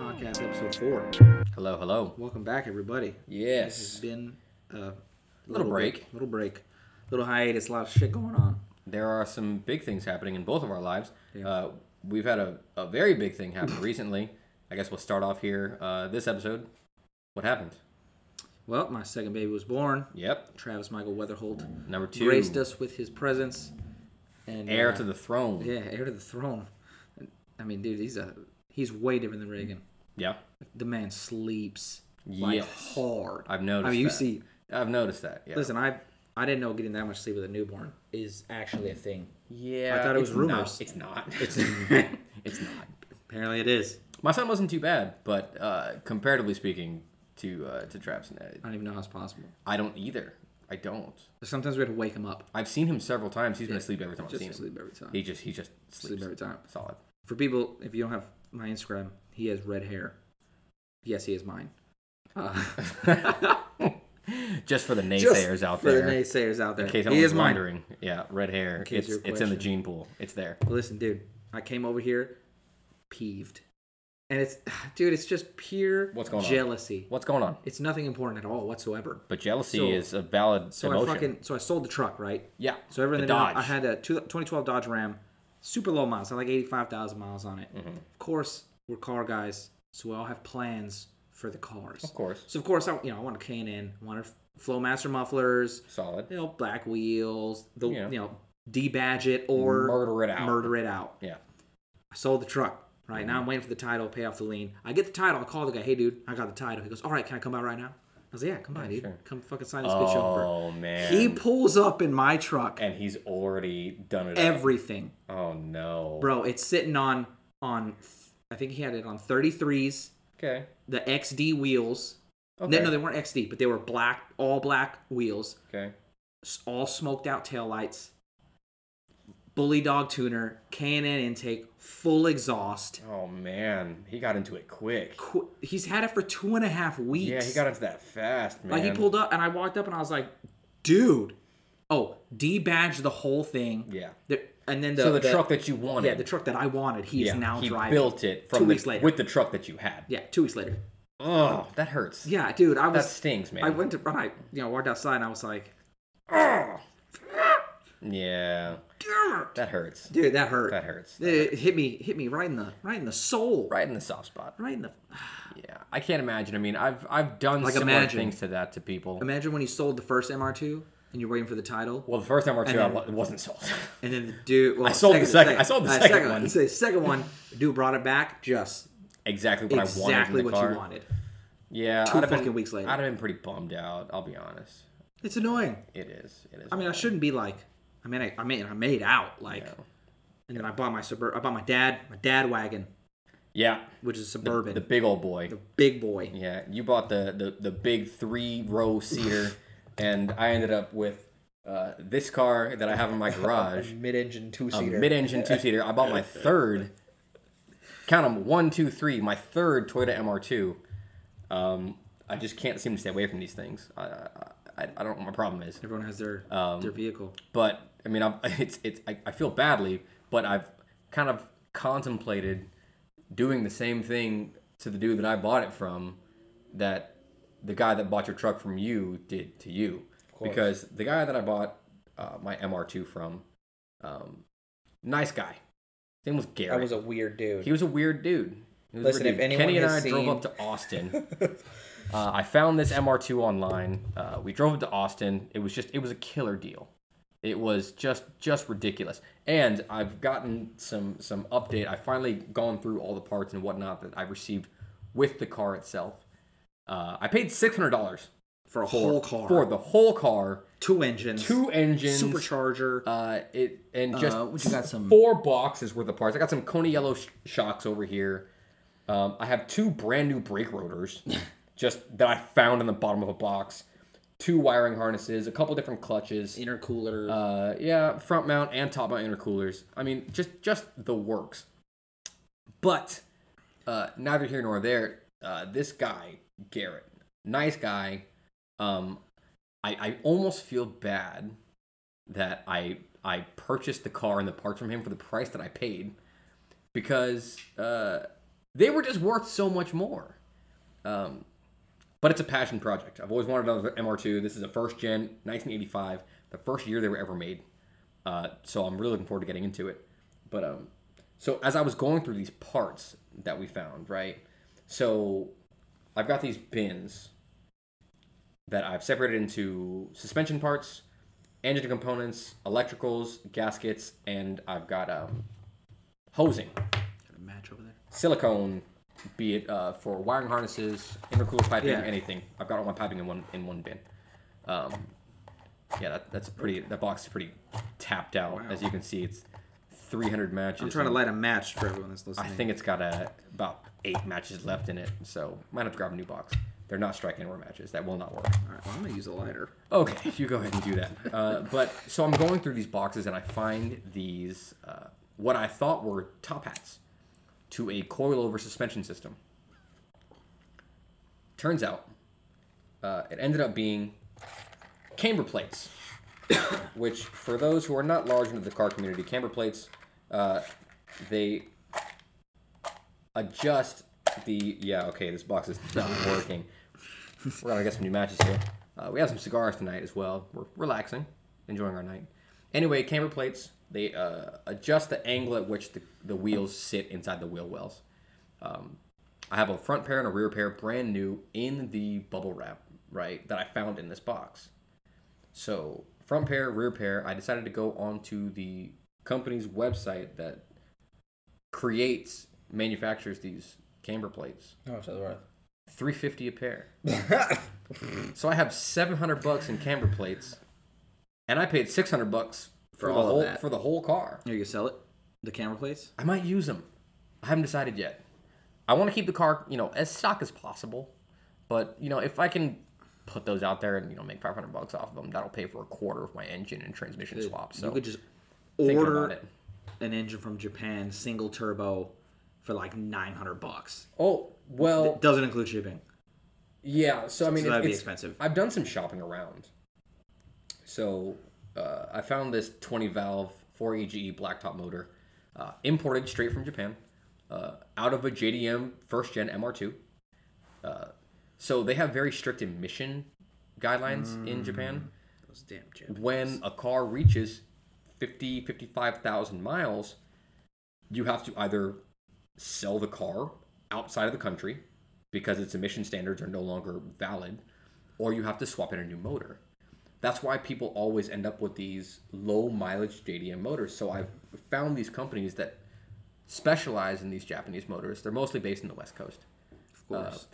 episode four. Hello, hello. Welcome back, everybody. This has Yes. been a little, Little break. bit- little break, little hiatus. A lot of shit going on. There are some big things happening in both of our lives. Yeah. Uh, we've had a, a very big thing happen recently. I guess we'll start off here. Uh, this episode, what happened? Well, my second baby was born. Yep. Travis Michael Weatherholt Number two, graced us with his presence. And heir uh, to the throne. Yeah. yeah, heir to the throne. I mean, dude, he's a he's way different than Reagan. The man sleeps like Yes. hard. I've noticed. I mean, you that. see, I've noticed that. Yeah. listen, I I didn't know getting that much sleep with a newborn is actually a thing. yeah. I thought it was it's not- rumors. it's not. It's- It's it's not. Apparently, it is. My son wasn't too bad, but uh, comparatively speaking to uh, to Travis, and Ed, I don't even know how it's possible. I don't either. I don't. Sometimes we have to wake him up. I've seen him several times. He's been asleep every time I've Just seen him. sleep every time. He just he just Sleep sleeps every time. solid. For people, if you don't have my Instagram, he has red hair. Yes, he is mine. Uh, Just for the just naysayers out for there, the naysayers out there, in case he anyone's is mine. wondering, yeah, red hair. case It's you're it's in the questioning. gene pool. It's there. Listen, dude, I came over here peeved, and it's dude, it's just pure What's going on? jealousy. What's going on? It's nothing important at all whatsoever. But jealousy So- is a valid So emotion. I fucking so I sold the truck, right? yeah. So everyone that the knew, Dodge. I had a two- 2012 Dodge Ram, super low miles, had like 85,000 miles on it. Mm-hmm. Of course, we're car guys, so we all have plans for the cars. of course, So of course, I you know I wanted K&N, I wanted Flowmaster mufflers, solid. you know black wheels, the Yeah. you know debadge it or Murder it out. Mm-hmm. Murder it out. Yeah. I sold the truck. Right now, I'm waiting for the title, pay off the lien. I get the title. I call the guy, hey dude, I got the title. He goes, all right, can I come out right now? I was like, yeah, come by, dude. sure. Come fucking sign this bitch over. Oh man. He pulls up in my truck and uh, he's already done it. up. everything Oh no. bro it's sitting on on i think he had it on 33s Okay. the xd wheels Okay. no, no they weren't xd but they were black all black wheels okay. s- all smoked out taillights bully dog tuner k&n intake full exhaust Oh man, he got into it quick. Qu- he's had it for two and a half weeks Yeah, he got into that fast, man. like he pulled up and i walked up and i was like dude oh debadge the whole thing Yeah. The- and then the, so the, truck that you wanted. yeah the truck that i wanted he Yeah, is now he driving built it from Two the, weeks later. with the truck that you had. yeah two weeks later Oh, that hurts. Yeah, dude, I That was. stings, man. I went to when I you know walked outside and I was like, yeah, damn it, that hurts. dude, that hurt. That hurts. It, it hit me, hit me right in the right in the soul, right, Right in the soft spot. in the. Yeah, I can't imagine. I mean, I've I've done Like, similar imagine. things to that to people. Imagine when he sold the first MR2 and you're waiting for the title, Well, the first time or two, I then- wa- it wasn't sold. and then the dude. Well, I sold the second- I sold the second one. Let's say the second one. The dude brought it back, just exactly what I wanted in exactly the what car. you wanted. Yeah, Two I'd have fucking been, weeks later. I'd have been pretty bummed out. I'll be honest. It's annoying. It is. It is. I mean, I shouldn't be like. I mean, I, I mean, I made out like, and then I bought my suburb. I bought my dad my dad wagon, yeah, which is a suburban, the big old boy. big boy. Yeah, you bought the the, the big three row seater, and I ended up with uh, this car that I have in my garage. mid-engine a two-seater. mid-engine two-seater. I bought my third. Count them one, two, three. My third Toyota MR2. Um, I just can't seem to stay away from these things. I, I, I, I don't know what my problem is, Everyone has their Um, their vehicle. but I mean, I'm, it's it's. I, I feel badly, but I've kind of contemplated doing the same thing to the dude that I bought it from, that the guy that bought your truck from you did to you, because the guy that I bought uh, my MR2 from, um, nice guy. His name was Gary. That was a weird dude. He was a weird dude. He was a Listen, weird if dude. anyone Kenny and I has drove seen- up to Austin. uh, I found this MR2 online. Uh, we drove up to Austin. It was just, it was a killer deal. It was just, just ridiculous. And I've gotten some, some update. I've finally gone through all the parts and whatnot that I received with the car itself. Uh, I paid six hundred dollars for a for whole car, for the whole car, two engines, two engines, supercharger. uh, it and just Uh, what you got, some- four boxes worth of parts. I got some Coney yellow sh- shocks over here. Um, I have two brand new brake rotors, just that I found in the bottom of a box. Two wiring harnesses, a couple different clutches. intercooler. Uh, yeah, front mount and top mount intercoolers. I mean, just just the works. But uh, neither here nor there. Uh, this guy Garrett, nice guy. Um, I I almost feel bad that I I purchased the car and the parts from him for the price that I paid because uh, they were just worth so much more. Um, but it's a passion project. I've always wanted another MR2. This is a first gen, 1985, the first year they were ever made. Uh, so I'm really looking forward to getting into it. But um, so as I was going through these parts that we found, right? So I've got these bins that I've separated into suspension parts, engine components, electricals, gaskets, and I've got um, hosing, Got a match over there. silicone, be it uh, for wiring harnesses, intercooler piping, Yeah. anything. I've got all my piping in one in one bin. Um, yeah, that, that's pretty. That box is pretty tapped out, Wow. as you can see. It's 300 matches. I'm trying to and light a match for everyone that's I listening. think it's got uh about eight matches left in it, so might have to grab a new box. They're not striking anywhere matches. That will not work. All right, well, I'm gonna use a lighter. Okay, you go ahead and do that. Uh, but so I'm going through these boxes and I find these uh, what I thought were top hats to a coilover suspension system. Turns out uh, it ended up being camber plates, which for those who are not large into the car community, camber plates uh, they adjust the yeah okay this box is not working. We're gonna get some new matches here. Uh, we have some cigars tonight as well. We're relaxing, enjoying our night. Anyway, camber plates they uh, adjust the angle at which the, the wheels sit inside the wheel wells. Um, I have a front pair and a rear pair, brand new in the bubble wrap, right? That I found in this box. So front pair, rear pair. I decided to go onto the company's website that creates, manufactures these camber plates. How much is that Three fifty a pair. worth? So I have seven hundred bucks in camber plates, and I paid six hundred bucks for, For the all of whole that. for the whole car. Here, you sell it. The camera plates. I might use them. I haven't decided yet. I want to keep the car, you know, as stock as possible. But you know, if I can put those out there and you know make five hundred bucks off of them, that'll pay for a quarter of my engine and transmission swap. So you could just thinking order about it. an engine from Japan, single turbo, for like 900 bucks. Oh well, It doesn't include shipping. yeah. So I mean, so it's- that'd be it's- expensive. I've done some shopping around. So uh, I found this 20 valve 4AGE E blacktop motor, uh, imported straight from Japan, uh, out of a JDM first gen MR2. Uh, so they have very strict emission guidelines in Mm. Japan. Those damn Japan. When a car reaches 50, 55,000 miles, you have to either sell the car outside of the country because its emission standards are no longer valid, or you have to swap in a new motor. That's why people always end up with these low mileage JDM motors. So I've found these companies that specialize in these Japanese motors. They're mostly based in the West Coast. Of course.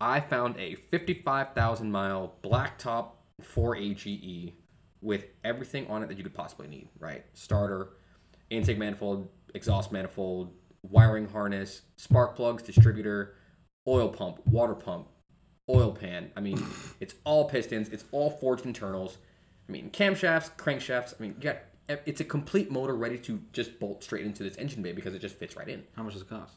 I found a 55,000 mile blacktop 4AGE E with everything on it that you could possibly need, right? Starter, intake manifold, exhaust manifold, wiring harness, spark plugs, distributor, oil pump, water pump, oil pan. I mean, it's all pistons, it's all forged internals. I mean, camshafts, crankshafts. I mean, you got it's a complete motor ready to just bolt straight into this engine bay because it just fits right in How much does it cost?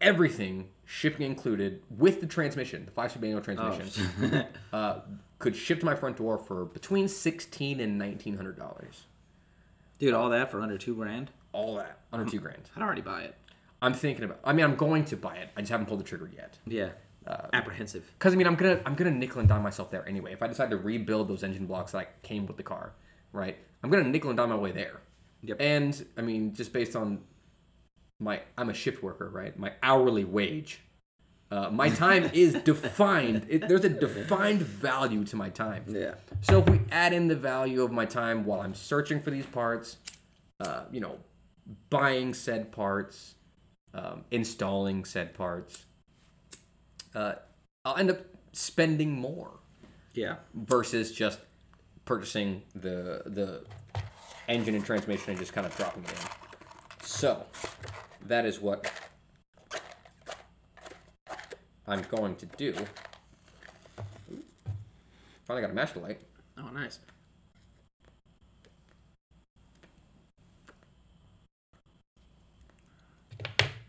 everything shipping included with the transmission, the five speed manual transmission, uh, could ship to my front door for between sixteen and nineteen hundred dollars. Dude, all that for under two grand? All that under two grand. I'd already buy it. I'm thinking about. I mean, I'm going to buy it. I just haven't pulled the trigger yet. Yeah. Apprehensive. Because I mean, I'm gonna I'm gonna nickel and dime myself there anyway. If I decide to rebuild those engine blocks that I came with the car, right? I'm gonna nickel and dime my way there. Yep. And I mean, just based on my I'm a shift worker, right? My hourly wage. Uh, my time is defined. It, there's a defined value to my time. Yeah. So if we add in the value of my time while I'm searching for these parts, uh, you know, buying said parts, um, installing said parts, uh, I'll end up spending more Yeah. versus just purchasing the the engine and transmission and just kind of dropping it in. So that is what I'm going to do. Finally got a match to light. Oh, nice.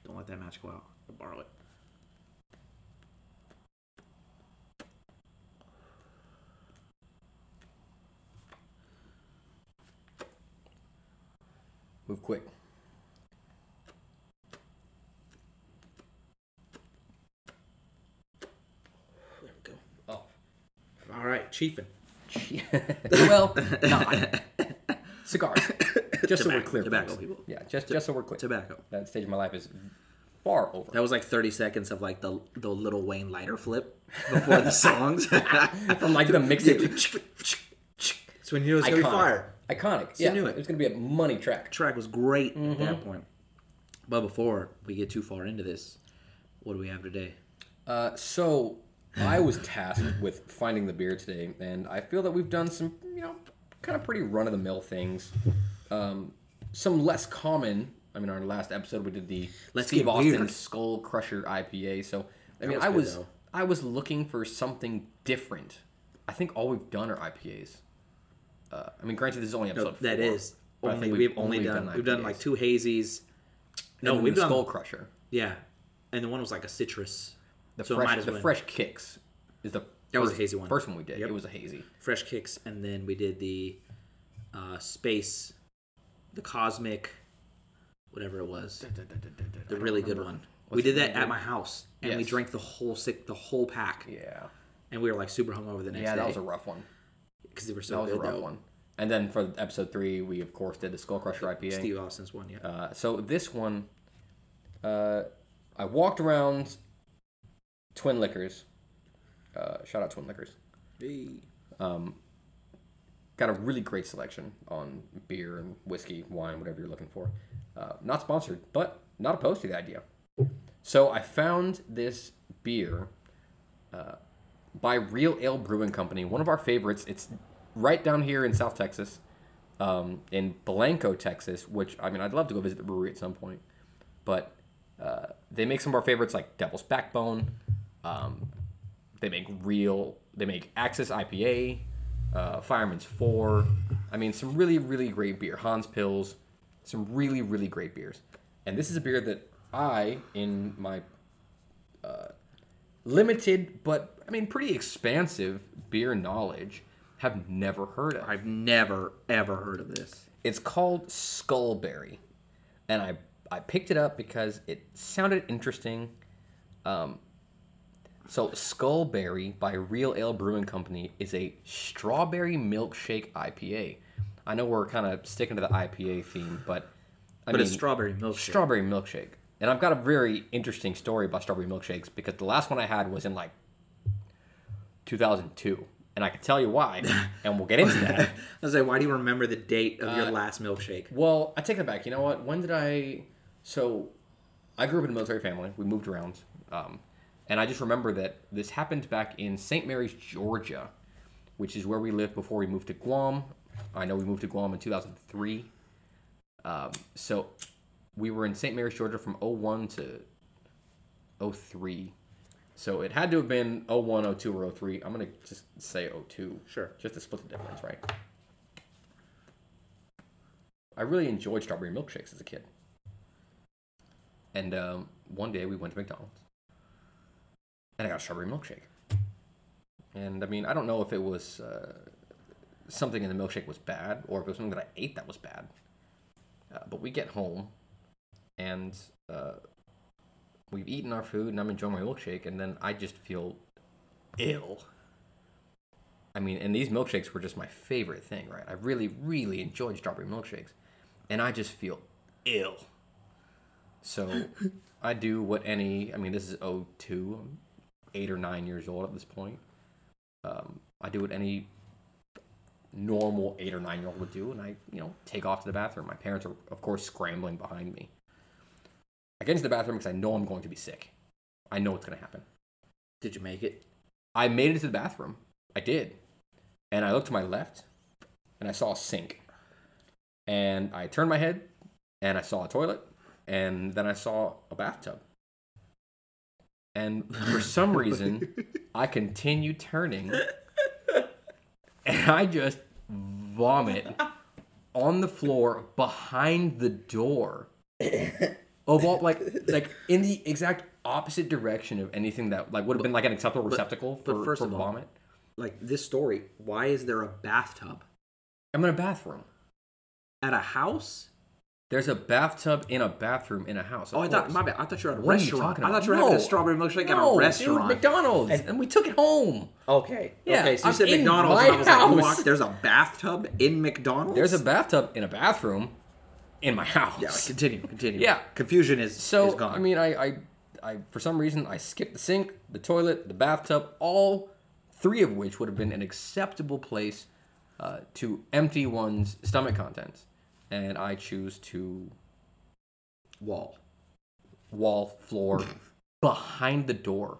Don't let that match go out. I'll borrow it. Move quick. Oh. like chiefing. well, not cigars. Just so we're Tobacco- clear, tobacco folks. people. Yeah, just just so we're clear. Tobacco. That stage of my life is far over. That was like 30 seconds of like the the little Wayne lighter flip before the songs. From like the mixtape. so we knew it was gonna be Iconic. fire. Iconic. Yeah, knew it. it's gonna be a money track. Track was great at that point. But before we get too far into this, what do we have today? Uh, so I was tasked with finding the beer today, and I feel that we've done some, you know, kind of pretty run of the mill things. Um, some less common. I mean, our last episode we did the Let's Steve get Austin weird. Skull Crusher IPA. So I mean, was I good, was though. I was looking for something different. I think all we've done are IPAs. Uh, I mean, granted, this is only episode. Oh, That four, is but I only think we've, only done, we've done IPAs. like two hazies. And No, then we've the done Skull Crusher. yeah, and the one was like a citrus. The So it might fresh, as the well. fresh kicks is the That was a first- hazy one. First one we did. Yep. It was a hazy. fresh kicks, and then we did the uh, space, the cosmic, whatever it was, the really good one. we did that at my house, and we Yes. drank the whole sick, the whole pack, Yeah. and we were like super hungover the next Yeah, that was day a rough one. because they were That so was a good. rough Though. one. And then for episode three, we of course did the Skull Crusher IPA. Steve Austin's one, yeah. Uh, so this one, uh, I walked around Twin Liquors. Uh, shout out Twin Liquors. Hey. Got a really great selection on beer and whiskey, wine, whatever you're looking for. Uh, not sponsored, but not opposed to the idea. So I found this beer uh, by Real Ale Brewing Company, one of our favorites. It's right down here in South Texas, um, in Blanco, Texas, which I mean, I'd love to go visit the brewery at some point. But uh, they make some of our favorites like Devil's Backbone. Um, they make real, they make Axis IPA, uh, Fireman's Four. I mean, some really, really great beer. Hans Pills, some really, really great beers. And this is a beer that I, in my uh, limited but I mean pretty expansive beer knowledge have never heard of. I've never ever heard of this. It's called Skullberry, and I I picked it up because it sounded interesting. Um, so Skullberry by Real Ale Brewing Company is a strawberry milkshake IPA. I know we're kind of sticking to the IPA theme, but I But mean, it's strawberry milkshake. strawberry milkshake. And I've got a very interesting story about strawberry milkshakes because the last one I had was in like 2002. And I can tell you why, and we'll get into that. I was like, why do you remember the date of Uh, your last milkshake? Well, I take that back. You know what? When did I? So, I grew up in a military family. We moved around, um, and I just remember that this happened back in St. Mary's, Georgia, which is where we lived before we moved to Guam. I know we moved to Guam in 2003. Um, so, we were in St. Mary's, Georgia, from 01 to 03. So it had to have been 01, 02, or 03. I'm gonna just say 02. Sure. Just to split the difference, right? I really enjoyed strawberry milkshakes as a kid. And um, one day we went to McDonald's, and I got a strawberry milkshake. And I mean, I don't know if it was uh, something in the milkshake was bad, or if it was something that I ate that was bad. Uh, but we get home, and uh, we've eaten our food, and I'm enjoying my milkshake, and then I just feel ill. I mean, and these milkshakes were just my favorite thing, right? I really, really enjoyed strawberry milkshakes, and I just feel ill. So I do what any, I mean, this is 02, I'm eight or nine years old at this point. Um, I do what any normal eight or nine year old would do, and I, you know, take off to the bathroom. My parents are, of course, scrambling behind me. I get into the bathroom because I know I'm going to be sick. I know it's going to happen. Did you make it? I made it to the bathroom. I did. And I looked to my left and I saw a sink. And I turned my head and I saw a toilet and then I saw a bathtub. And for some reason, I continued turning and I just vomit on the floor behind the door of all like like in the exact opposite direction of anything that like would have been like an acceptable receptacle but for, first for of all- vomit. Like this story. Why is there a bathtub I'm in a bathroom. at a house? There's a bathtub in a bathroom in a house. of Oh, I thought course. my bad. I thought you were at a What are you restaurant. talking I about? thought you were having No. a strawberry milkshake no, at a restaurant. Dude, McDonald's, and, we took it home. okay. Yeah, okay. So you I'm said in McDonald's, my and I was like, house. you walked, there's a bathtub in McDonald's. There's a bathtub in a bathroom in my house. Yeah, continue, continue. Yeah. Confusion is is So gone. I mean, I, I, I, for some reason, I skipped the sink, the toilet, the bathtub, all three of which would have been an acceptable place uh, to empty one's stomach contents, and I choose to wall. wall, floor, behind the door,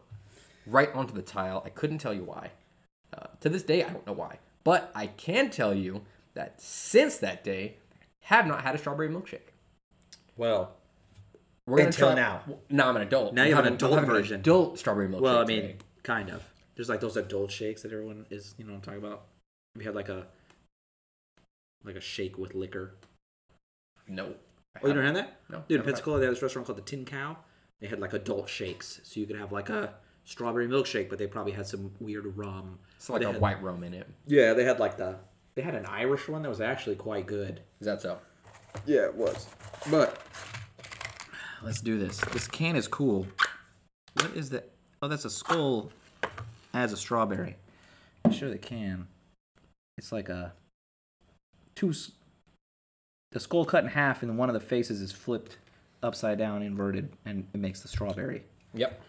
right onto the tile. I couldn't tell you why. Uh, to this day, I don't know why, but I can tell you that since that day, have not had a strawberry milkshake. Well, We're gonna Until try- now. Now I'm an adult. Now you I'm have an having- I'm adult having version. adult strawberry milkshake. well, I mean, today. kind of. There's like those adult shakes that everyone is, you know, what I'm talking about. We had like a like a shake with liquor. no. Oh, you don't have that? No, Dude, in never had- Pensacola, they had this restaurant called the Tin Cow. They had like adult shakes, so you could have like a strawberry milkshake, but they probably had some weird rum. It's like They a had- white rum in it. Yeah, they had like the they had an Irish one that was actually quite good. Is that so? Yeah, it was. But let's do this. This can is cool. What is that? Oh, that's a skull as a strawberry. Sure, the can. It's like a two. s- The skull cut in half, and one of the faces is flipped upside down, inverted, and it makes the strawberry. Yep.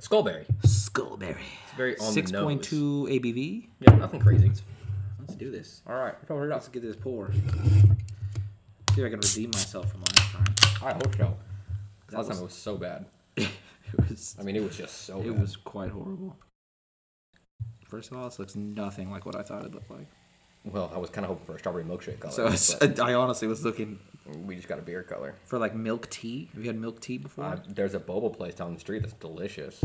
Skullberry. Skullberry. It's very on Six the nose. point two ABV. Yeah, nothing crazy. Let's do this. All right, we're it up. Let's get this pour. See if I can redeem myself from last time. I hope so. That was- Last time it was so bad. it was I mean, it was just so. it bad. was quite horrible. First of all, this looks nothing like what I thought it looked like. Well, I was kind of hoping for a strawberry milkshake color. So it's, but I honestly was looking we just got a beer color. for like milk tea. Have you had milk tea before? Uh, there's a boba place down the street that's delicious.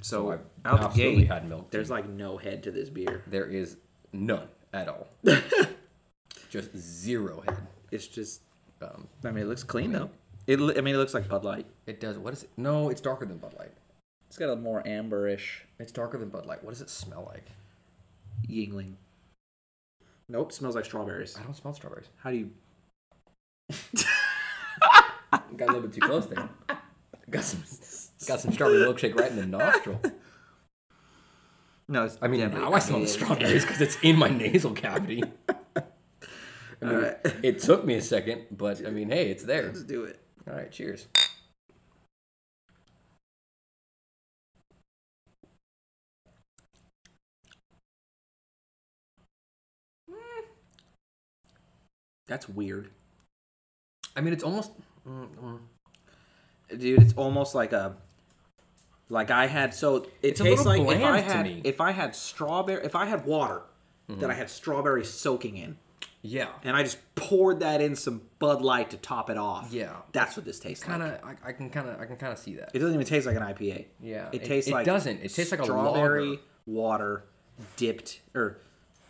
so I've out the absolutely gate, had milk. tea. there's like no head to this beer. there is none at all. just zero head. It's just, Um, I mean, it looks clean though. It, li- I mean, it looks like Bud Light. it does. What is it? No, it's darker than Bud Light. It's got a more amberish It's darker than Bud Light. What does it smell like? Yingling. Nope, smells like strawberries. I don't smell strawberries. How do you? Got a little bit too close there. Got some, got some strawberry milkshake right in the nostril. No, it's I mean, definitely- now I smell the mean, strawberries because it's in my nasal cavity. I mean, Alright. it took me a second, but I mean, hey, it's there. Let's do it. All right, cheers. That's weird. I mean, it's almost. mm, mm. dude it's almost like a like i had so it It's a tastes like little if i bland to had me. Mm-hmm. if i had strawberry if i had water that i had strawberry soaking in Yeah. and i just poured that in some bud light to top it off Yeah. that's what this tastes Kind like of. I, I can kind of. I can kind of see that. it doesn't even taste like an ipa Yeah, it, it- tastes it like doesn't. It tastes like a strawberry lager. water dipped or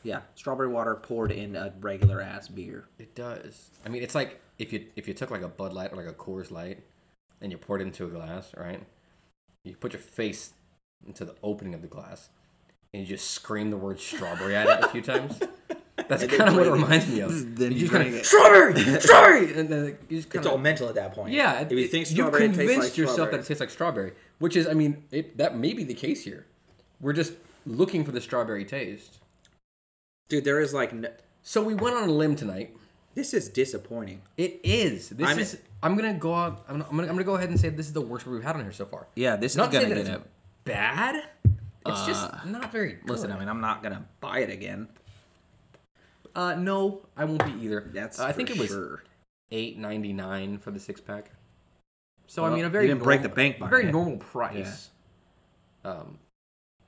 yeah strawberry water poured in a regular ass beer It does. I mean, it's like if you if you took like a Bud Light or like a Coors Light, and you poured it into a glass, right? You put your face into the opening of the glass, and you just scream the word strawberry at it a few times. That's kind of what drink it it. reminds me of. Then you just drink kinda, it. strawberry, strawberry, and then you just kind it's all mental at that point yeah. if you think you've strawberry it convinced tastes like yourself that strawberry. it tastes like strawberry, which is, I mean, it that may be the case here. We're just looking for the strawberry taste. dude there is like n So we went on a limb tonight. this is disappointing It is. This I'm- is. I'm gonna go out. I'm, I'm, gonna, I'm gonna go ahead and say this is the worst we've had on here so far. yeah this Not is saying gonna that get it it's Uh, bad. It's just not very. Good. Listen, I mean, I'm not gonna buy it again. uh, no, I won't be either. That's Uh, I think for it was sure. eight ninety nine for the six pack. So I Well, mean, a you very didn't break the normal- bank by a very it. normal price. Um,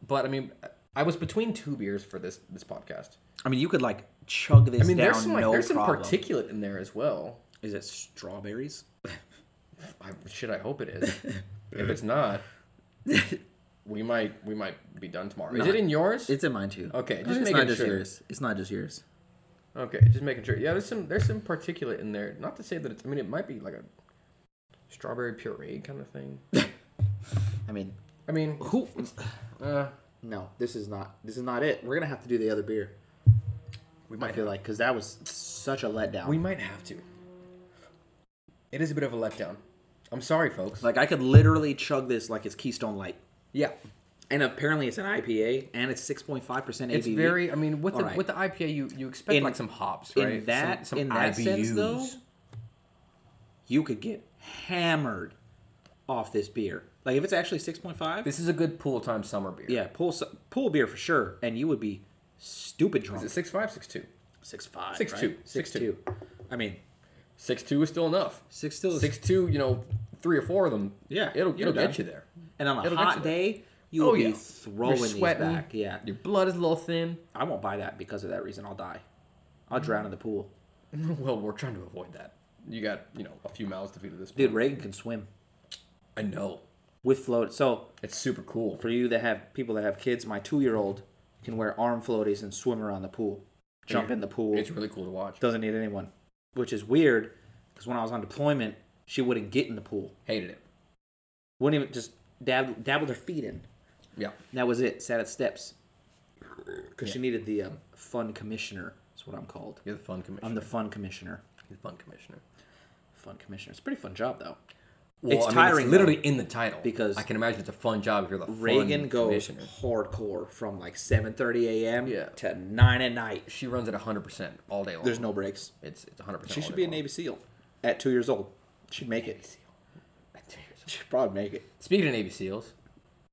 but I mean, I was between two beers for this this podcast. I mean, you could like chug this I mean, down. there's some like, no there's some problem. particulate in there as well. Is it strawberries? I, shit, I hope it is. if it's not, we might we might be done tomorrow. Is No. it in yours? It's in mine too. Okay, I just mean, it's making not just sure. yours. It's not just yours. Okay, just making sure. Yeah, there's some there's some particulate in there. Not to say that it's. I mean, it might be like a strawberry puree kind of thing. I mean, I mean, who? uh, No, this is not. This is not it. We're gonna have to do the other beer. we I might feel like because that was such a letdown. we might have to. It is a bit of a letdown. I'm sorry, folks. Like I could literally chug this like it's Keystone Light. yeah, And apparently it's an IPA and it's 6.5% ABV. it's very. I mean, with the Alright. with the IPA, you you expect In- like some hops, in right? that- some, some in that sense, IBUs. though, you could get hammered off this beer. Like if it's actually 6.5, this is a good pool time summer beer. yeah, pool s- pool beer for sure and you would be stupid drunk. Is it six five, six two? 6.5, six right? two, six 6.2. I mean, Six two is still enough. 6 still is Six two, you know, three or four of them. Yeah, it'll you're it'll done. get you there. and on a it'll get hot you there. day you will Oh, be yeah. You're throwing these sweating. back. Yeah. Your blood is a little thin. I won't buy that because of that reason. I'll die. I'll drown in the pool. Well, we're trying to avoid that. You got you know a few miles to feed at this point. Dude, Reagan can swim I know with float. So it's super cool. for you that have people that have kids, my two-year-old can wear arm floaties and swim around the pool, jump in the pool. It's really cool to watch. Doesn't need anyone, which is weird because when I was on deployment, she wouldn't get in the pool. Hated it. Wouldn't even just dab, dabbled her feet in. Yeah. That was it. Sat at steps because she needed the um, fun commissioner. That's what I'm called. You're the fun commissioner. I'm the fun commissioner. You're the fun commissioner. Fun commissioner. It's a pretty fun job though. Well, It's I mean, tiring, literally in the title because I can imagine it's a fun job if you're the Reagan fun goes commissioner. hardcore from like 7:30 a.m. Yeah. to nine at night. She runs at 100 percent all day long. There's no breaks. It's it's 100. She should be a Navy SEAL at two years old. She'd make it. She'd probably make it. Speaking of Navy SEALs,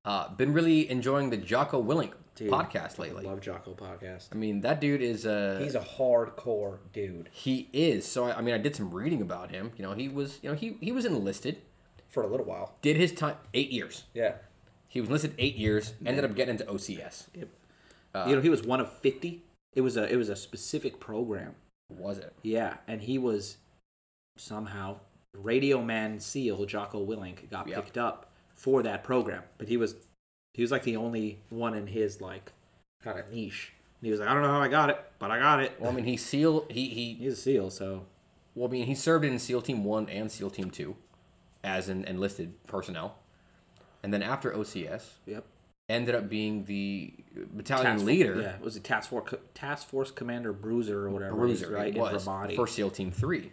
uh, been really enjoying the Jocko Willink Dude, podcast lately. Love Jocko podcast. I mean, that dude is uh, He's a hardcore dude he is. So I, I mean, I did some reading about him. You know, he was you know he he was enlisted, for a little while. did his time eight years. Yeah. He was enlisted eight years, ended up getting into OCS. Yep. you know, he was one of 50. It was a it was a specific program. Was it? Yeah, and he was somehow Radio Man SEAL Jocko Willink got Yeah. picked up for that program, but he was he was like the only one in his like kind of niche. And he was like, I don't know how I got it, but I got it. Well, I mean, he seal he he He's a SEAL, so Well, I mean, he served in SEAL Team One and SEAL Team Two as an enlisted personnel, and then after OCS, yep. ended up being the battalion Task- leader Yeah, it was a task force co- task force commander Bruiser or whatever. it is, bruiser. right it was in Ramadi. for SEAL Team Three.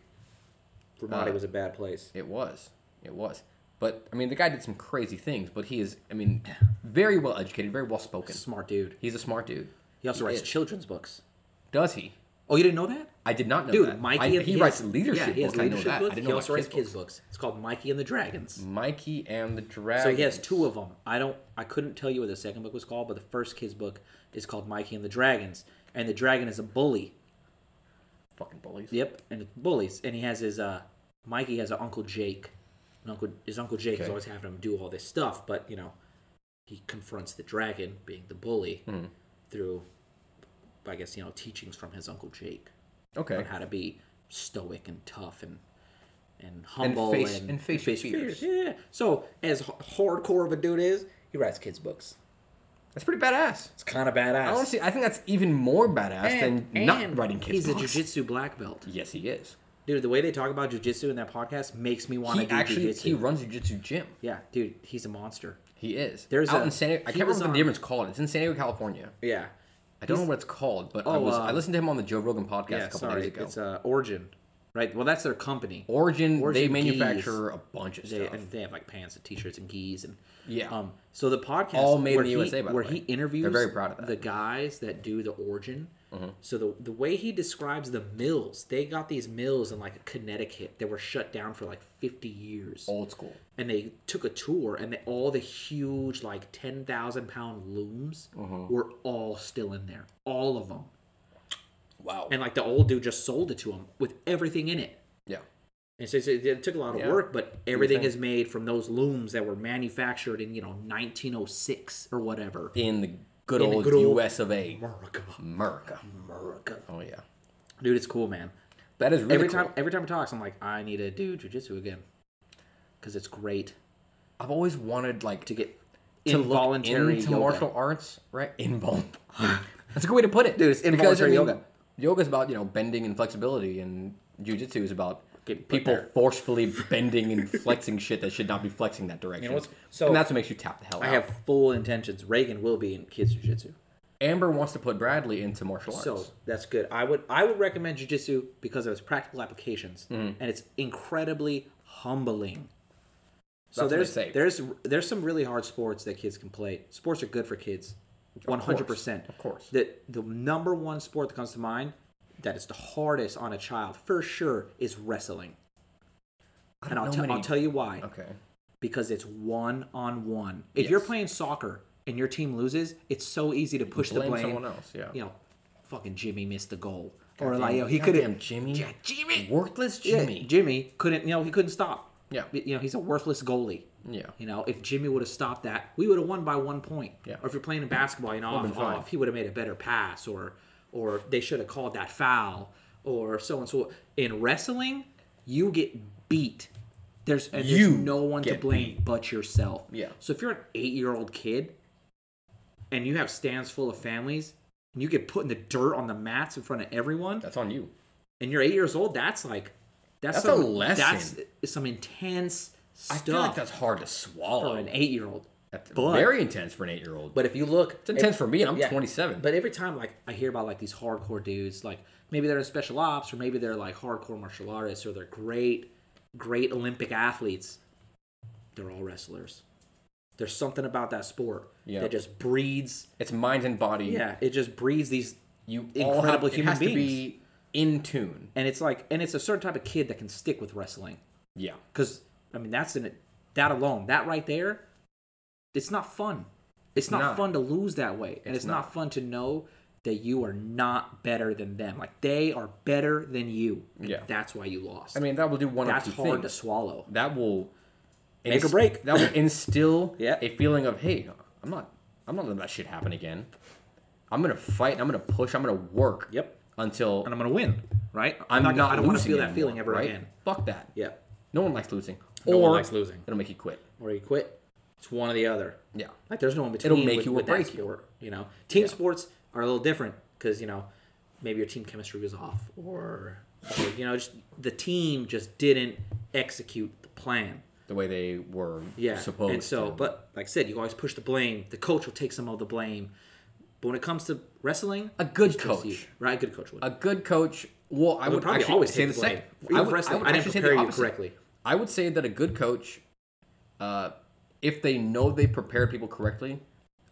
Ramadi uh, was a bad place. It was, it was. But I mean, the guy did some crazy things. But he is, I mean, very well educated, very well spoken. Smart dude. He's a smart dude. He also writes is. children's books. Does he? Oh, you didn't know that? I did not know Dude, that. Mikey. I- and he has- writes leadership. Yeah, he has books. I know leadership that. I books. didn't He know also about writes kids' kids' books. It's called Mikey and the Dragons. Mikey and the Dragon. So he has two of them. I don't. I couldn't tell you what the second book was called, but the first kid's book is called Mikey and the Dragons, and the dragon is a bully. fucking bullies. Yep, and it's bullies, and he has his. uh Mikey has an uncle Jake. And uncle his uncle Jake is Okay. always having him do all this stuff, but you know, he confronts the dragon, being the bully, through, I guess you know, teachings from his uncle Jake Okay. on how to be stoic and tough and and humble and face- and face your fears. Yeah. So as h- hardcore of a dude is, he writes kids books. That's pretty badass. It's kind of badass. Honestly, I think that's even more badass than not writing kids. He's books. a jujitsu black belt, Yes, he is. dude. The way they talk about jujitsu in that podcast makes me want He to do actually jujitsu. he runs a jujitsu gym. yeah, dude, he's a monster. He is. There's out a- in San. Diego. I he can't was remember what on- the gym is called. It's in San Diego, California. Yeah. I don't know what it's called, but I Oh, was uh, I listened to him on the Joe Rogan podcast a Yeah. couple Sorry, days ago. it's uh, Origin, right? Well, that's their company. Origin, Origin they Geese. manufacture a bunch of they, stuff. and they have like pants and t-shirts and geese and Yeah. Um, so the podcast All made in where the he- USA, by the where way. he interviews They're very proud of that. Mm-hmm. the guys that do the origin. So the the way he describes the mills, they got these mills in like Connecticut that were shut down for like fifty years, Old school. and they took a tour, and they, all the huge like ten thousand pound looms Mm-hmm. were all still in there, all of them, Wow. and like the old dude just sold it to him with everything in it. yeah. And so, so it took a lot of Yeah. work, but everything thing. is made from those looms that were manufactured in, you know, 1906 or whatever. In the good In the old good old- Mm-hmm. U.S. of A. America. America. America. Oh yeah. Dude, it's cool, man. That is really every cool. time every time he talks, I'm like, I need to do jujitsu again. Because it's great I've always wanted like to get to look involuntary into yoga. martial arts, right? Involuntary. That's a good way to put it, Dude, it's involuntary yoga. Yoga is about you know bending and flexibility, and jujitsu is about Getting put people there. forcefully bending and flexing shit that should not be flexing that direction. what's- so- and that's what makes you tap the hell I out. have full intentions. Reagan will be in kids jujitsu. Amber wants to put Bradley into martial arts. So that's Mm-hmm. good. I would I would recommend jujitsu because of its practical applications, and it's incredibly humbling. So That's what they there's say. there's there's some really hard sports that kids can play. Sports are good for kids, one hundred percent. of course. The the number one sport that comes to mind that is the hardest on a child for sure is wrestling, I and don't I'll, know tell I'll many- tell you why. Okay. Because it's one on one. If you're Yes. playing soccer and your team loses, it's so easy to push the Blame blame. someone else. Yeah. You know, fucking Jimmy missed the goal, or Goddamn- like yo, he could goddamn have Jimmy. Yeah, Jimmy. Worthless Yeah, Jimmy. Jimmy couldn't. You know, he couldn't stop. Yeah. You know, he's a worthless goalie. Yeah. You know, if Jimmy would have stopped that, we would have won by one point. Yeah. Or if you're playing in basketball, you know, been off, fine. off, he would have made a better pass, or or they should have called that foul, or so and so. In wrestling, you get beat. There's and You there's no one to get blame but yourself. Yeah. So if you're an eight year old kid, and you have stands full of families, and you get put in the dirt on the mats in front of everyone, That's on you. and you're eight years old, that's like that's, That's some, a lesson. That's some intense I stuff feel like that's hard to swallow. for an eight year old. That's but- very intense for an eight-year-old. But if you look, it's intense for me, and I'm yeah. 27. But every time, like I hear about like these hardcore dudes, like maybe they're in special ops, or maybe they're like hardcore martial artists, or they're great, great Olympic athletes. They're all wrestlers. There's something about that sport Yeah. that just breeds. it's mind and body. Yeah, it just breeds these, You all have, Incredible it human has to be in tune. and it's like, and it's a certain type of kid that can stick with wrestling. Yeah. because I mean that's in it. That alone, that right there, it's not fun. It's not, not. fun to lose that way, and it's It's not. not. fun to know that you are not better than them. Like they are better than you. and Yeah. that's why you lost. I mean, that will do one that's of two hard to things. swallow. That will Make or break. That will instill Yeah. a feeling of, hey, I'm not, I'm not letting that shit happen again. I'm gonna fight. and I'm gonna push. I'm gonna work. Yep. Until And I'm gonna win, right? I'm not. gonna- I don't want to losing feel that anymore, feeling ever right? again. Fuck that. Yeah, No one likes losing. No or one likes losing. It'll make you quit. or you quit. It's one or the other. Yeah. Like there's no in between. It'll make with- you or with that break you. sport, You know, team sports are a little different because you know maybe your team chemistry was off, or, or you know just the team just didn't execute the plan. The way they were Yeah, supposed. and so, to. but like I said, you always push the blame. The coach will take some of the blame, but when it comes to wrestling, a good it's just you. coach, right? A good coach would. a good coach. Well, I would, would probably actually always say take the the blame. second. Even I would, wrestling, I would I didn't actually say the prepare you opposite. correctly. I would say that a good coach, uh, if they know they prepared people correctly,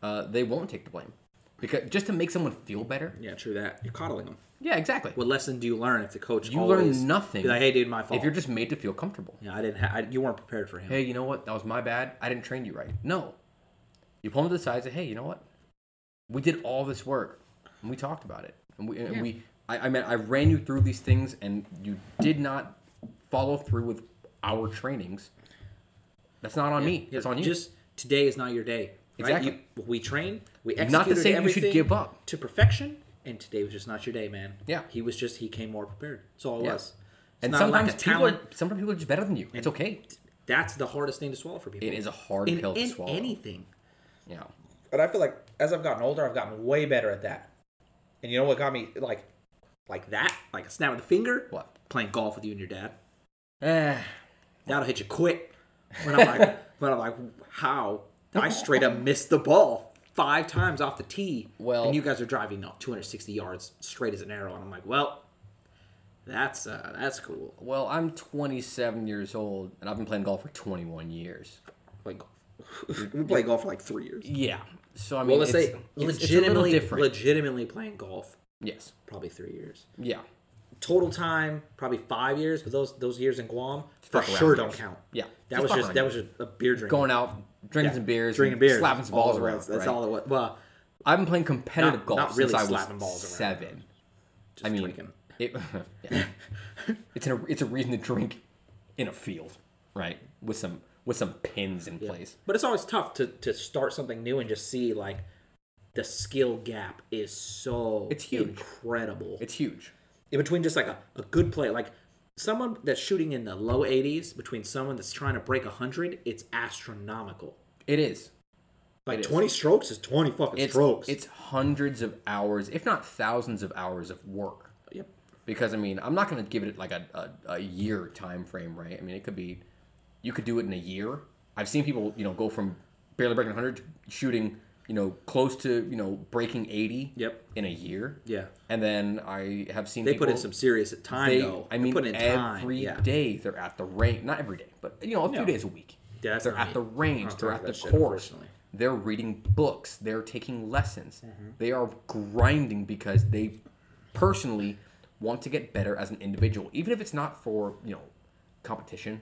uh, they won't take the blame because just to make someone feel better. yeah, true that. You're coddling them. Yeah, exactly. What lesson do you learn if the coach you always learn nothing be like, hey, dude, my fault. if you're just made to feel comfortable. yeah, I didn't. Ha- I, you weren't prepared for him. Hey, you know what? That was my bad. I didn't train you right. No, you pull them to the side and say, hey, you know what? We did all this work and we talked about it and we and we. I, I mean, I ran you through these things and you did not follow through with our trainings. That's not on me. That's on you. Just today is not your day. Right? Exactly. You, we train. We executed Not to say you should everything give up. to perfection, and today was just not your day, man. Yeah. He was just he came more prepared. That's all it Yeah. was. It's and not a lack sometimes of people are, sometimes people are just better than you. It's okay. that's the hardest thing to swallow for people. It is a hard in, pill to in swallow. anything. yeah. But I feel like as I've gotten older, I've gotten way better at that. And you know what got me like, like that, like a snap of the finger, What? playing golf with you and your dad. Eh, That'll hit you quick. When I'm like, when I'm like, how? I straight up missed the ball five times off the tee. Well- and you guys are driving no, 260 yards straight as an arrow, and I'm like, well, that's uh, that's cool. well, I'm 27 years old and I've been playing golf for 21 years. Like, we play golf for like three years. Yeah. So I mean, Well, let's it's, say it's- it's a little legitimately, different. legitimately playing golf, yes. probably three years. Yeah. Total time, probably five years. But those those years in Guam for Fuck around sure years. don't count. Yeah. that Just was fuck just around that was years. just a beer drink. Going out, drinking some beers, drinking beers, slapping some all balls it around. was. That's right? all it was. Well, I've been playing competitive Not- golf not really since I was slapping balls around. seven. just I mean, drinking. it, yeah. it's a it's a reason to drink in a field, right? With some with some pins in place. But it's always tough to, to start something new and just see like the skill gap is so It's huge. incredible. It's huge. in between just like a, a good play, like someone that's shooting in the low 80s between someone that's trying to break 100, it's astronomical. It is. Like It is. 20 strokes is 20 fucking It's strokes. it's hundreds of hours, if not thousands of hours of work. yep. because I mean, I'm not going to give it like a, a, a year time frame, right? I mean, it could be you could do it in a year. I've seen people, you know, go from barely breaking 100 to shooting, you know, close to, you know, breaking 80 Yep. in a year. Yeah. And then I have seen They people put in some serious time they, though. I mean, they put every in day time. Yeah. they're at the range. Not every day, but you know, a few No. days a week. They're Definitely. at the range. I'm They're tired at of the that shit, course. unfortunately. They're reading books. They're taking lessons. Mm-hmm. They are grinding because they personally want to get better as an individual, even if it's not for you know competition.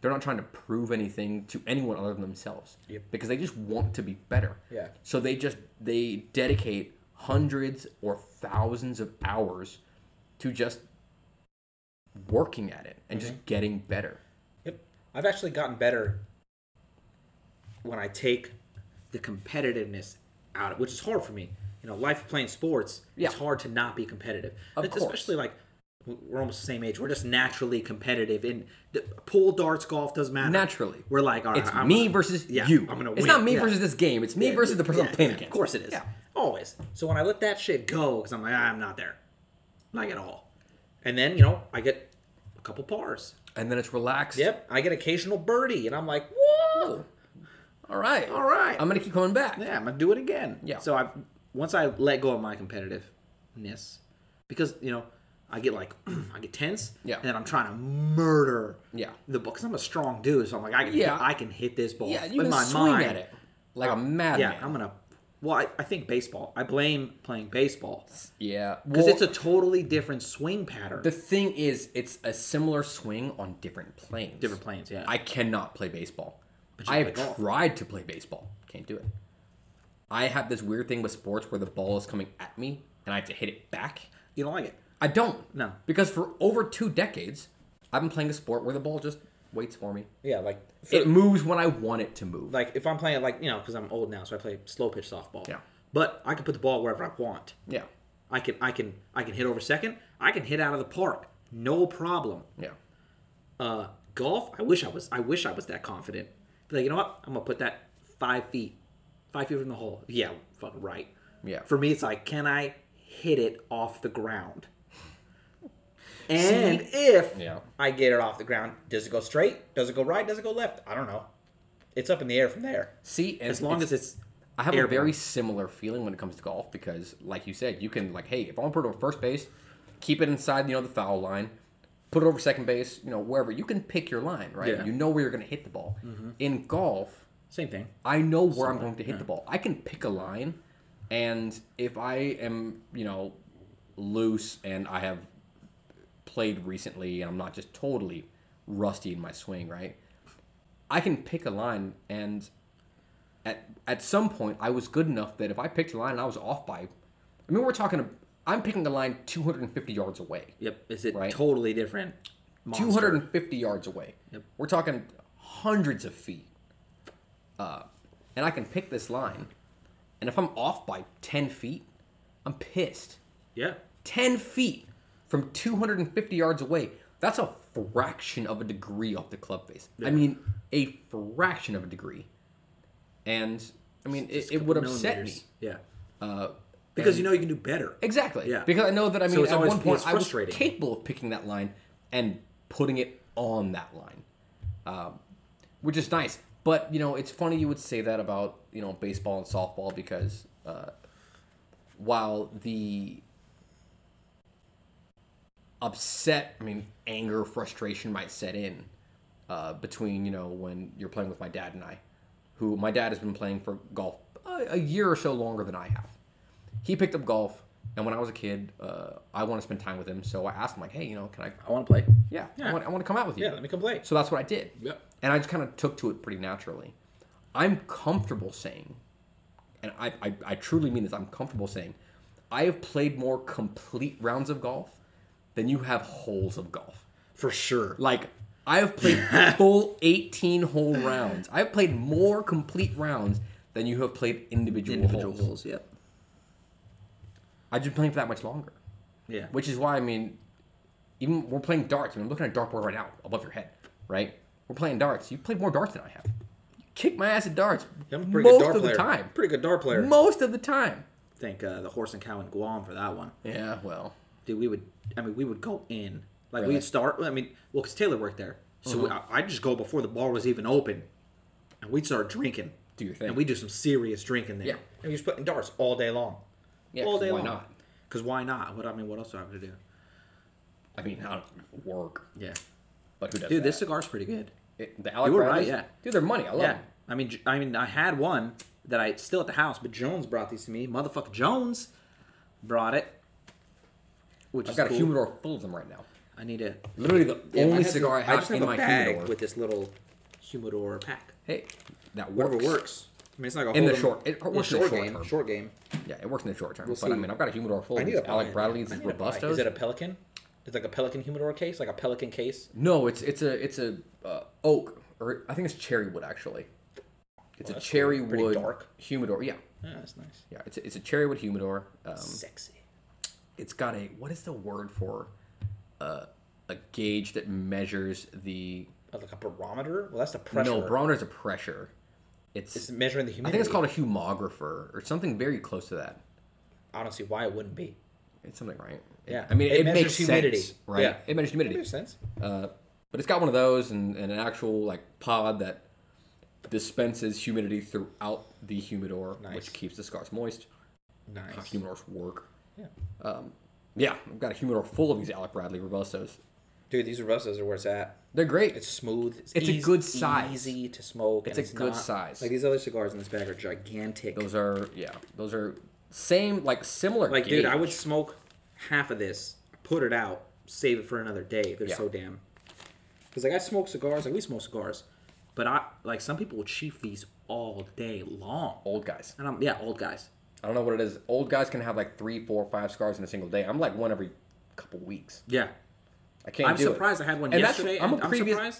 They're not trying to prove anything to anyone other than themselves Yep. because they just want to be better. Yeah. So they just they dedicate hundreds or thousands of hours to just working at it and Mm-hmm. just getting better. Yep. I've actually gotten better when I take the competitiveness out of which is hard for me. You know, life of playing sports, Yeah. it's hard to not be competitive. Of It's course. Especially like we're almost the same age. We're just naturally competitive in the pool, darts, golf doesn't matter. Naturally. We're like, all right, It's I'm me gonna- versus yeah, you. I'm gonna it's win. not me Yeah. versus this game. It's me Yeah, versus the person yeah, I'm playing yeah, against. Of course it is. Yeah. Always. So when I let that shit go, because I'm like, "Ah, I'm not there. Like at all. And then, you know, I get a couple pars. And then it's relaxed. Yep. I get occasional birdie, and I'm like, whoa. All right. All right. I'm gonna keep coming back. Yeah, I'm gonna do it again. Yeah. So I once I let go of my competitiveness, because you know I get like I get tense. Yeah. And then I'm trying to murder. Yeah. The book because I'm a strong dude, so I'm like I can Yeah. hit, I can hit this ball. Yeah, you with can my swing mind. at it like a madman. Yeah, I'm gonna. Well, I, I think baseball. I blame playing baseball Yeah. because Well, it's a totally different swing pattern. the thing is, it's a similar swing on different planes. different planes. Yeah. I cannot play baseball. But you I play have golf. tried to play baseball. Can't do it. I have this weird thing with sports where the ball is coming at me and I have to hit it back. you don't like it. I don't. No. Because for over two decades, I've been playing a sport where the ball just waits for me. Yeah, like It moves when I want it to move. like if I'm playing like you know because I'm old now, so I play slow pitch softball. Yeah. But I can put the ball wherever I want. yeah. I can I can I can hit over second. I can hit out of the park, no problem. Yeah. Uh, golf, I wish I was I wish I was that confident. Be like you know what, I'm gonna put that five feet, five feet from the hole. Yeah, fucking right. Yeah. For me, it's like can I hit it off the ground? And if Yeah. I get it off the ground, does it go straight? Does it go right? Does it go left? I don't know. It's up in the air from there. See, and As long it's- as it's I have a airborne. very similar feeling when it comes to golf because, like you said, you can like, hey, if I want to put it over first base, keep it inside, you know, the foul line, put it over second base, you know, wherever. You can pick your line, right? Yeah. You know where you're going to hit the ball. In golf, same thing. I know where I'm going to hit the ball. I can pick a line, and if I am, you know, loose and I have played recently and I'm not just totally rusty in my swing, right? I can pick a line, and at at some point I was good enough that if I picked a line and I was off by, I mean we're talking, I'm picking a line 250 yards away. Yep. Is it Right. totally different? monster? 250 yards away. Yep. We're talking hundreds of feet. Uh, and I can pick this line. And if I'm off by 10 feet, I'm pissed. Yeah. 10 feet from 250 yards away. That's a fraction of a degree off the club face. I mean, a fraction of a degree. And, I mean, it, Just a it couple would upset me. millimeters. Yeah. Uh, Because and- you know you can do better. Exactly. Yeah. Because I know that I So mean it's at always- one point it's I was frustrating. capable of picking that line and putting it on that line, um, which is nice. But you know, it's funny you would say that about you know baseball and softball because uh, while the upset, I mean anger, frustration might set in uh, between you know when you're playing with my dad and I, who my dad has been playing for golf a, a year or so longer than I have he picked up golf, and when I was a kid, uh, I want to spend time with him. So I asked him like, hey, you know, can I? I want to play. Yeah, I, Yeah. want, I want to come out with you. Yeah. Let me come play. So that's what I did. Yep. And I just kind of took to it pretty naturally. I'm comfortable saying, and I, I, I truly mean this, I'm comfortable saying, I have played more complete rounds of golf than you have holes of golf. For sure. Like, I have played full 18 hole rounds. I have played more complete rounds than you have played individual, Individual holes. holes. Yep. I've been playing for that much longer. Yeah. Which is why I mean, even we're playing darts. I mean, I'm looking at a dartboard right now above your head, right? We're playing darts. You played more darts than I have. You kick my ass at darts Yeah, I'm a pretty most good dart of player. the time. Pretty good dart player. Most of the time. Thank uh, the horse and cow in Guam for that one. Yeah, well, Dude, we would. I mean, we would go in. Like Really? Uh-huh. we'd start. I mean, well, because Taylor worked there, so we, I, I'd just go before the bar was even open, and we'd start drinking. Do your thing. And we do some serious drinking there. Yeah. And we just put in darts all day long. Yeah, all 'cause day why long. not? Because why not? What I mean, what else do I have to do? I mean, how work, Yeah. but who does Dude, that? this cigar's pretty good. It, the Alec You were Brown right, is- yeah. Dude, they're money. I love Yeah. them. I mean, J- I mean, I had one that I still at the house, but Jones brought these to me. Motherfucker Jones brought it, which I've is got cool. a humidor full of them right now. I need to. Literally the Yeah, only I have cigar I some- have, just in a my bag humidor. with this little humidor pack. hey, that Whatever works. works. I mean, it's not like a In the whole- short- it in works in the short short game. term. Short game. Yeah, it works in the short term. We'll but I see. mean, I've got a humidor full I of need these to buy Alec it. Bradley's, I these need to buy it. Robustos. Is it a pelican? It's like a pelican humidor case, like a pelican case. No, it's it's a it's a uh, oak or I think it's cherry wood actually. It's a Oh, that's cherry pretty wood dark. humidor. Yeah, Yeah, Ah, that's nice. yeah. It's a, it's a cherry wood humidor. Um, Sexy. it's got a what is the word for uh, a gauge that measures the Oh, like a barometer? Well, that's the pressure. no barometer is a pressure. It's It's measuring the humidity. I think it's called a humographer or something very close to that. I don't see why it wouldn't be. It's something right. It- Yeah. I mean, It it, measures makes humidity. sense, right? Yeah. It measures humidity. Makes sense. Uh, but it's got one of those and, and an actual like pod that dispenses humidity throughout the humidor, Nice. which keeps the cigars moist. How Nice. humidors work. Yeah. Um, yeah, I've got a humidor full of these Alec Bradley Robustos. Dude, these Robustos are where it's at. They're great. It's smooth. It's, It's a eas- good size. Easy to smoke. It's and a good not- size. Like these other cigars in this bag are gigantic. those are yeah, those are same like similar. like, dude, I gauge. would smoke half of this, put it out, save it for another day. They're Yeah. so damn. Because like I smoke cigars, like we smoke cigars, but I like some people will chief these all day long. old guys. And I'm yeah, old guys. I don't know what it is. Old guys can have like three, four, five cigars in a single day. I'm like one every couple weeks. Yeah. I can't. I'm do it. surprised I had one that's- yesterday, and I'm surprised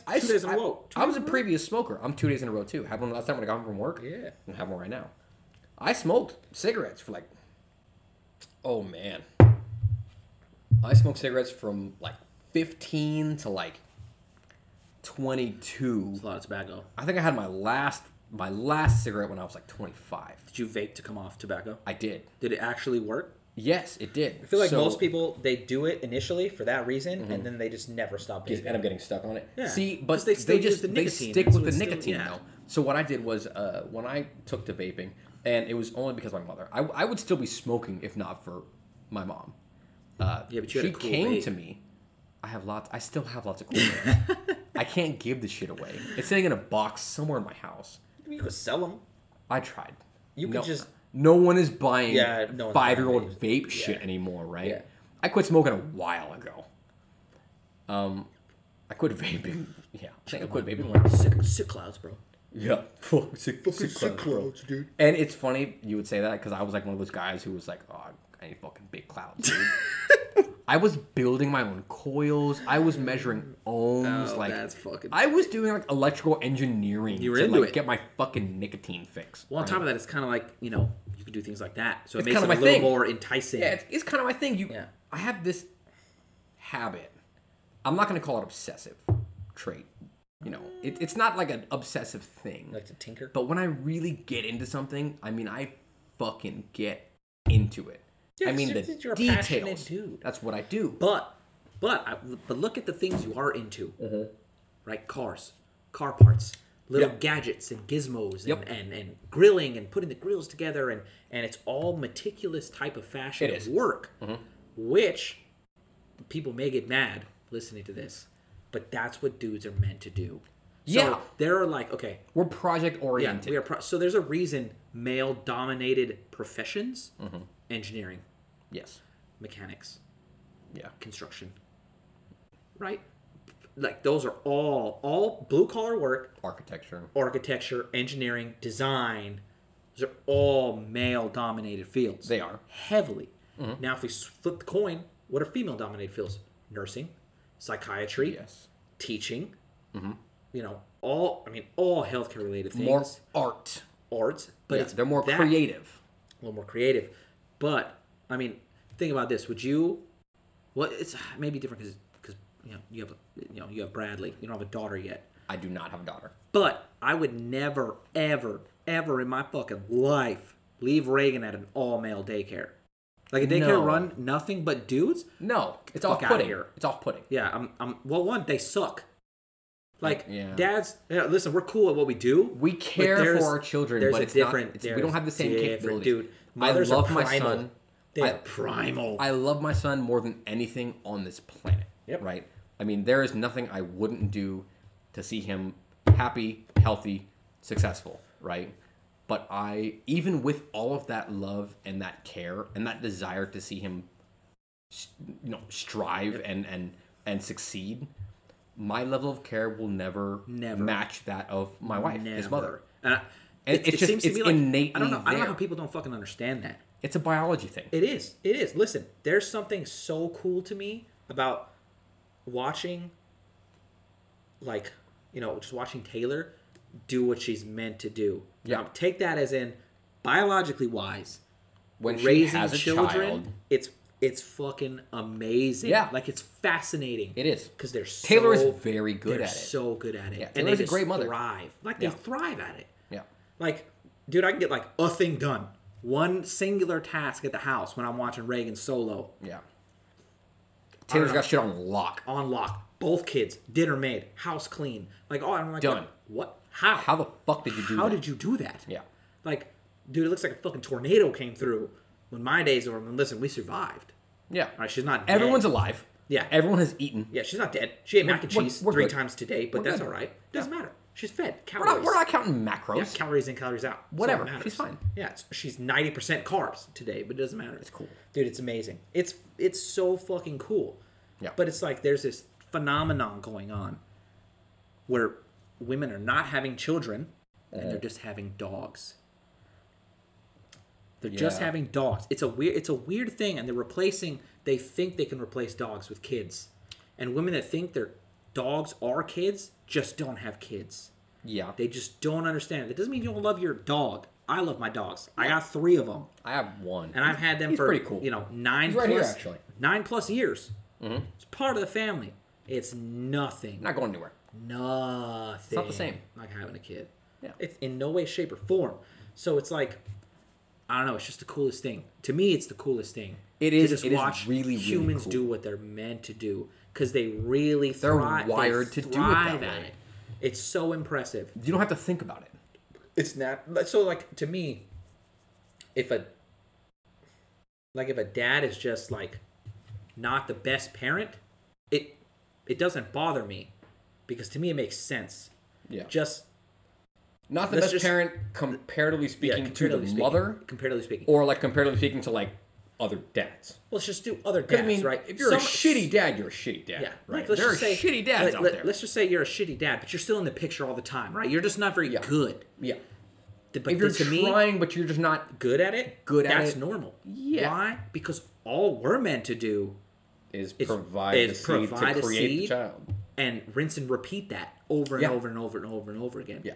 I, two days in a I- row. Two I was days a in a row. previous smoker. I'm two days in a row too. Had one last time when I got home from work. Yeah. And have one right now. I smoked cigarettes for like. Oh man. I smoked cigarettes from like 15 to like 22. It's a lot of tobacco. I think I had my last my last cigarette when I was like 25. Did you vape to come off tobacco? I did. Did it actually work? Yes, it did. I feel like most people they do it initially for that reason, Mhm. and then they just never stop just vaping. end up getting stuck on it. Yeah, See, 'cause but they they, still use just the they nicotine. stick That's with what it's the still- nicotine yeah. though. So what I did was uh, when I took to vaping, and it was only because my mother. I, I would still be smoking if not for my mom. Uh, Yeah, but you she had a cool came vape. to me. I have lots. I still have lots of cool. vapes. I can't give this shit away. It's sitting in a box somewhere in my house. You could sell them. I tried. You could no, just- No one is buying Yeah, no one's buying five year old these. vape shit Yeah. anymore, right? Yeah. I quit smoking a while ago. Um, I quit vaping. Yeah, I think I quit vaping when I was Sick, sick clouds, bro. yeah, fuck, sick, sick clothes, bro. dude. And it's funny you would say that because I was like one of those guys who was like, "Oh, I need fucking big clouds." Dude. I was building my own coils. I was measuring ohms. Oh, like that's fucking- I was doing like electrical engineering You were to into like it. get my fucking nicotine fix. Well, on right? top of that, it's kind of like you know you could do things like that, so it It's makes it kinda a my little thing. more enticing. yeah, it's, it's kind of my thing. You, Yeah. I have this habit. I'm not gonna call it obsessive trait. You know, it, it's not like an obsessive thing. You like to tinker. But when I really get into something, I mean, I fucking get into it. Yeah, I mean, 'cause the you're- you're a passionate details. dude. That's what I do. But but I, but look at the things you are into, right? Cars, car parts, little Mm-hmm. Yep. gadgets and gizmos, and, Yep. and and grilling and putting the grills together, and and it's all meticulous type of fashion It of is. Mm-hmm. work, which people may get mad listening to this, but that's what dudes are meant to do. Yeah. so they're like okay, We're project yeah, oriented. we are. Pro- so there's a reason male dominated professions, Mm-hmm. engineering, yes. mechanics, Yeah. construction right like those are all all blue collar work Architecture. architecture engineering design those are all male dominated fields They are. Mm-hmm. heavily now if we s- flip the coin what are female dominated fields nursing psychiatry Yes. teaching you know all i mean all healthcare related Mm-hmm. More things art. arts but But it's they're more that- creative. a little more creative. But I mean, think about this. Would you? Well, it's maybe different because you know you have a, you know you have Bradley. You don't have a daughter yet. I do not have a daughter. But I would never, ever, ever in my fucking life leave Reagan at an all male daycare. Like a daycare No. run, nothing but dudes. No, it's Fuck off outta putting. here. It's off putting. Yeah, I'm. I'm. Well, one, they suck. Like Yeah. dads. Yeah, listen, we're cool at what we do. We but care there's- for our children, there's but a it's not. different- It's, we there's don't have the same different- capabilities. Dude, I mothers are love my primal. son. They're I- primal. I love my son more than anything on this planet. Yep. Right? I mean, there is nothing I wouldn't do to see him happy, healthy, successful, right? But I, even with all of that love and that care and that desire to see him, s- you know, strive and and and succeed, my level of care will never Never. match that of my wife, his mother. And I, And it, it's it just- seems to it's me like I innately don't know. I don't know there. how people don't fucking understand that. It's a biology thing. It is. It is. Listen, there's something so cool to me about watching, like, you know, just watching Taylor do what she's meant to do. Yeah. Now, take that as in biologically wise, When she raising has a children. child, It's it's fucking amazing. Yeah. Like it's fascinating. it is. because they're Taylor is so- very good they're at it. So good at it. Yeah, and they Taylor's a just great mother. Thrive. Like Yeah. they thrive at it. Yeah. Like, dude, I can get like a thing done. One singular task at the house when I'm watching Reagan solo Yeah. Taylor's know. got shit on lock. on lock. Both kids, dinner made, house clean. Like, oh, I'm like, Done. What? How? How the fuck did you do How that? did you do that? Yeah. Like, dude, it looks like a fucking tornado came through when my day's over. And listen, we survived. Yeah. All right, she's not. Dead. Everyone's alive. Yeah. Everyone has eaten. Yeah, she's not dead. She ate mac and We're- cheese we're three good. times today, but We're that's good. all right. Doesn't matter. She's fed. We're Calories. not, we're not counting macros. Yeah, calories in, calories out. That's all Whatever. that matters. She's fine. Yeah, it's, she's ninety percent carbs today, but it doesn't matter. It's cool. dude. It's amazing. It's it's so fucking cool. Yeah. But it's like there's this phenomenon going on where women are not having children and Uh. they're just having dogs. They're just Yeah. having dogs. It's a weird it's a weird thing and they're replacing they think they can replace dogs with kids. And women that think their dogs are kids just don't have kids. yeah. They just don't understand it. That doesn't mean you don't love your dog. I love my dogs. I got three of them, I have one. and I've had them he's for pretty cool. you know nine He's right here, plus actually. Mm-hmm. nine plus years. It's part of the family. It's nothing. not going anywhere. nothing. It's not the same. Like having a kid. Yeah. It's in no way, shape, or form. So it's like, I don't know. It's just the coolest thing. To me, it's the coolest thing. It to is- just it is watch really, really humans cool. do what they're meant to do because they really they're wired to do it that way. It. It's so impressive You don't have to think about it. it's not so like to me if a like if a dad is just like not the best parent it it doesn't bother me because to me it makes sense Yeah. just not the let's best just- parent, comparatively yeah, speaking, to the comparatively speaking, mother, comparatively speaking or like comparatively speaking to like other dads. let's just do other 'Cause, dads I mean, right if you're a shitty dad, you're a shitty dad. yeah, Right. like, let's there just are say, shitty dads let, out let- there. Let's just say you're a shitty dad, but you're still in the picture all the time, right? You're just not very good. yeah. Th- But If you're to me, trying, but you're just not. good at it, Good at that's it. normal. Yeah. Why? Because all we're meant to do Is It's- provide is the seed provide to a create the seed. child. and rinse and repeat that over and Yeah. over and over and over and over again. Yeah.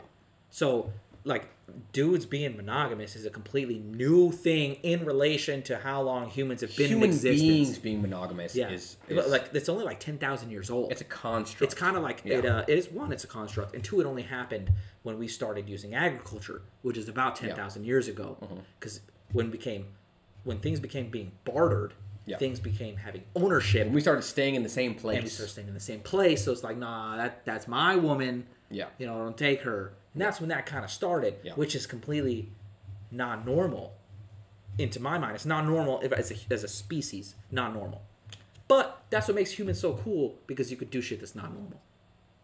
So like dudes being monogamous is a completely new thing in relation to how long humans have been Human in existence. beings being monogamous yeah. is, But, is like it's only like 10,000 years old. it's a construct. it's kind of like it, Yeah. uh, it is one it's a construct and two it only happened when we started using agriculture which is about 10,000 years ago Mm-hmm. because when it became when things became being bartered Yeah. things became having ownership we started staying in the same place. and we start staying in the same place. So it's like, nah, that that's my woman. Yeah. You know, don't take her. And that's when that kind of started, Yeah. which is completely non normal. Into my mind, it's not normal if, as, a, as a species, not normal. But that's what makes humans so cool because you could do shit that's not normal.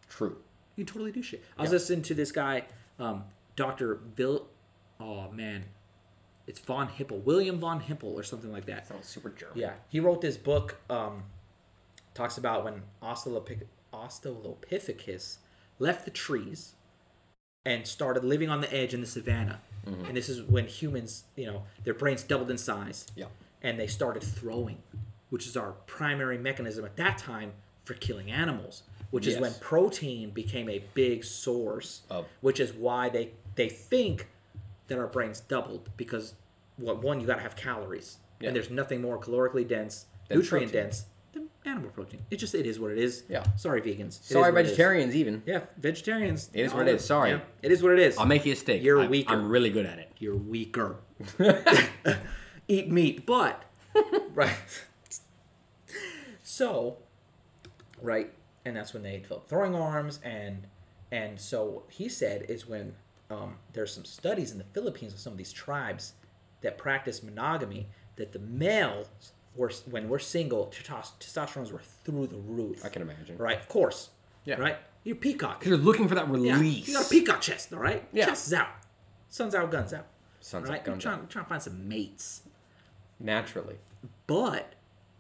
True. You can totally do shit. I was listening to this guy, um, Dr. Bill. Oh, man. It's Von Hippel, William Von Hippel, or something like that. Sounds super German. Yeah, he wrote this book. Um, talks about when Australopic- Australopithecus left the trees and started living on the edge in the savannah. And this is when humans, you know, their brains doubled in size. Yeah. And they started throwing, which is our primary mechanism at that time for killing animals, which is when Yes. protein became a big source, Of- which is why they, they think that our brains doubled because, well, one, you got to have calories. Yeah. And there's nothing more calorically dense, Than nutrient protein. dense than animal protein. It just, it is what it is. Yeah. Sorry, vegans. It is Sorry, what it is. vegetarians even. Yeah, vegetarians. It is what it is, sorry. Yeah, it is what it is. I'll make you a steak. You're I- weaker. I'm really good at it. You're weaker. Eat meat, but right. So, right, and that's when they developed throwing arms, and and so what he said is when um, there's some studies in the Philippines with some of these tribes that practice monogamy that the males were when we're single testos- testosterones were through the roof. I can imagine. Right, of course. Yeah. Right. You're peacock. You're looking for that Yeah, release. You got a peacock chest, all right? Yeah. Chest is out. Sun's out, guns out. Sun's all out, guns you're trying, out. You're trying to find some mates. Naturally. But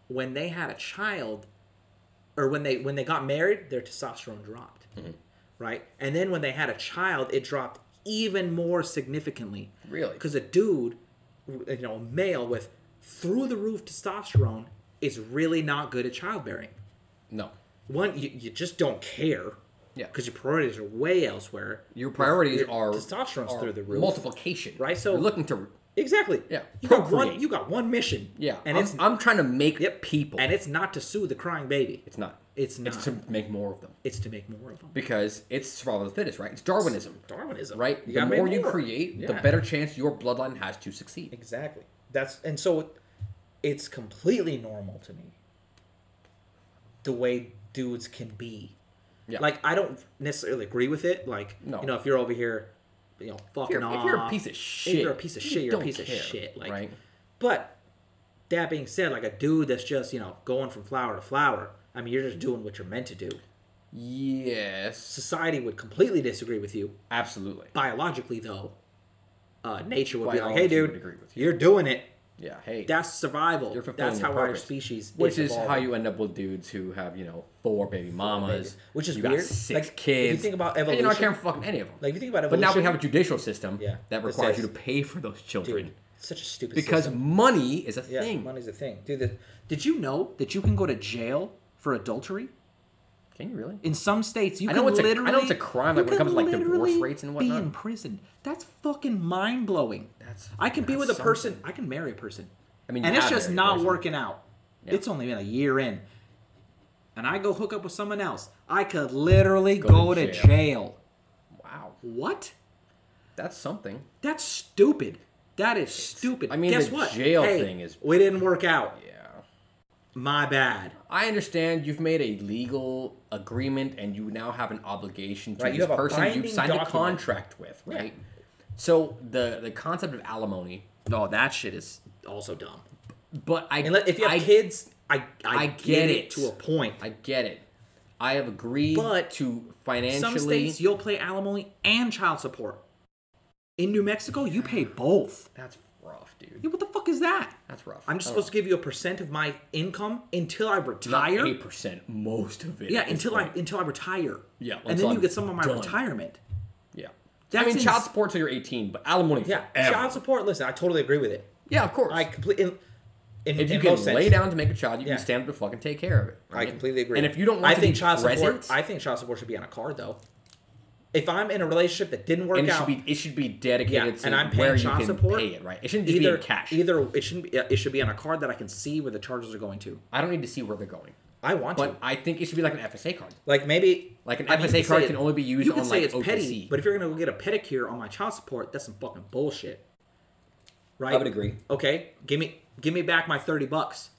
when they had a child, or when they when they got married, their testosterone dropped, Mm-hmm. right? And then when they had a child, it dropped even more significantly. Really? Because a dude, you know, a male with through the roof testosterone is really not good at childbearing No. one you, you just don't care Yeah. because your priorities are way elsewhere Your priorities Your are testosterone's are through the roof Multiplication. Right, so- you're looking to exactly Yeah, you got one procreate. you got one mission yeah. and I'm, it's I'm trying to make Yep. people. and it's not to sue the crying baby it's not. it's not It's to make more of them it's to make more of them because it's survival of the fittest, right? It's Darwinism, darwinism right? you the gotta make more you create, the Yeah. better chance your bloodline has to succeed. exactly that's and so it, it's completely normal to me the way dudes can be Yeah. like i don't necessarily agree with it like No. you know if you're over here you know If fucking you're, off if you're a piece of shit, if you're a piece of you shit you're a don't piece care, of shit like right? But that being said, like a dude that's just you know going from flower to flower. I mean, you're just doing what you're meant to do. Yes, Society would completely disagree with you. absolutely. Biologically, though, uh, nature would be like, Biology "Hey, would dude, agree with you." you're doing it. Yeah. Hey. That's survival. You're fulfilling That's your how our purpose, species, which is evolving." how you end up with dudes who have you know four baby mamas, babies. Which is you weird. Got six Like, if you kids. think about and you're not evolution- caring for fucking any of them. Like, if you think about but now we evolution- have a judicial system Yeah. that That requires says- you to pay for those children dude. Such a stupid because system. money is a yeah, thing. money's a thing, dude. The, did you know that you can go to jail for adultery? Can you really? In some states, you I can know it's a- I know literally. it's a crime, you like, when it can comes to, like, divorce literally rates and Be whatnot. in prison. That's fucking mind blowing. That's- I can be that's with a person. something. I can marry a person. I mean, you and it's have just married a not person. working out. It's only been a year in, and I go hook up with someone else. I could literally go, to, jail. Wow, What? that's something. That's stupid. That is stupid. I mean, guess the what? jail Hey, thing is. we didn't work out. Yeah. My bad. I understand you've made a legal agreement and you now have an obligation to Right, you this have a person binding you've signed document. a contract with, right? So the the concept of alimony, No, that shit is. Also dumb. but I Unless if you have I, kids, I I, I get, get it it. to a point. I get it. I have agreed But to Some financially. states you'll play alimony and child support. In New Mexico, you pay both. that's rough, dude. Yeah, what the fuck is that? That's rough. I'm just supposed to give you a percent of my income until I retire. eight percent, most of it. Yeah, at this until I point. until I retire. Yeah, and until then I'm you get some of my done. retirement. Yeah. I That's mean, ins- child support till you're 18, but alimony. Yeah, forever. child support. Listen, I totally agree with it. Yeah, of course. I completely. In, in, if you in can most sense. lay down to make a child, you Yeah. can stand up to fucking take care of it. I right? completely agree. And if you don't want I to think be child present, support, I think child support should be on a card though. If I'm in a relationship that didn't work and it should out, be it should be dedicated Yeah, to and I'm paying where you child can support, pay it, right? It shouldn't just either be in cash. either it shouldn't be. yeah, It should be on a card that I can see where the charges are going to. I don't need to see where they're going, I want but to. I think it should be like an FSA card. Like maybe Like an I mean, you FSA say card it- can only be used You can on, say like, it's petty, OKC. but if you're gonna go get a pedicure on my child support, that's some fucking bullshit. Right? I would agree. Okay, give me give me back my thirty bucks.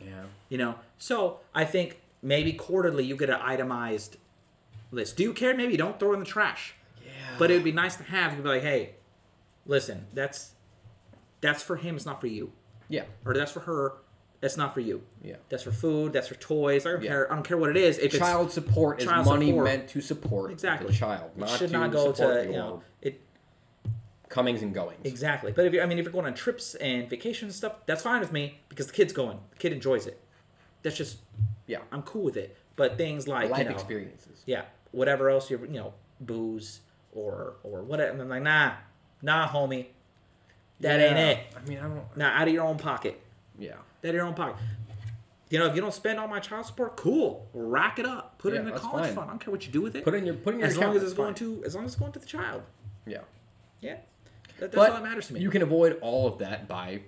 Yeah. You know. So I think maybe quarterly you get an itemized list. Do you care? Maybe you don't throw it in the trash. Yeah. But it would be nice to have. You could be like, hey, listen, that's that's for him. It's not for you. yeah. Or that's for her. That's not for you. Yeah. That's for food. That's for toys. I don't Yeah. care. I don't care what it is. If it's Child support is child money support. meant to support exactly the child, it not should to not go support to your you know it comings and goings. exactly. But if you, I mean, if you're going on trips and vacations and stuff, that's fine with me because the kid's going. The kid enjoys it. That's just Yeah. I'm cool with it. But things like Life you know, experiences. yeah, whatever else you you know, booze or or whatever. And I'm like, nah, nah, homie, that ain't Yeah. it. I mean, I don't. Nah, out of your own pocket. Yeah. Out of your own pocket. You know, if you don't spend all my child support, cool. Rack it up. Put Yeah, it in a that's college fine. fund. I don't care what you do with it. Put it in your- put it in your as long account, as it's that's going fine. to as long as it's going to the child. Yeah. Yeah, that, that's But all that matters to me. You can avoid all of that by,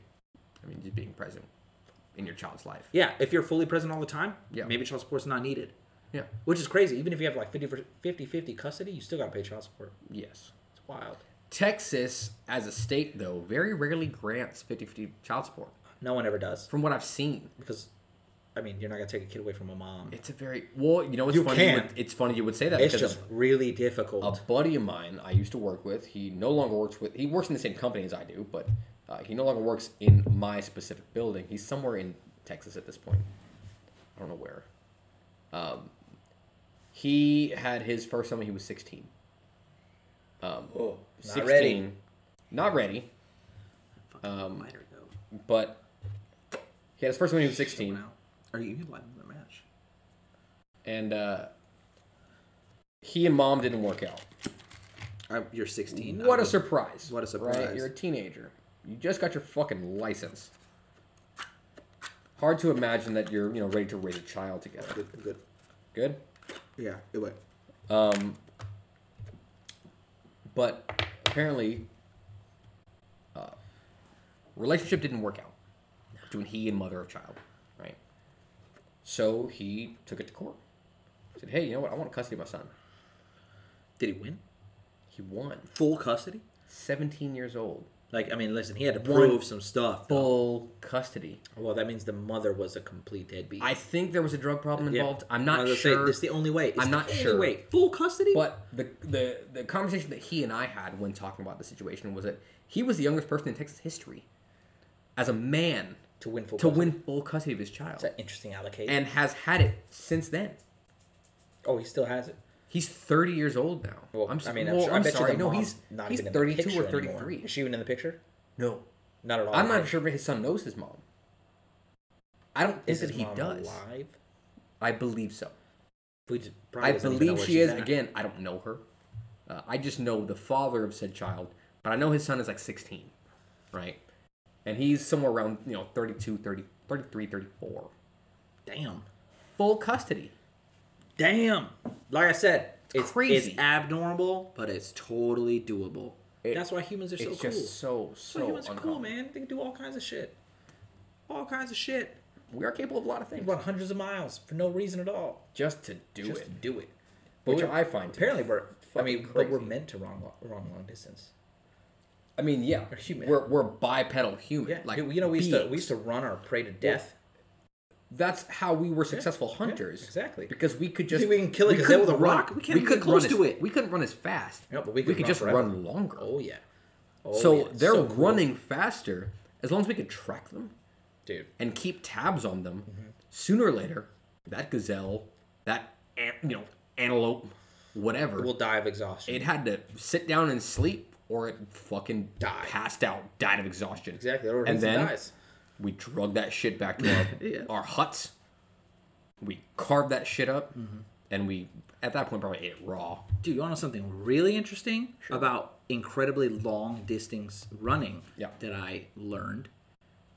I mean, just being present in your child's life. Yeah, if you're fully present all the time, Yeah. maybe child support's not needed. Yeah. Which is crazy. Even if you have like 50 50 custody, you still got to pay child support. Yes. It's wild. Texas, as a state, though, very rarely grants 50 50 child support. No one ever does. From what I've seen, Because, I mean, you're not going to take a kid away from a mom. it's a very well. You know, it's You funny. can. You would, it's funny you would say that It's because just really a difficult. buddy of mine I used to work with. He no longer works with. He works in the same company as I do, but uh, he no longer works in my specific building. He's somewhere in Texas at this point. I don't know where. Um, He had his first summit. He was 16. Um, Oh, 16. not ready. Not ready, Fucking Um, lighter though. but he had his first one when he was 16. Wow. Or you can light up the match. And uh, he and mom didn't work out. Uh, you're 16. I What a was- surprise. What a right? surprise. You're a teenager. You just got your fucking license. Hard to imagine that you're, you know, ready to raise a child together. Good, good. Good? Yeah, it went. Um, but apparently, uh, relationship didn't work out between he and mother of child, right? So he took it to court. Said, "Hey, you know what? I want custody of my son." Did he win? He won. Full custody? Seventeen years old, Like, I mean, listen, he had to One- prove some stuff. full custody. Well, that means the mother was a complete deadbeat. I think there was a drug problem Yeah. involved. I'm I not was gonna sure. Say, this is the only way. It's I'm not the only sure. Way. Full custody? But the, the the conversation that he and I had when talking about the situation was that he was the youngest person in Texas history, as a man, to win full to custody. win full custody of his child, That's an interesting allocation. and has had it since then. oh, he still has it. He's 30 years old now. Well, I'm, i s- mean, well, I'm, sure, I I'm bet sorry. you the no, mom's he's not he's even in the 32 or picture 33. anymore. Oh, Is she even in the picture? No, Not at all. I'm right? not sure if his son knows his mom. I don't think Is that his he mom does. Alive? I believe so. We just probably I doesn't even know believe where she she's is. at. Again, I don't know her. Uh, I just know the father of said child, but I know his son is like 16, right? And he's somewhere around, you know, 32, 30, 33, 34. Damn. Full custody. Damn. Like I said, it's crazy. It's abnormal, but it's totally doable. It- That's why humans are so it's cool. just so, so so, humans are cool, uncommon. man. They can do all kinds of shit. All kinds of shit. We are capable of a lot of They things. run hundreds of miles for no reason at all. Just to do just it. to do it. Which I find to be apparently we're. I mean, fucking but we're crazy. meant to run long, run long distance. I mean, yeah, We're human. we're, we're bipedal human. Yeah, like like you know, we used to beings. we used to run our prey to death. That's how we were successful yeah, hunters. exactly. Because we could just think we can kill a we gazelle couldn't with a run- rock? We can't even get couldn't close run to as- it. We couldn't run as fast. Yeah, but we could run just forever. run longer. Oh yeah. Oh, so yeah, it's they're cool. running faster as long as we could track them dude. and keep tabs on them. Mm-hmm. Sooner or later, that gazelle, that an, you know antelope, whatever, We'll die of exhaustion. it had to sit down and sleep, or it fucking Die. passed out, died of exhaustion. exactly. Or and and then dies. we drug that shit back to our, Yeah. our huts. We carved that shit up, Mm-hmm. and we at that point probably ate it raw. Dude, you want to know something really interesting about incredibly long distance running Yeah. that I learned?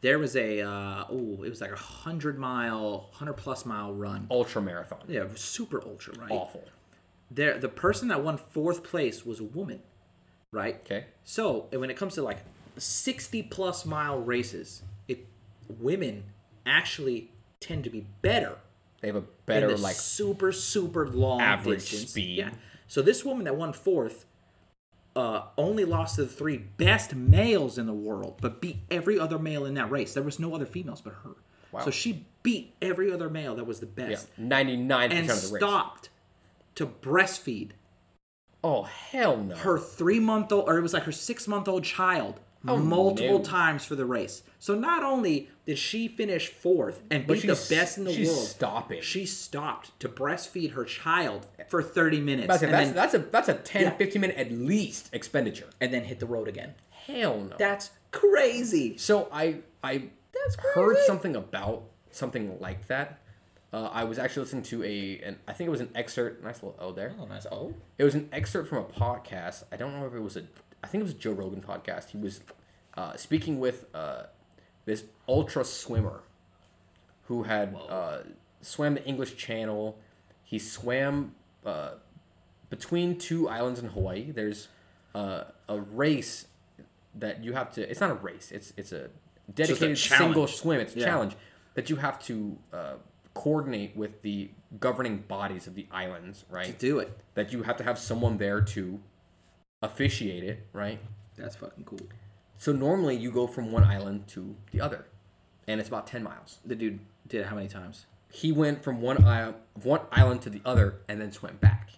There was a uh, oh, it was like a hundred mile, hundred plus mile run. Ultra marathon, Yeah, super ultra, right? awful. There, the person that won fourth place was a woman, right? Okay, So, and when it comes to like 60 plus mile races, it, women actually tend to be better they have a in better the like super super long average distance. speed. Yeah. So this woman that won fourth uh, only lost to the three best males in the world, but beat every other male in that race. There was no other females but her. Wow. So she beat every other male that was the best ninety nine and percent of the race. stopped to breastfeed Oh hell no! her three month old, or it was like her six month old child, multiple no. times for the race. So not only did she finish fourth and But beat the she's- best in the she's world, stopping. She stopped to breastfeed her child for 30 minutes That's, and, that's, then, that's a that's a 10, Yeah. 15 minute at least expenditure. and then hit the road again. Hell no! That's crazy. So I I That's heard crazy. something about something like that. Uh, I was actually listening to a an, I think it was an excerpt. Nice little oh there. Oh, nice. Oh, It was an excerpt from a podcast. I don't know if it was a. I think it was a Joe Rogan podcast. He was uh, speaking with uh, this ultra swimmer who had uh, swam the English Channel. He swam uh, between two islands in Hawaii. There's uh, a race that you have to. It's not a race. It's it's a dedicated single challenge. swim. It's a Yeah. challenge that you have to uh, coordinate with the governing bodies of the islands, right? do it. that you have to have someone there to officiate it, right? That's fucking cool. So normally you go from one island to the other, and it's about ten miles. The dude did it how many times? He went from one island, one island to the other, and then swam back.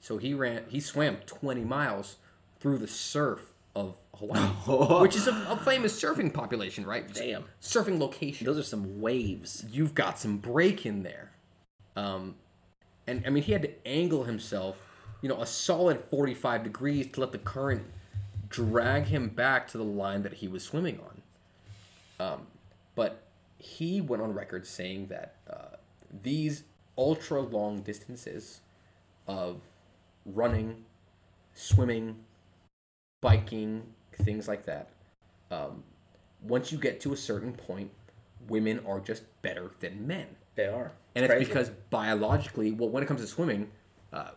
So he ran, he swam twenty miles through the surf of Hawaii, which is a, a famous surfing population, right? Damn. surfing location. Those are some waves. You've got some break in there. Um, and I mean he had to angle himself, you know, a solid 45 degrees to let the current drag him back to the line that he was swimming on. Um, but he went on record saying that uh, these ultra long distances of running, swimming, biking, things like that. Um, once you get to a certain point, women are just better than men. They are. And it's Crazy. because biologically, well, when it comes to swimming, uh, a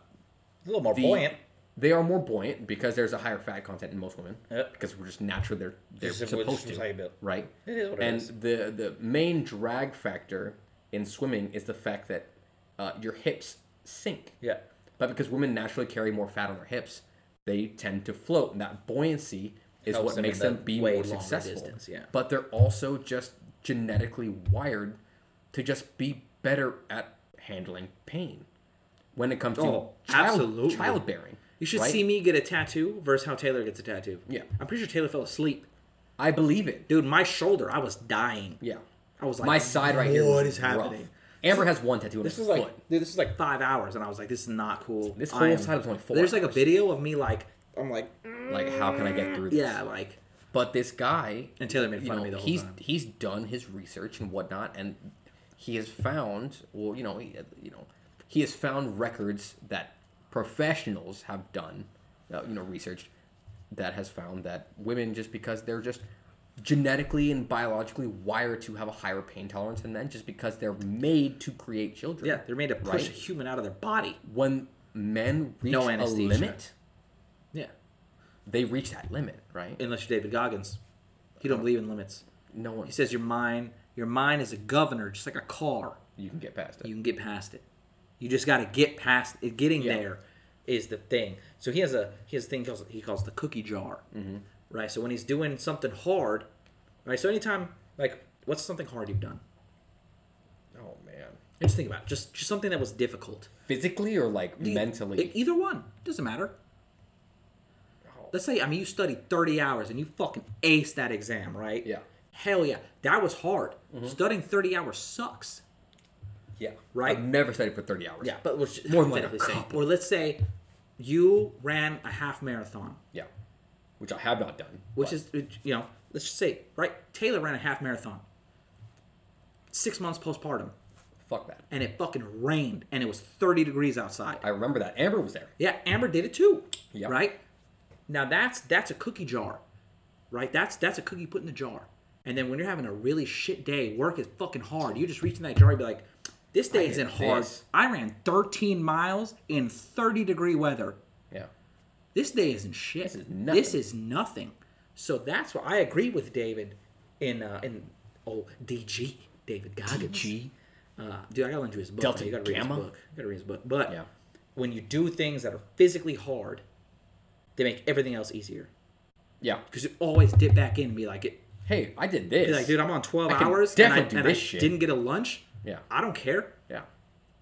little more the- buoyant. They are more buoyant because there's a higher fat content in most women. Yep. Because we're just naturally they're they're Just- we're supposed just how you to, built. right? It is what it and is. the the main drag factor in swimming is the fact that uh, your hips sink. Yeah. But because women naturally carry more fat on their hips, they tend to float, and that buoyancy is Helps what them in makes them the be way more longer successful. distance, yeah. But they're also just genetically wired to just be better at handling pain when it comes to Oh, child, absolutely. childbearing. You should right? see me get a tattoo versus how Taylor gets a tattoo. Yeah. I'm pretty sure Taylor fell asleep. I believe it. Dude, my shoulder, I was dying. Yeah. I was like, My side right here. What was is rough. happening? Amber has one tattoo on This her is foot. like, dude, this is like five hours, and I was like, this is not cool. This I whole am- side was only four There's like a hours. video of me, like, I'm like, like, how can I get through this? yeah, like, But this guy, And Taylor made you fun of know, me the whole he's time. he's done his research and whatnot, and he has found, well, you know, he, you know, he has found records that professionals have done, uh, you know, research that has found that women just because they're just genetically and biologically wired to have a higher pain tolerance than men, just because they're made to create children. yeah, they're made to push a Right. human out of their body. When men reach No a anesthesia. limit, Yeah. they reach that limit, right? Unless you're David Goggins. He don't believe in limits. no one He says your mind, your mind is a governor, just like a car. you can get past it. You can get past it. You just got to get past it. Getting there is the thing. So he has a he has a thing he calls he calls the cookie jar, Mm-hmm. right? So when he's doing something hard, right? So anytime like what's something hard you've done? oh man. And just think about it. Just, just something that was difficult. physically or like mentally E- either one doesn't matter. Oh, Let's say I mean you studied thirty hours and you fucking aced that exam, right? Yeah. Mm-hmm. Hell yeah, that was hard. Studying thirty hours sucks. yeah Right? i've never studied for 30 hours Yeah, but let's More than like a hypothetically say- couple. Or let's say you ran a half marathon, yeah which i have not done which but- is which, you know, let's just say right. Taylor ran a half marathon, six months postpartum, fuck that and it fucking rained, and it was thirty degrees outside. i remember that amber was there Yeah, Amber did it too. Yeah. Right? Now that's that's a cookie jar. Right? That's that's a cookie put in the jar. And then when you're having a really shit day, work is fucking hard. You just reach in that jar and be like, this day did isn't hard. this. I ran 13 miles in 30 degree weather. yeah This day isn't shit. This is nothing. is nothing. So that's why I agree with David in uh in oh DG David Goggins. DG? Uh, dude, I gotta lend you his book. Delta man. you gotta read Gamma? his book. You gotta read his book. But Yeah. when you do things that are physically hard, they make everything else easier. yeah Because you always dip back in and be like, it, hey i did this be like, dude, I'm on 12 I can hours and I, definitely do and I this shit. didn't get a lunch. Yeah. I don't care. yeah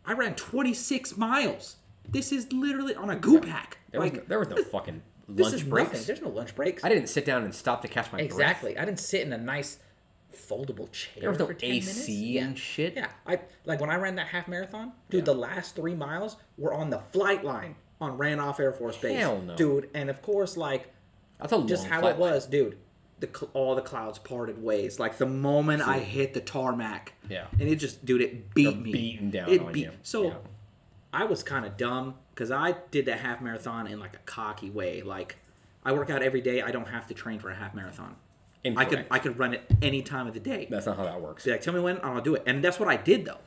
I ran 26 miles. This is literally on a goo pack. there, like, was, no, there was no fucking this lunch is breaks nothing. There's no lunch breaks. i didn't sit down and stop to catch my breath. Exactly. I didn't sit in a nice foldable chair. there was no for 10 minutes. ac Yeah. and shit Yeah, I like when I ran that half marathon, dude. The last three miles were on the flight line on Randolph Air Force Base, Hell no. dude. And of course, like that's a just long how flight it was, dude. The cl- all the clouds parted ways. Like the moment I hit the tarmac, Yeah. and it just, dude, it beat me, beating down It on you. So Yeah. I was kind of dumb because I did that half marathon in like a cocky way. Like I work out every day. I don't have to train for a half marathon. I could Incorrect. I could run it any time of the day. that's not how that works Be like, tell me when, and I'll do it. And that's what I did though.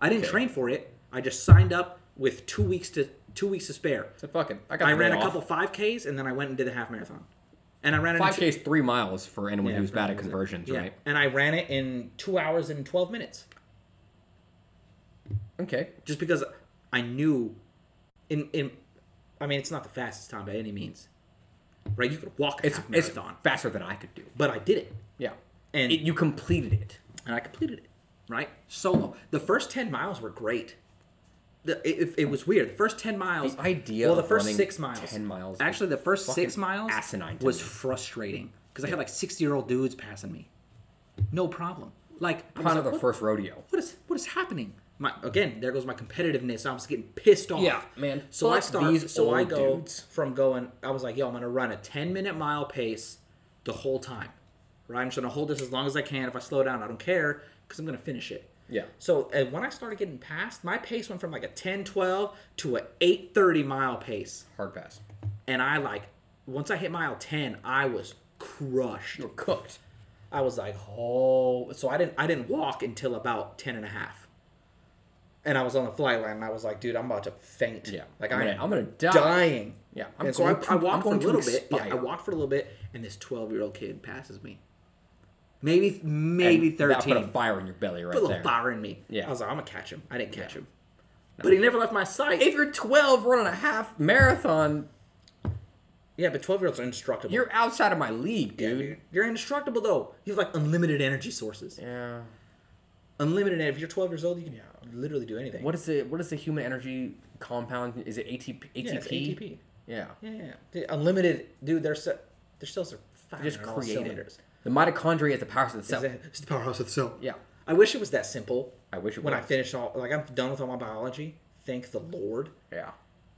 I didn't Okay. train for it. I just signed up with two weeks to two weeks to spare. so fucking i got I the ran day a off. couple five Ks and then I went and did the half marathon. And I ran it in 5k is three miles for anyone Yeah, who's for bad at anyone who's- conversions yeah. right And I ran it in two hours and twelve minutes. okay Just because I knew in in I mean it's not the fastest time by any means. Right? You could walk a it's half it's marathon. faster than i could do but I did it. yeah And- It- you completed it and I completed it. Right, solo. The first ten miles were great. The, it, it, it was weird. The first ten miles. The idea Well, the of first running six miles. 10 miles is Actually, the first six fucking miles asinine to was me. frustrating because I had like sixty-year-old dudes passing me, no problem. Like, I was kind like, of the what, first rodeo what is what is happening? my again, there goes my competitiveness. I was getting pissed off. Yeah, man. So I Fuck start. these so I old go dudes. from going. I was like, yo, I'm gonna run a 10 minute mile pace the whole time. Right. I'm just gonna hold this as long as I can. If I slow down, I don't care because I'm gonna finish it. Yeah. So uh, when I started getting past, my pace went from like a 10, 12 to a 8, 30 mile pace, Hard pass. and I like once I hit mile 10, I was crushed. You're cooked. I was like, oh, so I didn't I didn't walk until about 10 and a half. And I was on the flight line and I was like, dude, I'm about to faint. Yeah. Like I'm I'm, gonna- I'm gonna die. dying. Yeah, I'm I'm and so I, going to- I I'm walked for a going to little bit. Yeah, I expire. walked for a little bit and this 12 year old kid passes me. Maybe maybe And that 13. Put a fire in your belly right Put a little there. fire in me. Yeah. I was like, I'm gonna catch him. I didn't catch him. But he never left my sight. If you're 12 running a half marathon, yeah, but 12 year olds are indestructible. you're outside of my league, Yeah, dude. dude. You're indestructible though. You have like unlimited energy sources. Yeah. Unlimited. If you're 12 years old, you can literally do anything. What is the what is the human energy compound? Is it ATP? ATP. Yeah, it's E ATP. E Yeah. Yeah, yeah, Dude, unlimited. Dude, their ce- their cells are firing Just on all created. cylinders. The mitochondria is the power of the cell. Is that- It's the powerhouse of the cell. Yeah. I wish it was that simple. I wish it when I was. finish all, like I'm done with all my biology. Thank the Lord. Yeah.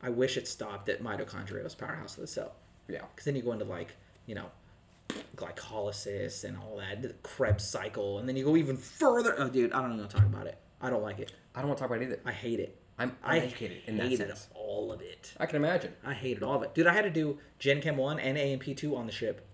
I wish it stopped at mitochondria was powerhouse of the cell. Yeah. Because then you go into like you know glycolysis and all that Krebs cycle, and then you go even further. Oh, dude, I don't even want to talk about it. I don't like it. I don't want to talk about it either. I hate it. I'm I uneducated in that hated sense. all of it. I can imagine. I hated all of it. Dude, I had to do Gen Chem 1 and AMP 2 on the ship.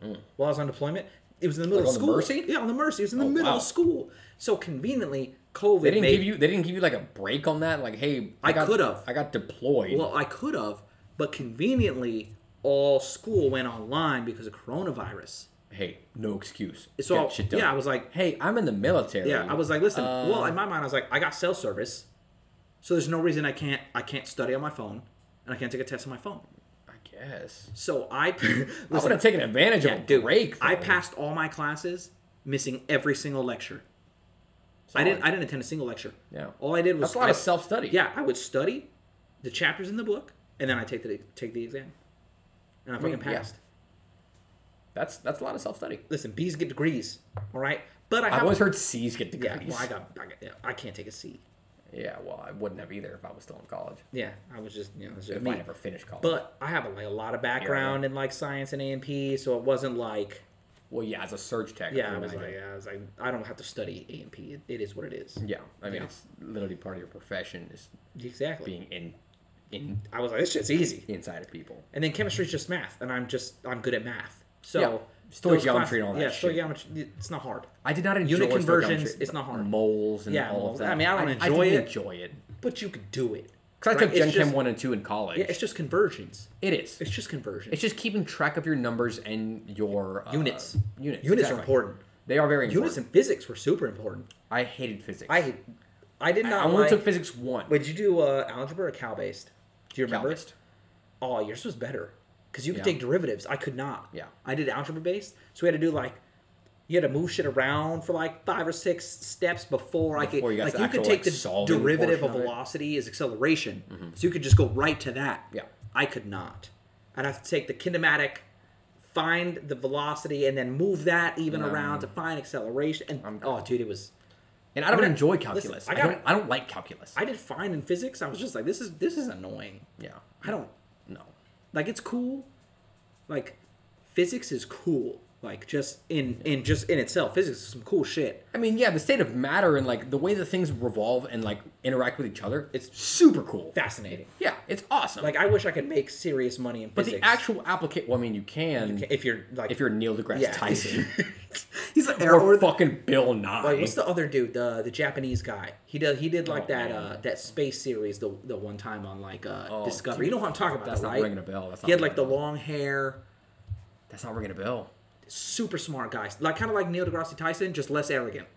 While I was on deployment, it was in the middle Mm. Like of on the school. Mercy? Yeah, on the Mercy. It was in the Oh, middle wow. of school. So conveniently, COVID They didn't made, give you. They didn't give you like a break on that. Like, hey, I got- could've. I got deployed. Well, I could have, but conveniently, all school went online because of coronavirus. hey, no excuse. So Get I'll- shit done. yeah, I was like- hey, I'm in the military. Yeah, I was like, listen. Uh, well, in my mind, I was like, I got cell service, so there's no reason I can't I can't study on my phone, and I can't take a test on my phone. I guess. So I I would listen, have taken advantage Yeah, of a dude, break. I though. passed all my classes, missing every single lecture. I didn't. I didn't attend a single lecture. Yeah. All I did was That's a lot I- of self study. Yeah, I would study the chapters in the book, and then I take the take the exam, and I fucking mean, yeah. passed. That's that's a lot of self study. Listen, B's get degrees, all right. But I I have always heard C's get yeah. degrees. Well, I got, I got yeah, I can't take a C. Yeah, well, I wouldn't have either if I was still in college. Yeah, I was just you know it's just If me. I never finished college. But I have like a lot of background in like science and AMP, so it wasn't like well, yeah, as a surge tech. yeah. I can was like imagine. yeah, I was like I don't have to study AMP. It, it is what it is. yeah. I mean, Yeah. it's literally part of your profession is Exactly. being in, in I was like this shit's easy. inside of people. and then chemistry's just math, and I'm just I'm good at math. So Yeah. Stoichiometry those classes- and all that Yeah, shit. stoichiometry. It's not hard. I did not enjoy Unit stoichiometry, conversions, but it's not hard. Moles and Yeah, all moles. of that. I mean, I don't I enjoy didn't it. enjoy it. But you could do it. Because right? I took Gen it's Chem just, 1 and 2 in college. Yeah, it's just conversions. it is. It's just conversions. It's just keeping track of your numbers and your uh, Units. Units Units. exactly. are important. They are very Units important. in physics were super important. I hated physics. I I did I not only like. took physics one. Wait, did you do uh, algebra or cal based? Do you remember? Calvinist. Oh, yours was better because you could Yeah. take derivatives. I could not. Yeah. I did algebra based, so we had to do like you had to move shit around for like five or six steps before, I could Before you got like to you actual, could take like, the solving derivative portion of of it. Mm-hmm. velocity is acceleration, so you could just go right to that. Yeah. I could not. I'd have to take the kinematic, find the velocity, and then move that even around to find acceleration. And oh, dude, it was. And I don't mean, enjoy listen, calculus. I I, got- don't. I don't like calculus. I did fine in physics. I was just like, this is this is annoying. yeah. I don't No. like it's cool like physics is cool like just in in just in itself physics is some cool shit I mean, yeah, the state of matter and like the way that things revolve and like interact with each other. It's super cool. fascinating yeah, it's awesome. like i wish i could make serious money in but physics the actual application. Well, I mean, you can, if you're like if you're Neil deGrasse Yeah. Tyson he's like or, or, the- fucking Bill Nye. like, what's the other dude the the japanese guy he does he did like Oh, that uh that space series the the one time on like uh discovery you know what i'm talking about Oh, That's though, not right ringing a bell. That's he not had like the ringing a bell. long hair That's not ringing a bell. super smart guy like kind of like neil degrasse tyson just less arrogant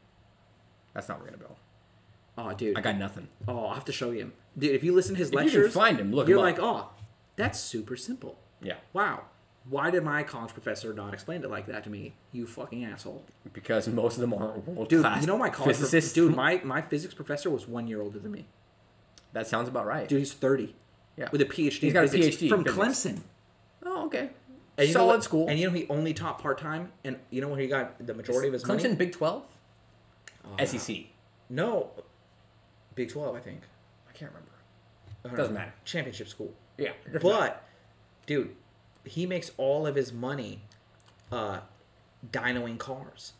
That's not ringing a bell. oh dude I got nothing. Oh, I'll have to show you him. Dude, if you listen to his you can lectures, find him, look You're him like, up. oh, that's super simple. Yeah, Wow. Why did my college professor not explain it like that to me? You fucking asshole. because most of them aren't world Dude, class. you know my college physicists. Prof- dude, my, my physics professor was one year older than me. that sounds about right. Dude, he's 30. Yeah. With a PhD. He's got a in physics PhD in From physics. Clemson. oh, okay. And you know Solid what- school. And you know he only taught part time, and you know where he got the majority of his Clemson money? Big Twelve, SEC. No, Big 12, I think. I can't remember. I don't Doesn't know. matter. Championship school. Yeah, But, dude, he makes all of his money uh, dynoing cars.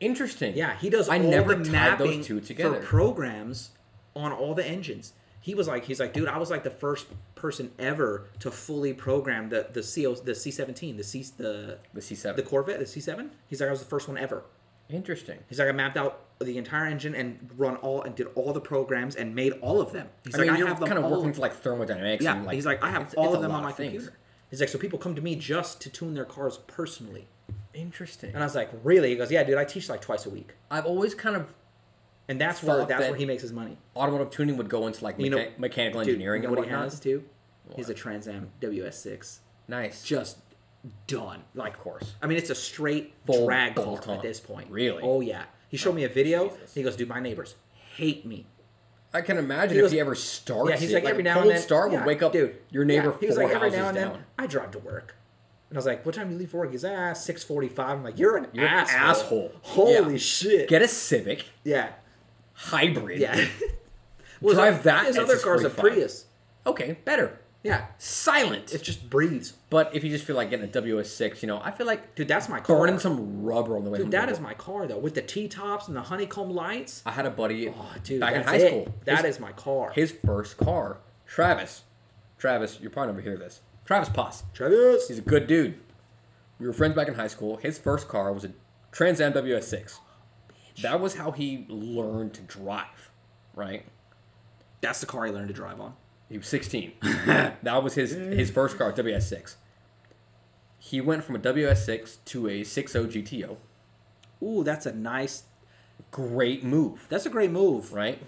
interesting. Yeah, he does. I all never the tied mapping those two together. for programs on all the engines. He was like, he's like, dude, I was like the first person ever to fully program the the CO, the C seventeen, the C the the C seven. the Corvette, the C seven. He's like, I was the first one ever. Interesting. He's like, I mapped out the entire engine and run all and did all the programs and made all of them. He's I like, mean, you're I have them kind of all working with like thermodynamics. yeah, and, like, he's like, I have it's- all it's of a them lot on my things. computer. He's like, so people come to me just to tune their cars personally. Interesting. And I was like, really? He goes, yeah, dude, I teach like twice a week, I've always kind of and that's Thought where that's that- where he makes his money. automotive tuning would go into like mecha- You know- mechanical Dude, engineering you know and what he whatnot. has too? He's a Trans Am WS6, Nice. just done. Like, Of course. I mean, it's a straight Full drag car bolt-on. at this point. Really? Oh yeah. He showed me a video. Jesus. He goes, dude, my neighbors hate me. I can imagine He if was- he ever starts. Yeah, he's it, like, every a now cold and then. start yeah, would wake up dude. your neighbor yeah, he was four like, every houses now and down. Then, I drive to work, and I was like, "What time do you leave for work?" He's ah, six forty-five. I'm like, "You're an You're an asshole. asshole. Holy Yeah. shit! Get a Civic yeah, hybrid. yeah. well, Drive his, that His at other car's a 6:45. Prius. Okay, better. Yeah, Silent. it just breathes. but if you just feel like getting a WS6, you know, I feel like Dude, that's my car. burning some rubber on the way Dude, home. that is my car though, with the T tops and the honeycomb lights. I had a buddy Oh, dude, back in that's high it. school. That his, is my car. his first car. Travis. Travis, you're probably never hear this. Travis Poss. Travis. He's a good dude. We were friends back in high school. His first car was a Trans Am WS6. That was how he learned to drive, right? that's the car he learned to drive on. He was 16. that was his his first car, WS6. He went from a WS6 to a 60 GTO. Ooh, that's a nice. Great move, That's a great move. right?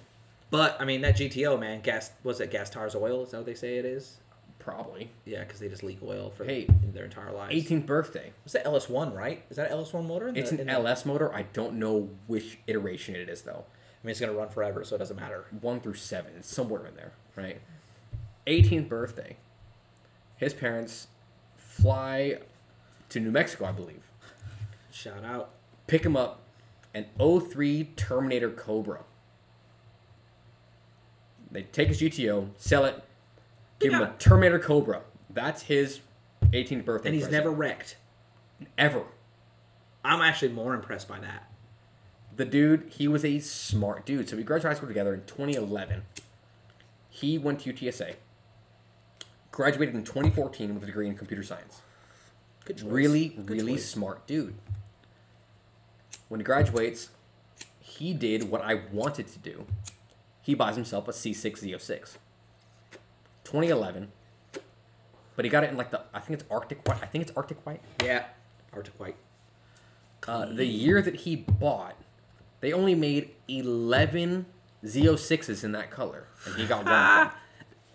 But I mean, that GTO man, gas was it gas tires oil? Is that what they say it is? Probably. Yeah, because they just leak oil for Hey, their entire lives. 18th birthday. It's the LS1, right? Is that LS1 motor? in the- It's an in the- LS motor. I don't know which iteration it is though. I mean, it's gonna run forever, so it doesn't matter. one through seven, it's somewhere in there, right? 18th birthday. His parents fly to New Mexico, I believe, Shout out. pick him up an 03 Terminator Cobra. They take his GTO, sell it, give him Yeah. a Terminator Cobra. That's his 18th birthday. And he's present. never wrecked. ever. I'm actually more impressed by that. The dude, he was a smart dude. So we graduated high school together in 2011. He went to UTSA. Graduated in 2014 with a degree in computer science. Good choice. Really, Good really choice. smart dude. When he graduates, he did what I wanted to do. He buys himself a C6Z06. 2011. But he got it in like the I think it's Arctic White. I think it's Arctic White. Yeah. Arctic White. Uh, the year that he bought, they only made 11 Z06s in that color, and he got one. Of them.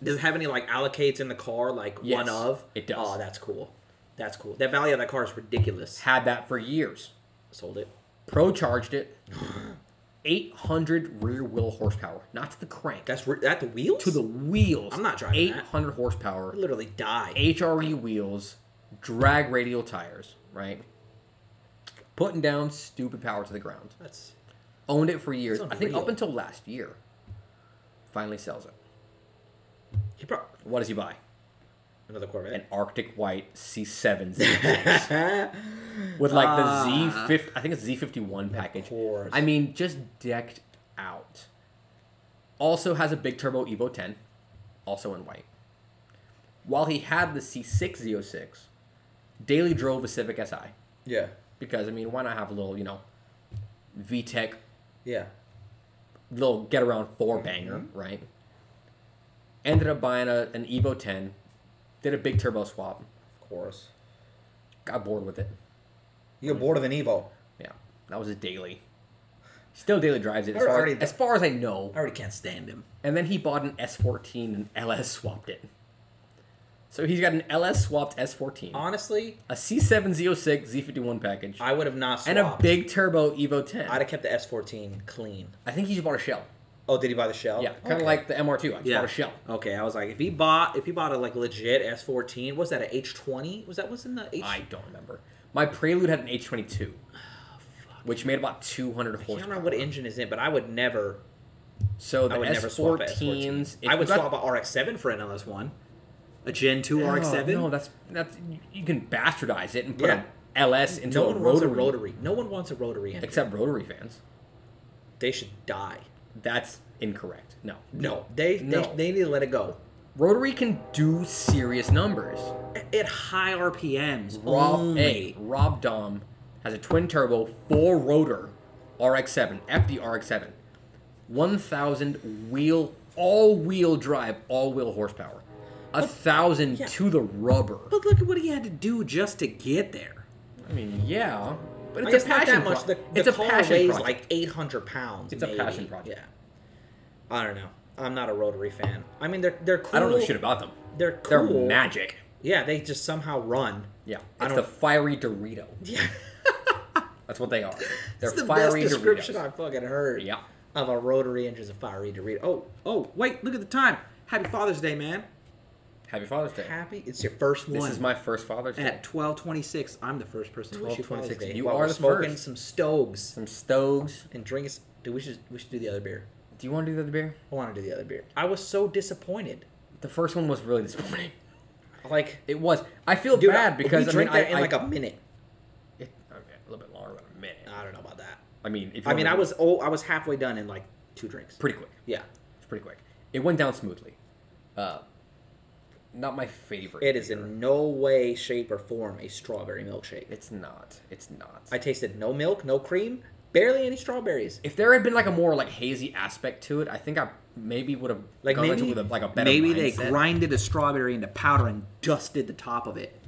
Does it have any like allocates in the car, like Yes, one of? it does. Oh, that's cool. That's cool. That value of that car is ridiculous. Had that for years. Sold it. Pro charged it. 800 rear wheel horsepower, not to the crank, That's ri- that the wheels to the wheels. I'm not driving that. 800 horsepower, literally die. HRE wheels, drag radial tires, right? Putting down stupid power to the ground. That's Owned it for years. That's I think up unreal. until last year. Finally sells it. he probably What does he buy? another an Corvette. Arctic White C7 Z6 with like the Z50. I think it's Z51 package. course. I mean, just decked out. Also has a big turbo Evo 10, also in white. While he had the C6 Z06, daily drove a Civic Si yeah. because I mean, why not have a little, you know, VTEC Yeah. little get around four banger, right? Ended up buying a, an Evo 10, did a big turbo swap, Of course. got bored with it. You get bored of an Evo. Yeah, that was a daily. Still daily drives it as I far, already- as far as I know. I already can't stand him. And then he bought an S14 and LS swapped it. So he's got an LS swapped S14, Honestly, a oh C7 Z06 Z51 package, I would have not swapped. and a big turbo Evo 10. I'd have kept the S14 clean. I think he just bought a shell. Oh, did he buy the shell? Yeah, kind of like the MR2. I just bought a shell. Okay, I was like, if he bought, if he bought a like legit S14, was that an H20? Was that what's in the H? I don't remember. My Prelude had an H22. which made about 200 Oh, I can't horsepower. remember what engine is in, but I would never. So the I would never swap a S14s. S14. if I you would got- swap a RX-7 for an LS1, a Gen 2 No, RX-7. Oh, No, that's that's you can bastardize it and put Yeah. a LS into no a, one wants a rotary, rotary. No one wants a rotary engine. except rotary fans. They should die. That's incorrect. No, No, they No. they, they need to let it go. rotary can do serious numbers. At high RPMs Rob only. A. Rob Dom has a twin turbo four rotor RX7 FD RX7, 1,000 wheel all wheel drive all wheel horsepower, a thousand to the rubber. But look at what he had to do just to get there. I mean, yeah, but I guess it's a not passion. that much. The, pro- the it's a car passion. weighs project. like 800 pounds. It's a maybe. passion project. Yeah. I don't know. I'm not a rotary fan. I mean, they're they're cool. I don't know shit about them. They're They're cool. magic. Yeah, they just somehow run. Yeah, I it's don't- the fiery Dorito. Yeah. That's what they are. They're That's the best fiery description Doritos. I've fucking heard. Yeah. Of a rotary engine is a fiery Dorito. Oh, oh, wait, look at the time. Happy Father's Day, man. Happy Father's Day. Happy. It's your first one. This is my first Father's Day. At 12:26, I'm the first person to wish you Father's 12:26. Day. You while are we're the smoking first. some Stogs Some Stogs. and drinking. s- Dude, we should we should do the other beer. Do you want to do the other beer? I want to do the other beer. I was so disappointed. The first one was really disappointing. Like it was. I feel Dude, I- bad we because I mean, drank I, that in I- like a minute. it- I mean, a little bit longer than a minute. I don't know about that. I mean, if you I mean, I remember, was oh, I was halfway done in like two drinks. pretty quick. Yeah, It's pretty quick. It went down smoothly. Uh, not my favorite. it is beer. in no way, shape, or form a strawberry milkshake. It's not. It's not. I tasted no milk, no cream, barely any strawberries. if there had been like a more like hazy aspect to it, I think I maybe would have Like gone maybe into with a, like a better maybe mindset. they grinded a strawberry into powder and dusted the top of it.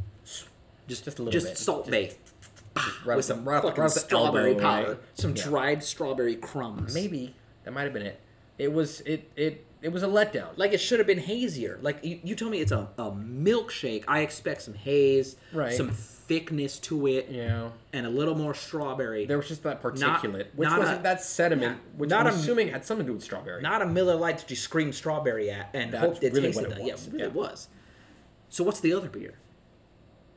just just a little Just bit. salt baked Just right with up- some right up- fucking right up the strawberry elbow, powder, right? some Yeah. dried strawberry crumbs. Maybe that might have been it. It was it it it was a letdown. like it should have been hazier. Like you, you told me it's a, a milkshake. I expect some haze, Right. some thickness to it, yeah, and a little more strawberry. there was just that particulate, Not- which not wasn't a- that sediment, yeah, which not I'm a- assuming had something to do with strawberry. Not a Miller Lite that you scream strawberry at and That's hoped it really tasted what it that. Yeah, was, it really yeah. was. So what's the other beer?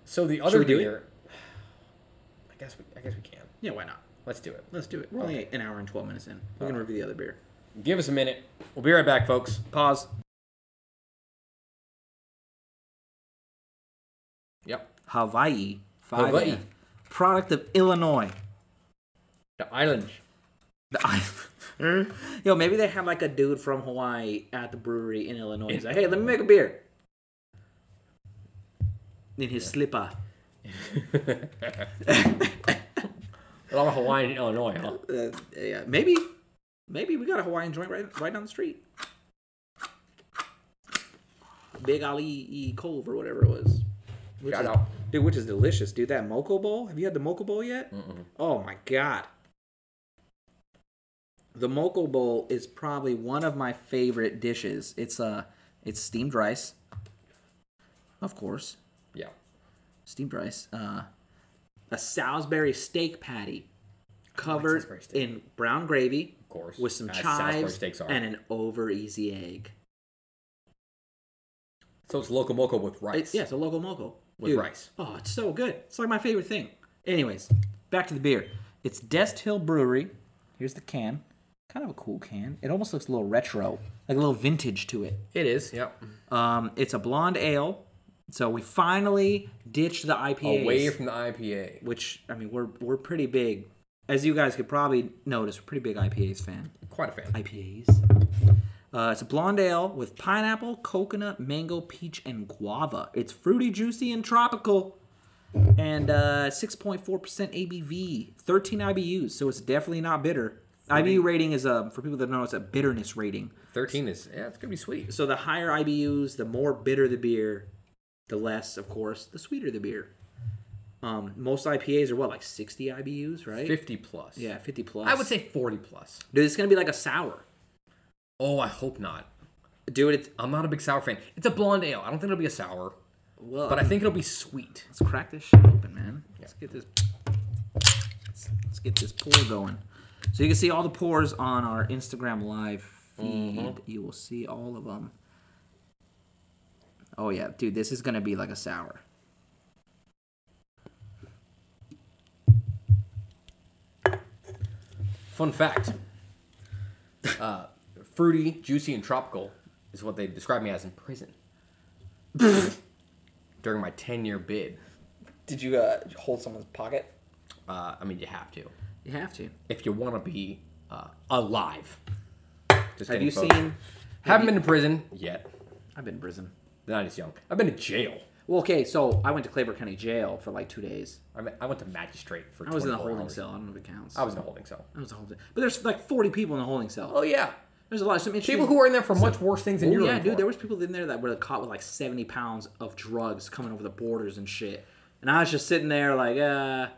so the other we do it? beer, I guess we I guess we can. Yeah, why not? Let's do it. Let's do it. We're only an hour and twelve minutes in. We're gonna review the other beer. Give us a minute. We'll be right back, folks. Pause. Yep. Hawaii. Hawaii. Product of Illinois. The island. The I- hmm? Yo, maybe they have like a dude from Hawaii at the brewery in Illinois. He's In- like, hey, let me make a beer. In his slipper. A lot of Hawaiian in Illinois, huh? Uh, yeah, maybe, maybe we got a Hawaiian joint right right down the street. Big Ali E Cove or whatever it was. Which Shout is- out. dude. Which is delicious, dude. That moco bowl. Have you had the moco bowl yet? Oh my god. The moco bowl is probably one of my favorite dishes. It's uh, it's steamed rice, of course, Yeah. Steamed rice. uh, a Salisbury steak patty covered Salisbury steak. in brown gravy Of course. with some as Salisbury chives steaks are. and an over easy egg. so it's loco moco with It, rice. yeah, it's a loco moco With Dude, rice. Oh, it's so good. It's like my favorite thing. Anyways, back to the beer. It's Dest Hill Brewery. Here's the can. Kind of a cool can. It almost looks a little retro, like a little vintage to it. It is. Yep. Um, it's a blonde ale. So we finally ditched the IPAs, Away from the IPA. which I mean we're we're pretty big, as you guys could probably notice, we're pretty big IPAs fan. Quite a fan. IPAs. Uh, it's a blonde ale with pineapple, coconut, mango, peach, and guava. It's fruity, juicy, and tropical. And uh, 6.4% ABV, 13 IBUs, so it's definitely not bitter. IBU rating is, um, for people that don't know, it's a bitterness rating. Thirteen is yeah, it's gonna be sweet. So the higher IBUs, the more bitter the beer, the less, of course, the sweeter the beer. Um, most IPAs are what, like 60 IBUs, right? Fifty plus. Yeah, 50 plus. I would say forty plus. Dude, it's going to be like a sour. Oh, I hope not. Dude, it's. I'm not a big sour fan. It's a blonde ale. I don't think it'll be a sour, Well, but I think it'll be sweet. Let's crack this shit open, man. Let's get this. Let's, let's get this pour going. So you can see all the pours on our Instagram live feed. Mm-hmm. You will see all of them. Oh yeah, dude, this is gonna be like a sour. Fun fact: uh, fruity, juicy, and tropical is what they described me as in prison during my ten-year bid. Did you uh, hold someone's pocket? Uh, I mean, you have to You have to. if you want to be uh, alive. Just Have kidding, you folks. seen? Haven't been to prison yet. I've been in prison. Then I just young. I've been to jail. Well, okay, so I went to Claver County Jail for like two days. I, mean, I went to magistrate for. I was in the 24 holding hours. Oh. cell. I don't know if it counts. I was in a holding cell. I was in a holding. But there's like 40 people in the holding cell. Oh yeah, There's a lot. Some interesting people who are in there for much worse things than Oh, you. were yeah, in dude, for. there was people in there that were caught with like 70 pounds of drugs coming over the borders and shit. And I was just sitting there like, uh,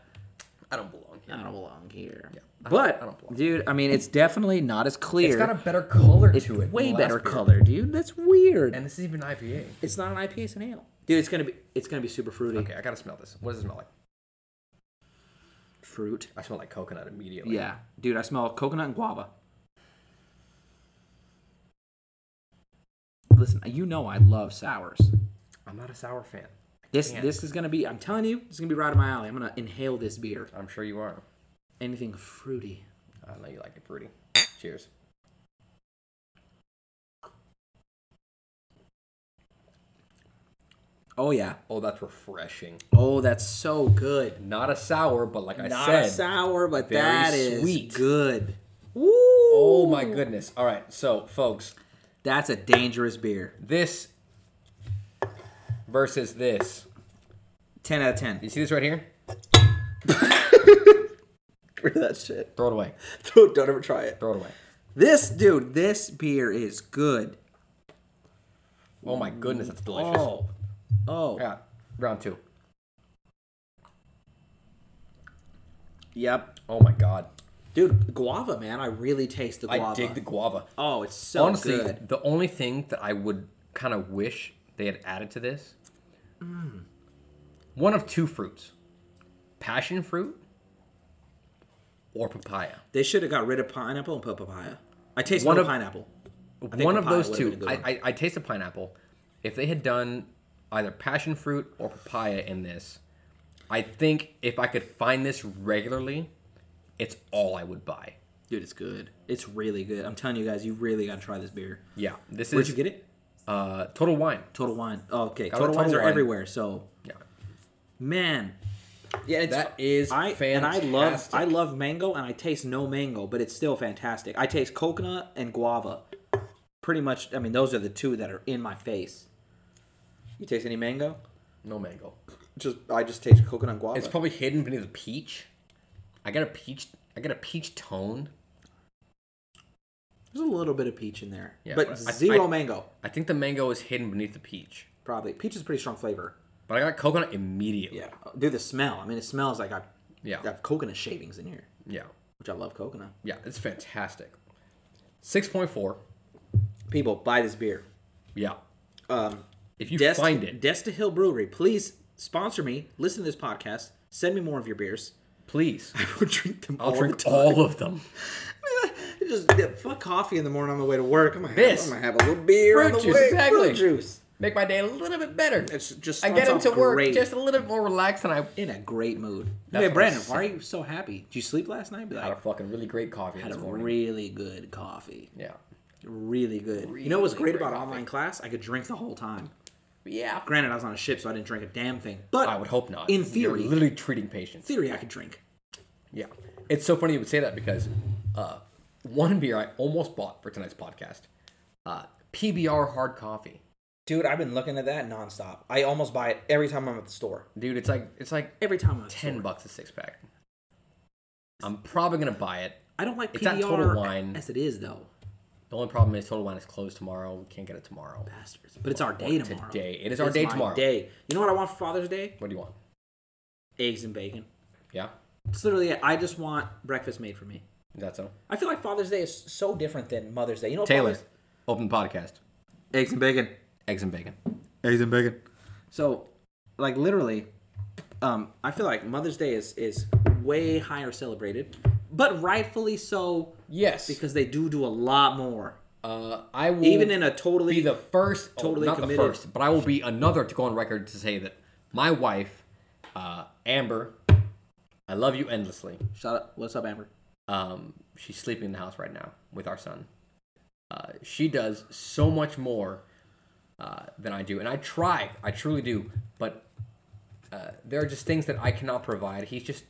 I don't belong here. I don't belong here. I don't- but, I don't belong. dude, I mean, it's definitely not as clear. It's got a better color It's to it. way than the better last beer. color, dude. That's weird. And this is even IPA. it's not an IPA, it's an ale. Dude, it's gonna be it's gonna be super fruity. Okay, I gotta smell this. What does it smell like? Fruit. I smell like coconut immediately. Yeah, dude, I smell coconut and guava. Listen, you know I love sours. I'm not a sour fan. This can't. this is gonna be. I'm telling you, it's gonna be right in my alley. I'm gonna inhale this beer. I'm sure you are. Anything fruity. I know you like it fruity. Cheers. Oh yeah. Oh, that's refreshing. Oh, that's so good. Not a sour, but like Not I a said. sour, but very that is sweet. good. Woo! Oh my goodness. All right, so folks, That's a dangerous beer. this versus this. Ten out of ten. You see this right here? Get rid of that shit. Throw it away. Don't, don't ever try it. Throw it away. This dude, this beer is good. Oh my goodness, that's delicious. Oh, oh, Yeah, round two. yep, Oh my god. dude. Guava, man. I really taste the guava. I dig the guava. Oh, it's so Honestly, good. the only thing that I would kind of wish they had added to this Mm. one of two fruits passion fruit or papaya. They should have got rid of pineapple and put papaya. I taste One no of- pineapple. think One of papaya those would've two. been a good I, one. I, I taste a pineapple. If they had done either passion fruit or papaya in this, I think if I could find this regularly, it's all I would buy. Dude, it's good. It's really good. I'm telling you guys, you really gotta try this beer. Yeah, this Where'd is you get it? uh, Total Wine. Total Wine. Oh, okay, Got it at Total Wines Total are Wine. everywhere. So, Yeah, man, Yeah, it's that is I and I fantastic. love I love mango and I taste no mango, but it's still fantastic. I taste coconut and guava. Pretty much, I mean, those are the two that are in my face. You taste any mango? no mango. just I just taste coconut and guava. It's probably hidden beneath a peach. I got a peach. I got a peach tone. There's a little bit of peach in there, Yeah, but but I- zero I- mango I think the mango is hidden beneath the peach. probably. Peach is a pretty strong flavor. But I got coconut immediately. Yeah, dude, the smell. I mean, it smells like I Yeah. I have coconut shavings in here, Yeah. which I love coconut. Yeah. It's fantastic. Six point four. People buy this beer. Yeah. um, If you Dest- find it, Desta Hill Brewery. Please sponsor me. Listen to this podcast. Send me more of your beers. please, I will drink them. I'll all drink the time. all of them. It just yeah, fuck coffee in the morning on the way to work. I'm gonna have, This. I'm gonna have a little beer on Fruit the juice, way. exactly. Fruit juice. Make my day a little bit better. It's just I get starts into off work great. just a little bit more relaxed than I in a great mood. That's hey, what Brandon, I said. why are you so happy? Did you sleep last night? Be had a like, fucking really great coffee had this a morning. really good coffee. yeah. Really good. you know what's Really great about great online class? I could drink the whole time. Yeah. Granted, I was on a ship, so I didn't drink a damn thing. But I would hope not. In You're theory. literally treating patients. theory, I could drink. Yeah. It's so funny you would say that because uh, one beer I almost bought for tonight's podcast uh, PBR hard coffee. Dude, I've been looking at that nonstop. I almost buy it every time I'm at the store. Dude, it's like it's like Every time I ten bucks a six pack. I'm probably gonna buy it. I don't like It's at PBR Total Wine. as it is though, The only problem is Total Wine is closed tomorrow. We can't get it tomorrow. bastards. But it's our day tomorrow. Today. It is our day my tomorrow. Day. You know what I want for Father's Day? What do you want? Eggs and bacon. Yeah? It's literally it. I just want breakfast made for me. Is that so? I feel like Father's Day is so different than Mother's Day. You know, what Taylor, Father's- open podcast. Eggs and bacon. Eggs and bacon. Eggs and bacon. So, like literally, um, I feel like Mother's Day is is way higher celebrated, but rightfully so Yes. because they do do a lot more. uh, I will Even in a totally be the first, oh, totally not committed- the first, but I will be another to go on record to say that my wife, uh, Amber, I love you endlessly. shut up. What's up, Amber? Um, she's sleeping in the house right now with our son. Uh, she does so much more uh, than I do, and I try, I truly do, but uh, there are just things that I cannot provide. He's just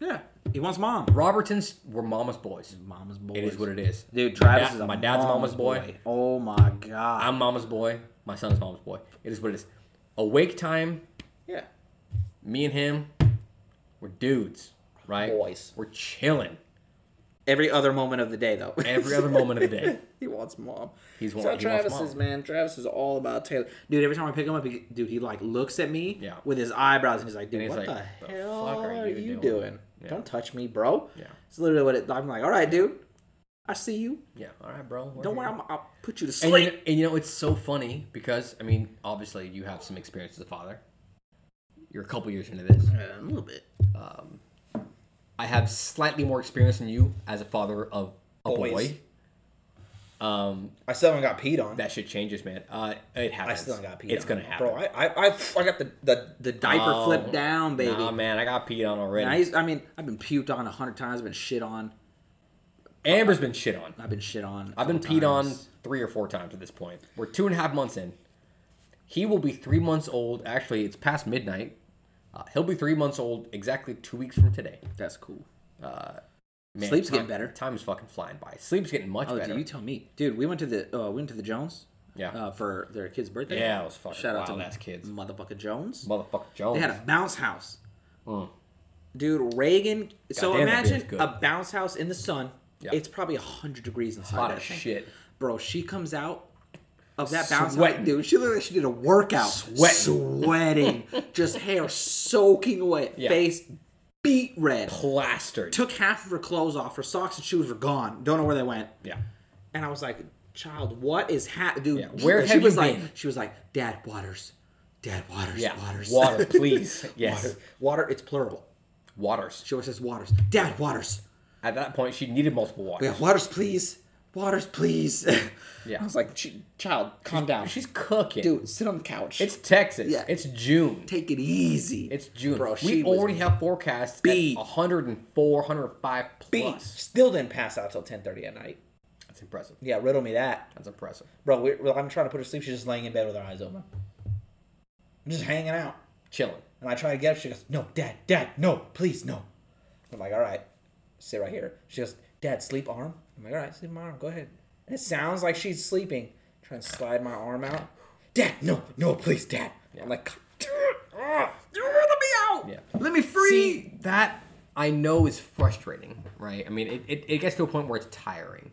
Yeah, he wants mom. Robertons were mama's boys. Mama's boy. It is what it is. Dude, Travis Dad- is a my dad's mama's boy. Oh my god. I'm mama's boy. My son's mama's boy. It is what it is. Awake time, Yeah. me and him, we're dudes, right? Boys. We're chilling Every other moment of the day, though. every other moment of the day. he wants mom. He's That's one. how He wants Travis mom. is, man. Travis is all about Taylor. Dude, every time I pick him up, he, dude, he like looks at me Yeah. with his eyebrows and he's like, dude, And he's what like, the "The hell fuck are, you doing? Yeah. Don't touch me, bro. Yeah. It's literally what it, I'm like. All right, dude, I see you. Yeah. All right, bro. we're Don't here. worry, I'm, I'll put you to And you, sleep. know, and you know, it's so funny because I mean, obviously, you have some experience as a father. You're a couple years into this. Uh, a little bit. Um, I have slightly more experience than you as a father of a Boys. boy. Um, I still haven't got peed on. that shit changes, man. Uh, it I happens. still haven't got peed on. It's gonna happen. Bro, I, I, I, I got the, the, The diaper Oh, flipped down, baby. Nah, man, I got peed on already. And I, used, I mean, I've been puked on a hundred times. I've been shit on. Amber's been shit on. I've been shit on. I've been peed on three or four times at this point. We're two and a half months in. He will be three months old. Actually, it's past midnight. Uh, he'll be three months old exactly two weeks from today. That's cool. Uh, man, Sleep's time- getting better. Time is fucking flying by. Sleep's getting much Oh, better. dude, you tell me, dude. We went to the uh, we went to the Jones. Yeah. Uh, for their kid's birthday. Yeah, it was fucking Shout out to wild-ass kids. motherfucker Jones. Motherfucker Jones. They had a bounce house, Mm. dude. Reagan. so damn, that beer's imagine good. a bounce house in the sun. Yeah. It's probably hundred degrees inside. Hot that as thing. shit. bro. She comes out of that bounce Sweating. house, dude. She looked like she did a workout, Sweating. sweating, just hair soaking wet, Yeah. face beat red. Plastered. Took half of her clothes off. Her socks and shoes were gone. Don't know where they went. yeah. And I was like, "Child, what is happening, dude?" Yeah, where she have was you like, been? She was like, "Dad, waters, Dad, waters, Yeah. waters, Water, please. Yes. water, water." It's plural. Waters. She always says waters. Dad, waters. At that point, she needed multiple waters. Yeah, waters, please. Waters, please. Yeah. I was like, "Ch- "Child, calm down, She's cooking. dude. Sit on the couch. It's Texas. Yeah. It's June. take it easy." It's June. Bro, she we was already have forecasts beat. at 104, 105 plus. still didn't pass out till 10.30 at night. That's impressive. Yeah, riddle me that. That's impressive. Bro, we well, I'm trying to put her to sleep. She's just laying in bed with her eyes open. I'm just hanging out. Chilling. And I try to get up. She goes, No, Dad, Dad, no, please, no. I'm like, All right, sit right here. She goes, Dad, sleep arm. I'm like, All right, sleep my arm. Go ahead. And it sounds like she's sleeping. trying to slide my arm out. Dad, no, no, please, Dad. I'm like, You let me out. Yeah. Let me free. See, that I know is frustrating, right? I mean, it, it, it gets to a point where it's tiring.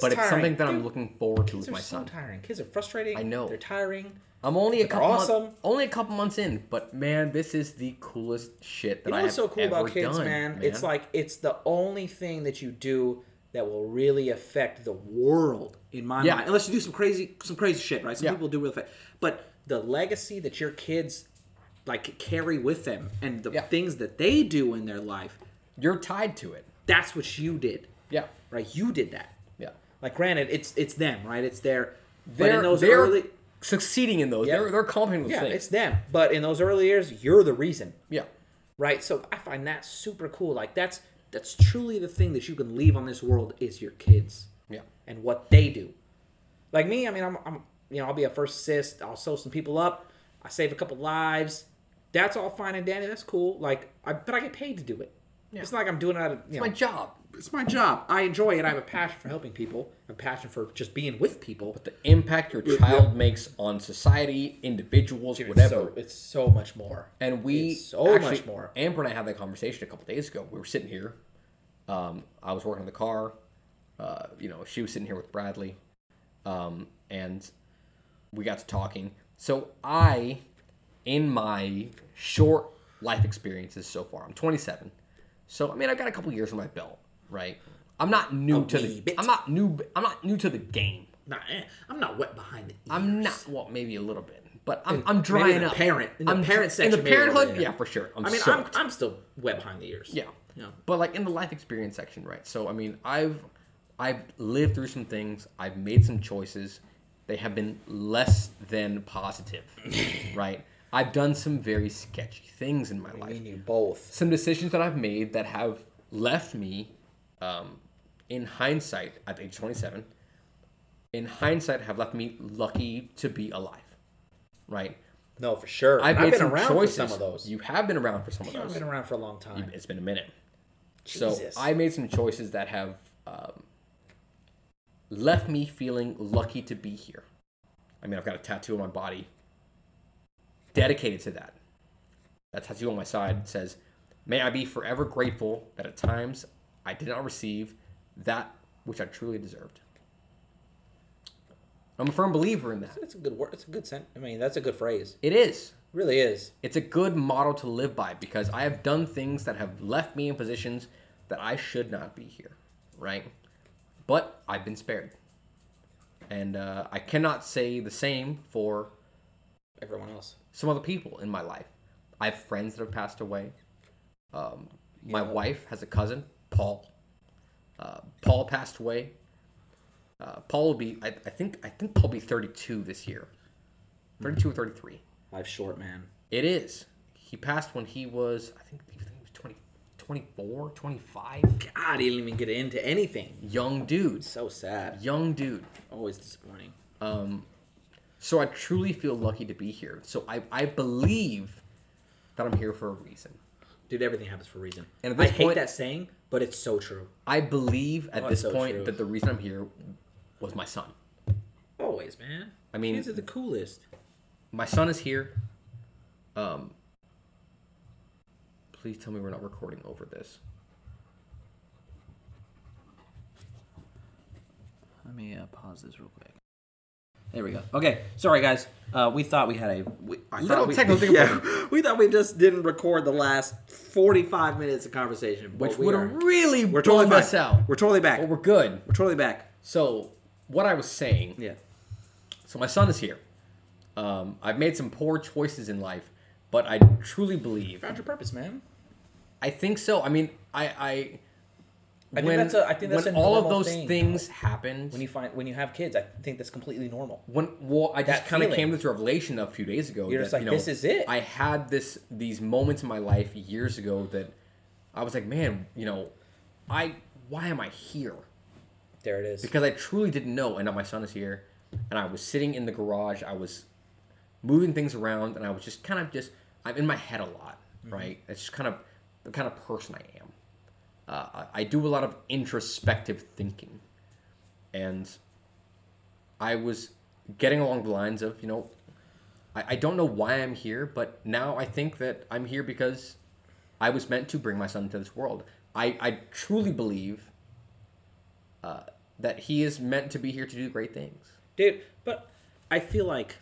but it's tiring. something that I'm Dude, looking forward to Kids with are my so son. tiring. Kids are frustrating. I know. They're tiring. I'm only a couple awesome. months, only a couple months in, but man, this is the coolest shit that You know I have what's so cool ever about kids, done, man? It's like it's the only thing that you do that will really affect the world in my Yeah. mind. Unless you do some crazy some crazy shit, right? Some Yeah. people do real thing. But the legacy that your kids like carry with them and the Yeah. things that they do in their life, you're tied to it. that's what you did. Yeah, Right? You did that. yeah. Like granted, it's it's them, right? It's their but They're in those they're early succeeding in those. Yeah. They're they're accomplishing those Yeah, things. it's them. But in those early years, you're the reason. yeah, Right? So I find that super cool. Like like that's that's truly the thing that you can leave on this world is your kids yeah. and what they do. Like me, I mean, I'm, I'm you know, I'll be a first assist. I'll sew some people up. I save a couple lives. That's all fine and dandy. That's cool. Like, I, but I get paid to do it. It's not like I'm doing it out of you My know. job. It's my job. I enjoy it. I have a passion for helping people. A passion for just being with people. The impact your child makes on society, individuals, whatever. So it's so much more. and we It's so actually, much more. Amber and I had that conversation a couple days ago. We were sitting here. Um, I was working in the car. Uh, you know, she was sitting here with Bradley, um, and we got to talking. So I, in my short life experiences so far, I'm 27. So I mean, I've got a couple years on my belt, right? I'm not new to the. wee bit. I'm not new. I'm not new to the game. Nah, eh, I'm not wet behind the ears. I'm not. Well, maybe a little bit, but I'm, I'm drying in the up. parent- in the I'm, parent In section, the maybe a little parenthood, bit, yeah. yeah, for sure. I'm I mean, I'm, soaked. I'm still wet behind the ears. yeah. Yeah. But like in the life experience section, right? So I mean, I've I've lived through some things. I've made some choices. They have been less than positive, right? I've done some very sketchy things in my life Me and you both. some decisions that I've made that have left me um, in hindsight, at age 27, in hindsight, have left me lucky to be alive. Right? No, for sure. I've, And made been some around choices. for some of those. You have been around for some of I've those. been around for a long time. It's been a minute. Jesus. So I made some choices that have um, left me feeling lucky to be here. I mean, I've got a tattoo on my body dedicated to that. That tattoo on my side says, May I be forever grateful that at times I did not receive that which I truly deserved. I'm a firm believer in that. That's a good word. It's a good sentence. I mean, that's a good phrase. It is It really is. it's a good model to live by because I have done things that have left me in positions that I should not be here, right? But I've been spared. And uh, I cannot say the same for Everyone else. some other people in my life. I have friends that have passed away. Um, my wife has a cousin, Paul. Uh, Paul passed away. Uh, Paul will be, I, I think, I think Paul will be 32 this year, 32 or 33. Life's short, man. It is. He passed when he was, I think, I think he was 20, 24, 25. God, he didn't even get into anything. Young dude. So sad. Young dude. Always disappointing. So I truly feel lucky to be here. So I, I believe that I'm here for a reason. Dude, everything happens for a reason. And at I this hate point- that saying, but it's so true. I believe at Oh, this so point true. that the reason I'm here was my son. Always, man. I mean- kids are the coolest. My son is here. Um, please tell me we're not recording over this. Let me uh, pause this real quick. There we go. Okay, sorry guys. Uh, we thought we had a we, I Little thought we, technical thing. Yeah, we thought we just didn't record the last 45 minutes of conversation, but Which we would are- have really We're totally blown back. us out. We're totally back. But we're We're good. totally back. So what I was saying Yeah. So my son is here. Um, I've made some poor choices in life, but I truly believe. Found your purpose, man. I think so. I mean, I. I I think that's a- I think that's when a all of normal those thing. things When happened, when, you find when you have kids, I think that's completely normal. well, I just That kind of feeling. came to this revelation a few days ago. You're that, just like, you know, "This is it." I had this these moments in my life years ago that I was like, man, you know, I why am I here? There it is. because I truly didn't know. And now my son is here, and I was sitting in the garage. I was moving things around, and I was just kind of just I'm in my head a lot, right? It's just kind of the kind of person I am. Uh, I, I do a lot of introspective thinking, and I was getting along the lines of you know. I I don't know why I'm here, but now I think that I'm here because I was meant to bring my son into this world. I, I truly believe that he is meant to be here to do great things. Dude, but I feel like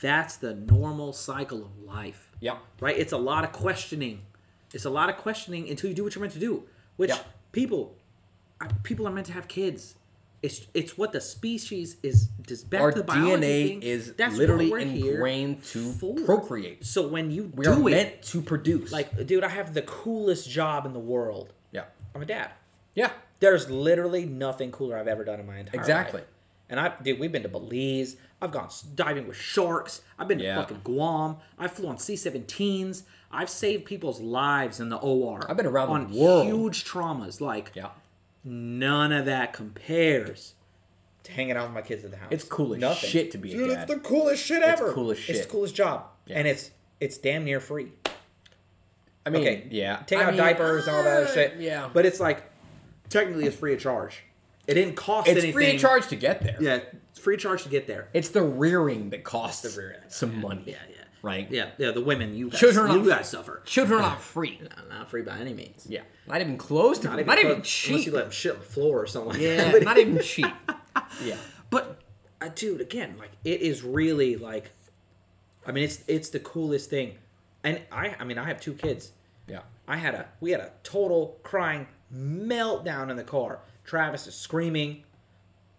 that's the normal cycle of life. Yeah. Right? It's a lot of questioning. It's a lot of questioning until you do what you're meant to do. Which Yeah. people, I- people are meant to have kids. It's it's what the species is. Does back Our to the biology DNA thing, is that's what literally we're here ingrained to for. procreate. So when you We do are it, meant to produce. like, dude, I have the coolest job in the world. yeah, I'm a dad. yeah, There's literally nothing cooler I've ever done in my entire Exactly. life. And I, dude, we've been to Belize. I've gone s- diving with sharks. I've been Yeah. to fucking Guam. I flew on C-17s. I've saved people's lives in the OR. I've been around on the world. huge traumas. Like yeah. none of that compares. To hanging out with my kids at the house. It's cool as Nothing. shit to be a Dude, dad. it's the coolest shit ever. cool as It's shit. the coolest job, Yeah. and it's it's damn near free. I mean, Okay, yeah. Take I out mean, uh, diapers and all that other shit. Yeah, But it's like technically it's free of charge. It didn't cost it's anything. free of charge to get there. Yeah, it's free of charge to get there. it's the rearing that costs the rearing. some money. Yeah, yeah. right. Yeah, yeah. The women, you guys, Children you are- guys suffer. children are not free. Not- Not free by any means. Yeah, not even close to free. not even, close, cheap. Unless you let them shit on the floor or something like yeah, that. not even cheap. Yeah, But uh, dude, again, like it is really like, I mean, it's it's the coolest thing, and I I mean I have two kids. yeah. I had a we had a total crying meltdown in the car. Travis is screaming.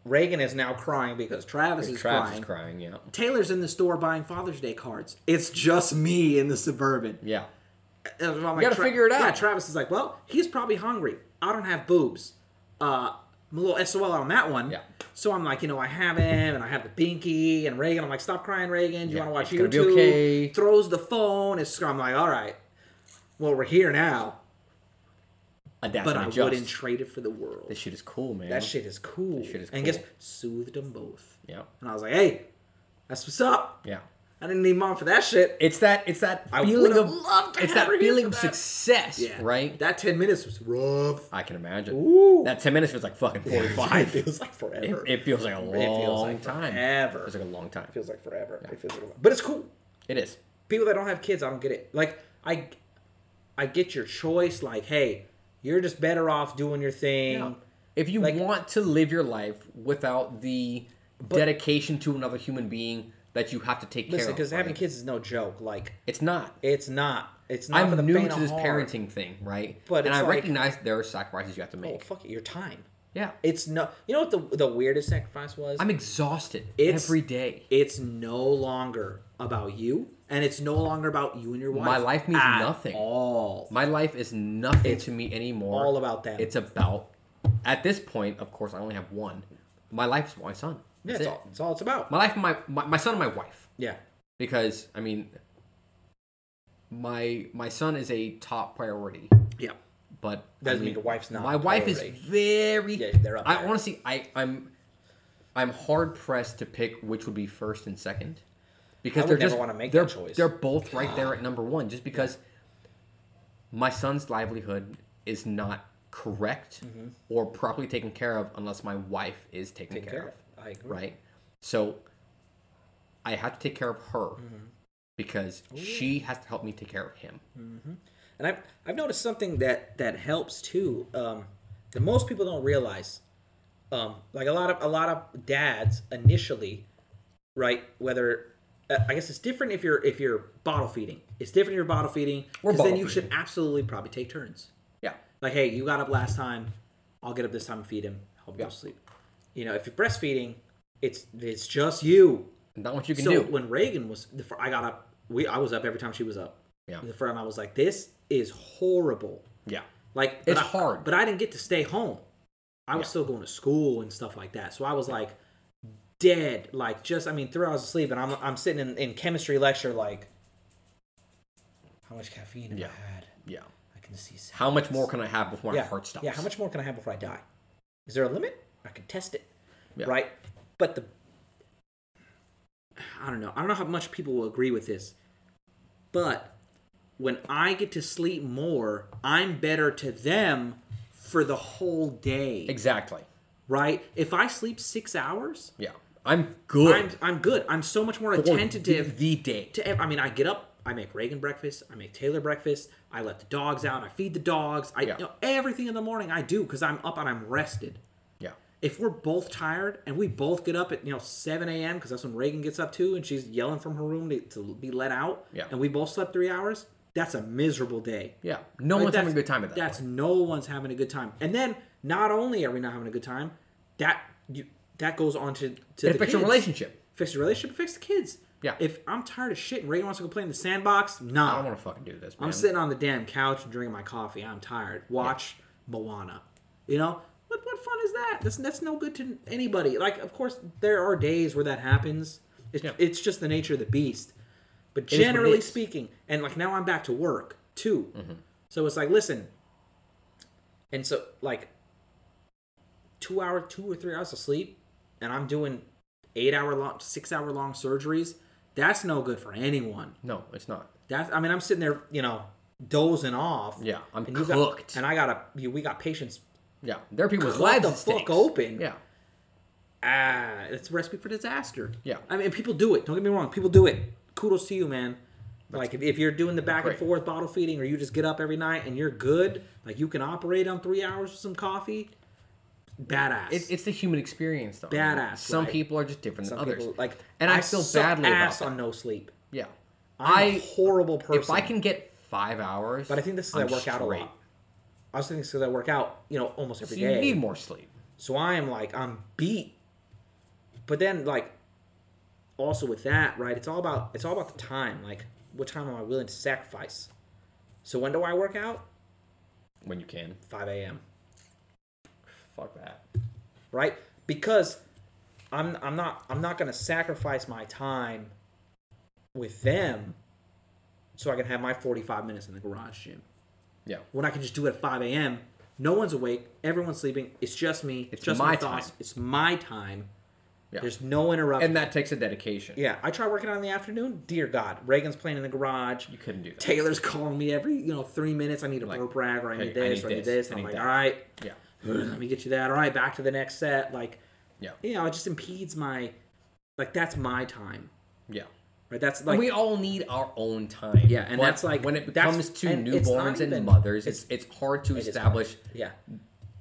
Reagan is now crying because Travis is Travis crying. is crying. Yeah, Taylor's in the store buying Father's Day cards. It's just me in the suburban. yeah. And I'm like, gotta figure it out. Yeah, Travis is like, well, he's probably hungry. I don't have boobs. Uh, I'm a little SOL on that one. Yeah. So I'm like, you know, I have him, and I have the binky, and Reagan. I'm like, stop crying, Reagan. Do you Yeah, want it's to gonna watch be YouTube? okay. Throws the phone. It's, I'm like, all right. Well, we're here now. That's but not I just. wouldn't trade it for the world. This shit is cool, man. That shit is cool. shit is and cool. guess soothed them both. Yeah. And I was like, hey, that's what's up. Yeah. I didn't need mom for that shit. It's that it's that I feeling would've of loved to it's that have her here feeling for of that. success, Yeah. right? That ten minutes was rough. I can imagine. Ooh. That ten minutes feels like fucking forty It five. feels like It, forever. it feels like a long feels like time. forever. It feels like a long time. feels like forever. It feels like, but it's cool. It is. People that don't have kids, I don't get it. Like I, I get your choice. Like, hey, you're just better off doing your thing. Yeah. If you Like- want to live your life without the dedication to another human being that you have to take Listen, care of, because having right? kids is no joke. Like, it's not. it's not. It's not. for the I'm new faint to of this heart. parenting thing, right? But and it's I like- recognize there are sacrifices you have to Oh make. fuck it, your time. yeah, It's no. You know what the the weirdest sacrifice was? I'm exhausted It's- every day. it's no longer about you, and it's no longer about you and your wife. My life means at nothing. All My life is nothing to me anymore. all about them. It's about. At this point, of course, I only have one. My life is my son. yeah, That's it's it. all, it's all it's about. My life, my, my my son, and my wife. Yeah, Because I mean, my my son is a top priority. yeah. but Doesn't mean your wife's not My wife priority. is very. Yeah, they're up I there. honestly, I, I'm, I'm hard pressed to pick which would be first and second, because I would they're never just wanna make they're, that choice. They're both right there at number one, just because my son's livelihood is not correct Mm-hmm. or properly taken care of unless my wife is taken Take care, care. of of. Mm-hmm. I agree. right? So I have to take care of her Mm-hmm. because she has to help me take care of him. And I've I've noticed something that that helps too. Um, that most people don't realize. Um, like a lot of a lot of dads initially, right? Whether uh, I guess it's different if you're if you're bottle feeding. It's different if you're bottle feeding We're because then bottle you should absolutely probably take turns. Yeah, Like, hey, you got up last time. I'll get up this time and feed him. Help you go to sleep. You know, if you're breastfeeding, it's it's just you. not what you can so do. when Reagan was, the fir- I got up. We I was up every time she was up. Yeah. The first time I was like, this is horrible. Yeah. Like but It's I- hard. But I didn't get to stay home. I was still going to school and stuff like that. So I was like dead, like just I mean three hours of sleep, and I'm I'm sitting in, in chemistry lecture like. How much caffeine have Yeah. I had? Yeah. I can see. How How much more can I have before yeah. my heart stops? Yeah, how much more can I have before I die? Is there a limit? I can test it, Yeah. right? But the I don't know. I don't know how much people will agree with this, but when I get to sleep more, I'm better to them for the whole day, Exactly. right? If I sleep six hours, Yeah. I'm good. I'm I'm good. I'm so much more for attentive The, the day. to ev- I mean, I get up, I make Reagan breakfast, I make Taylor breakfast, I let the dogs out, I feed the dogs, I Yeah. you know, everything in the morning I do because I'm up and I'm rested. Yeah. If we're both tired and we both get up at you know 7 a.m. because that's when Reagan gets up too, and she's yelling from her room to, to be let out, Yeah. and we both slept three hours, that's a miserable day. Yeah. No Like, one's having that's- a good time at that. That's no one's having a good time. And then not only are we not having a good time, that you that goes on to, to it the affects your kids relationship. fix the relationship, fix the kids. Yeah. If I'm tired of shit and Reagan wants to go play in the sandbox, I nah. don't want to fucking do this, man. Ah. I'm sitting on the damn couch and drinking my coffee. I'm tired. Watch Moana. You know? What, what fun is that? That's, that's no good to anybody. Like, of course, there are days where that happens. It's, Yeah. it's just the nature of the beast. But is what it generally is. Mm-hmm. speaking, and like now I'm back to work too. So it's like, listen. And so, like, two hour, two or three hours of sleep, and I'm doing eight hour long, six hour long surgeries. That's no good for anyone. No, it's not. That's I mean, I'm sitting there, you know, dozing off. Yeah, I'm you got- cooked. and I got a you, we got patients. Yeah. There are people's Cut lives the at stake. fuck open. Yeah. Ah, it's a recipe for disaster. Yeah. I mean, people do it. Don't get me wrong, people do it. Kudos to you, man. like if, if you're doing the back great. and forth bottle feeding, or you just get up every night and you're good, like you can operate on three hours with some coffee. Badass. It, it's the human experience, though. Badass, Some right. people are just different some than people others. like, and I, feel suck badly about ass that. on no sleep. Yeah. I'm am a I- horrible person. if I can get five hours, but I think this is I'm I work out a straight. lot. I was thinking because I work out, you know, almost every So day. you need more sleep. So I am like, I'm beat. But then like also with that, right, it's all about it's all about the time. Like, what time am I willing to sacrifice? So when do I work out? When you can. Five AM. Fuck that. Right? Because I'm I'm not I'm not gonna sacrifice my time with them so I can have my forty five minutes in the garage gym. Yeah. When I can just do it at five AM No one's awake. Everyone's sleeping. It's just me. It's just my my, time. thoughts. It's my time. Yeah. There's no interruption. And that takes a dedication. yeah, I try working out in the afternoon. Dear God, Reagan's playing in the garage. You couldn't do that. Taylor's calling me every you know three minutes. I need a Like, burp rag, or I hey, need this, or I need this. And I I'm like, need all right, yeah. let me get you that. All right, back to the next set. Like, Yeah. you know, it just impedes my, like that's my time. Yeah. Right. That's And like we all need our own time. Yeah, and But that's like- when it that's- comes to and it's not newborns and even- mothers, it's it's hard to is establish yeah.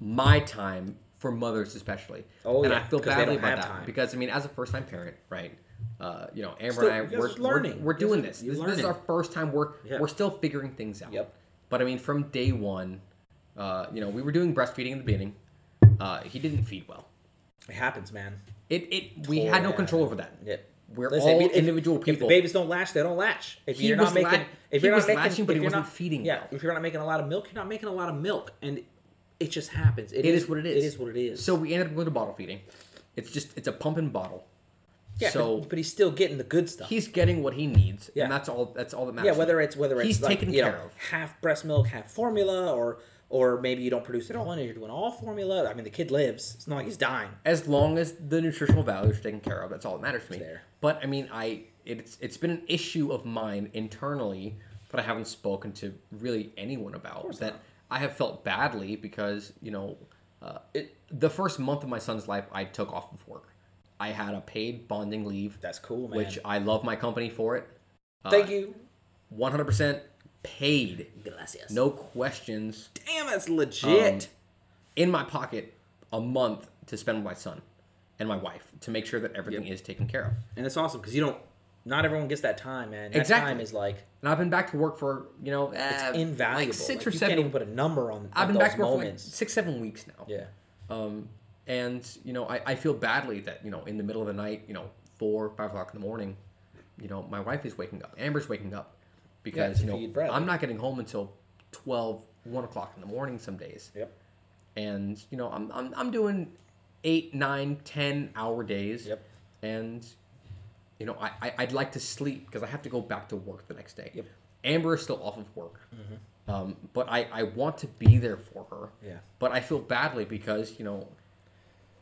my time for mothers especially. Oh, and yeah, I feel 'cause they badly don't about have that time. because I mean, as a first time parent, right? Uh, you know, Amber Still, you and I guys we're are learning. We're, we're You doing guys this. are- you're This, this is our learning. first time. We're Yeah. we're still figuring things out. Yep. But I mean, from day one, uh, you know, we were doing breastfeeding in the beginning. Uh, he didn't feed well. It happens, man. It it we had no yeah. control over that. Yeah. We're Listen, all if- if- individual If the people. babies don't latch, they don't latch. If He you're not was making, lat- if he you're not was making, latching, but if he you're wasn't not- feeding Yeah, well. if you're not making a lot of milk, you're not making a lot of milk, and it just happens. it is what it is. It is what it is. So we ended up going to bottle feeding. It's just it's a pump and bottle. yeah, so but, but he's still getting the good stuff. he's getting what he needs, Yeah. and that's all. That's all that matters. yeah, whether it's whether it's he's like, taken you know, care of. half breast milk, half formula, or or maybe you don't produce it all, and you're doing all formula. I mean, the kid lives. It's not like he's dying. as long as the nutritional values are taken care of, that's all that matters to me. There. But I mean, I it's it's been an issue of mine internally that I haven't spoken to really anyone about that I have felt badly because you know, uh, it, the first month of my son's life, I took off of work. I had a paid bonding leave. That's cool, man. Which uh, I love my company for it. Thank you. One hundred percent paid, Gracias. no questions. Damn, that's legit. Um, in my pocket a month to spend with my son and my wife to make sure that everything is taken care of. and it's awesome because you don't. Not everyone gets that time, man. That Exactly. time is like And I've been back to work for you know eh, invaluable. Uh, like six Like, or you seven. Can't even put a number on. I've on been those back to work for like moments. six seven weeks now. yeah. Um, and you know I, I feel badly that you know in the middle of the night you know four five o'clock in the morning, you know my wife is waking up. Amber's waking up because to you know feed Bradley. I'm not getting home until 12, 1 o'clock in the morning some days. Yep. and you know I'm, I'm i'm doing eight nine ten hour days Yep. and you know I, I i'd like to sleep because i have to go back to work the next day Yep. Mm-hmm. amber is still off of work um, but i i want to be there for her Yeah. but i feel badly because you know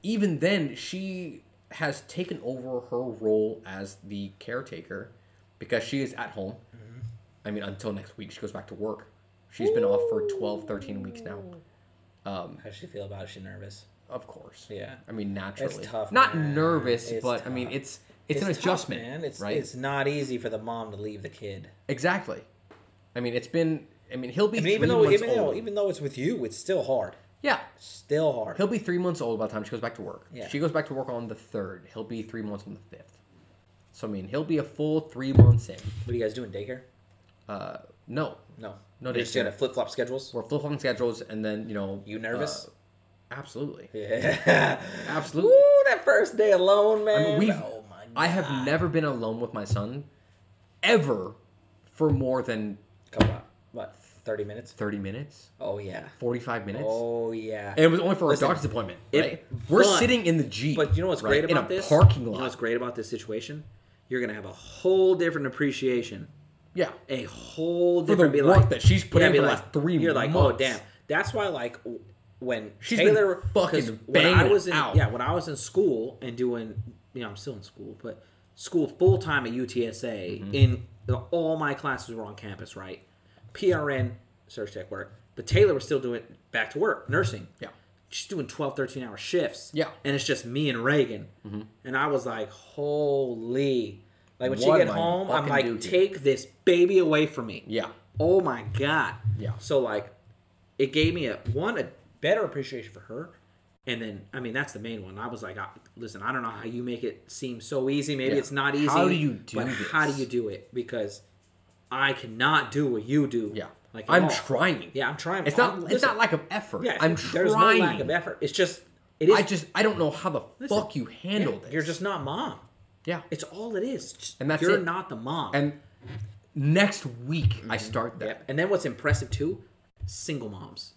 even then she has taken over her role as the caretaker because she is at home Mm-hmm. i mean until next week she goes back to work She's been off for 12 13 weeks now um, How does she feel about it? She's nervous. of course. Yeah. I mean, naturally. tough, Not man. nervous, It's but I mean, tough. it's it's, an tough, adjustment, man. It's right? it's not easy for the mom to leave the kid. Exactly. I mean, it's been. I mean, he'll be I mean, three even though months even old. though even though it's with you, it's still hard. yeah, Still hard. he'll be three months old by the time she goes back to work. Yeah. She goes back to work on the third. He'll be three months on the fifth. So I mean, he'll be a full three months in. What are you guys doing? Daycare? Uh, no, No. No You're just daycare. gonna flip flop schedules. we're flip flopping schedules, and then you know. You nervous? uh, absolutely, yeah. absolutely. Ooh, that first day alone, man. I mean, we've, oh my god. I have never been alone with my son, ever, for more than Come on. What? Thirty minutes? 30 minutes, Oh yeah. 45 minutes. Oh yeah. And it was only for Listen, a doctor's appointment, it- right? We're but- sitting in the Jeep. But you know what's right, great about in a this? parking lot. You know what's great about this situation? You're gonna have a whole different appreciation. Yeah. A whole the different be work like, that she's put in be for the last three You're like, oh months." damn. That's why like w- when She's been Taylor 'cause fucking when banging I was it in out. yeah when I was in school and doing you know I'm still in school but school full time at UTSA Mm-hmm. in all my classes were on campus right PRN search tech work but Taylor was still doing back to work nursing Yeah. she's doing 12 13 hour shifts Yeah. Mm-hmm. and it's just me and Reagan and I was like holy like when What she get am I home I'm fucking like doing? take this baby away from me Yeah. Oh my god. Yeah. So like, it gave me a one a better appreciation for her, and then I mean that's the main one. I was like, I, listen, I don't know how you make it seem so easy. Maybe Yeah. it's not easy. How do you do But how do this? you do it? Because I cannot do what you do. Yeah. Like at I'm all. trying. Yeah, I'm trying. It's I'm- not it's listen, not lack of effort. Yeah, I'm There's no trying. lack of effort. It's just it is. I just I don't know how the Listen, fuck you handle this. You're just not mom. Yeah. It's all it is. It's just- And that's you're it. not the mom. And next week I start that. Mm-hmm. Yep. and then what's impressive too, single moms.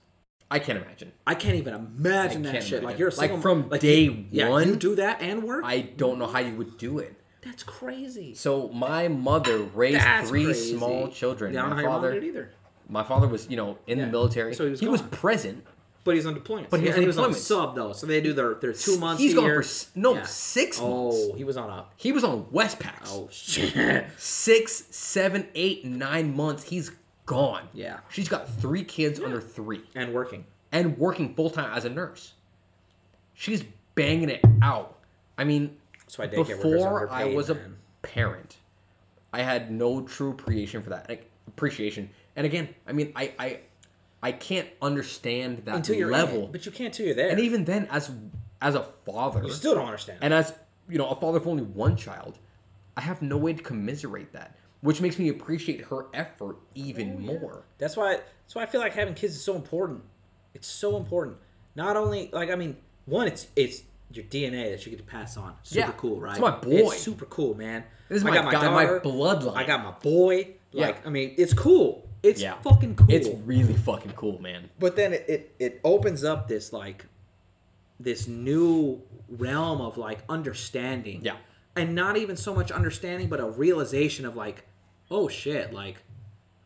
I can't imagine. I can't even imagine I that can't shit. Like imagine. you're a Like, single, from you- day yeah, you one? do that and work. I don't know how you would do it. That's crazy. So my mother raised That's three crazy. small children. Yeah, I don't my know how your mom father did it either. My father was, you know, in Yeah. the military. So he was he was gone. present, but, But he's on deployment. But he was and on he was on deployment. sub though, so they do their their two months. He's a gone year. for s- no Yeah. six months. Oh, he was on a. He was on Westpac. Oh shit. Six, seven, eight, nine months. He's gone. Yeah. She's got three kids under three and working. and working full time as a nurse. She's banging it out. I mean, That's why daycare workers before I underpaid, was man. a parent, I had no true appreciation for that. Like, appreciation. And again, I mean, I I, I can't understand that Until you're level. level, but you can't till you're there. and even then, as as a father, you still don't understand. and as you know, a father for only one child, I have no way to commiserate that, which makes me appreciate her effort even Oh, more. That's why that's why I feel like having kids is so important. It's so important. Not only like I mean, one, it's it's your DNA that you get to pass on. Super Yeah. cool, right? It's my boy. It's super cool, man. This is I my got my guy, my daughter. bloodline. I got my boy. Yeah. Like I mean, it's cool. It's Yeah. fucking cool. It's really fucking cool, man. but then it, it it opens up this like this new realm of like understanding Yeah. and not even so much understanding but a realization of like oh shit like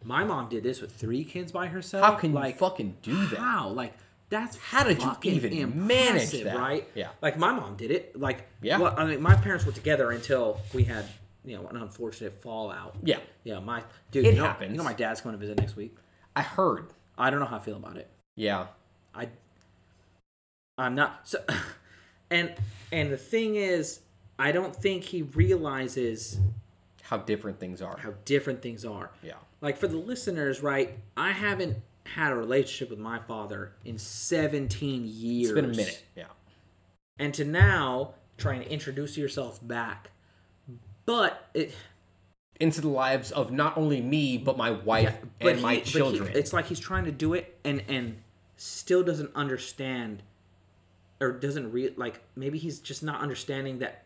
my mom did this with three kids by herself How can like you fucking do that? how like that's How did you fucking even manage impressive, that? right Yeah. like my mom did it like Yeah. well, i mean my parents were together until we had you know an unfortunate fallout Yeah. yeah my dude you It know, happens. you know my dad's coming to visit next week I heard. i don't know how i feel about it Yeah. I I'm not so and and the thing is I don't think he realizes How different things are. how different things are. Yeah. Like for the listeners, right? I haven't had a relationship with my father in 17 years. It's been a minute. Yeah. And to now trying to introduce yourself back. But it Into the lives of not only me, but my wife and my he- he- children. it's like he's trying to do it and and still doesn't understand or doesn't re like maybe he's just not understanding that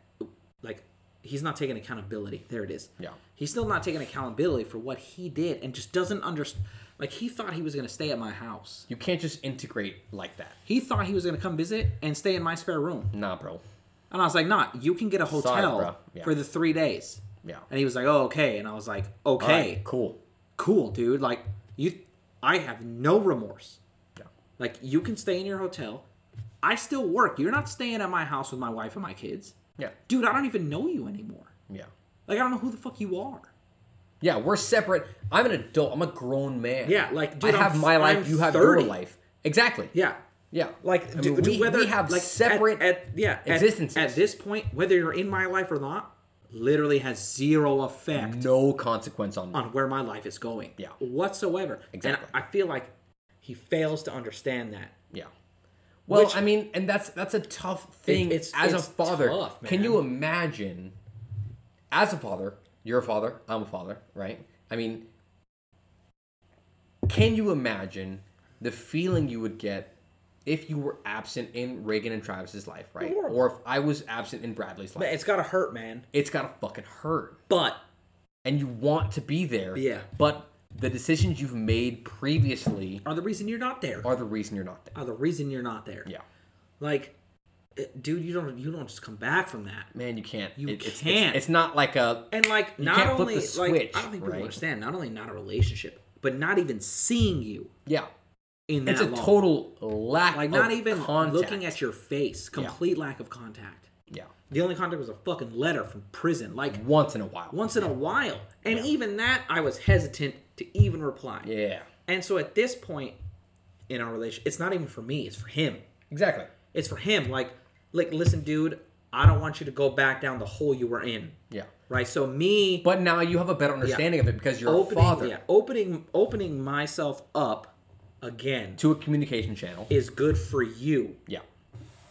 like he's not taking accountability. There it is. Yeah. He's still not taking accountability for what he did and just doesn't understand like he thought he was going to stay at my house. you can't just integrate like that. He thought he was going to come visit and stay in my spare room. Nah, bro. And I was like, "Not, you can get a hotel bruh. Yeah. for the 3 days." Yeah. And he was like, "Oh, okay." And I was like, "Okay." All right, cool. cool, dude. Like you, I have no remorse. Yeah. Like you can stay in your hotel. I still work. You're not staying at my house with my wife and my kids, Yeah. dude. I don't even know you anymore. Yeah. Like I don't know who the fuck you are. Yeah, we're separate. I'm an adult. I'm a grown man. Yeah, like, dude, I I'm have f- my life. I'm you have 30. your life. Exactly. Yeah, Yeah. like I do, mean, do we, whether we have like at- separate. at, yeah at- existences. At, this point, whether you're in my life or not, literally has zero effect no consequence on me. on where my life is going. Yeah. whatsoever. Exactly. And I feel like he fails to understand that. Yeah. Well, Which- I mean, and that's that's a tough thing. it's- as it's a father, tough, can man. you imagine? As a father, you're a father. I'm a father, right? I mean, can you imagine the feeling you would get if you were absent in Reagan and Travis's life, right? Horrible. Or if I was absent in Bradley's Man, life? It's gotta hurt, man. it's gotta fucking hurt But and you want to be there. Yeah. But the decisions you've made previously are the reason you're not there. are the reason you're not there. are the reason you're not there. Yeah. Like, it- dude, you don't you don't just come back from that. Man, you can't. You it's- can't. It's, it's not like a. And like, You not can't flip only the like switch, I don't think people right? understand. Not only not a relationship, but not even seeing you Yeah. in that It's a long. total lack like of not even contact. looking at your face. Complete lack of contact. Yeah. The only contact was a fucking letter from prison. Like Once in a while. once in a while, and even that I was hesitant to even reply. Yeah. And so at this point in our relation, it's not even for me. It's for him. Exactly. It's for him. Like, like, listen, dude, I don't want you to go back down the hole you were in. Yeah. Right. So me But now you have a better understanding of it because you're opening, a father yeah, opening, opening myself up again to a communication channel. is good for you. yeah.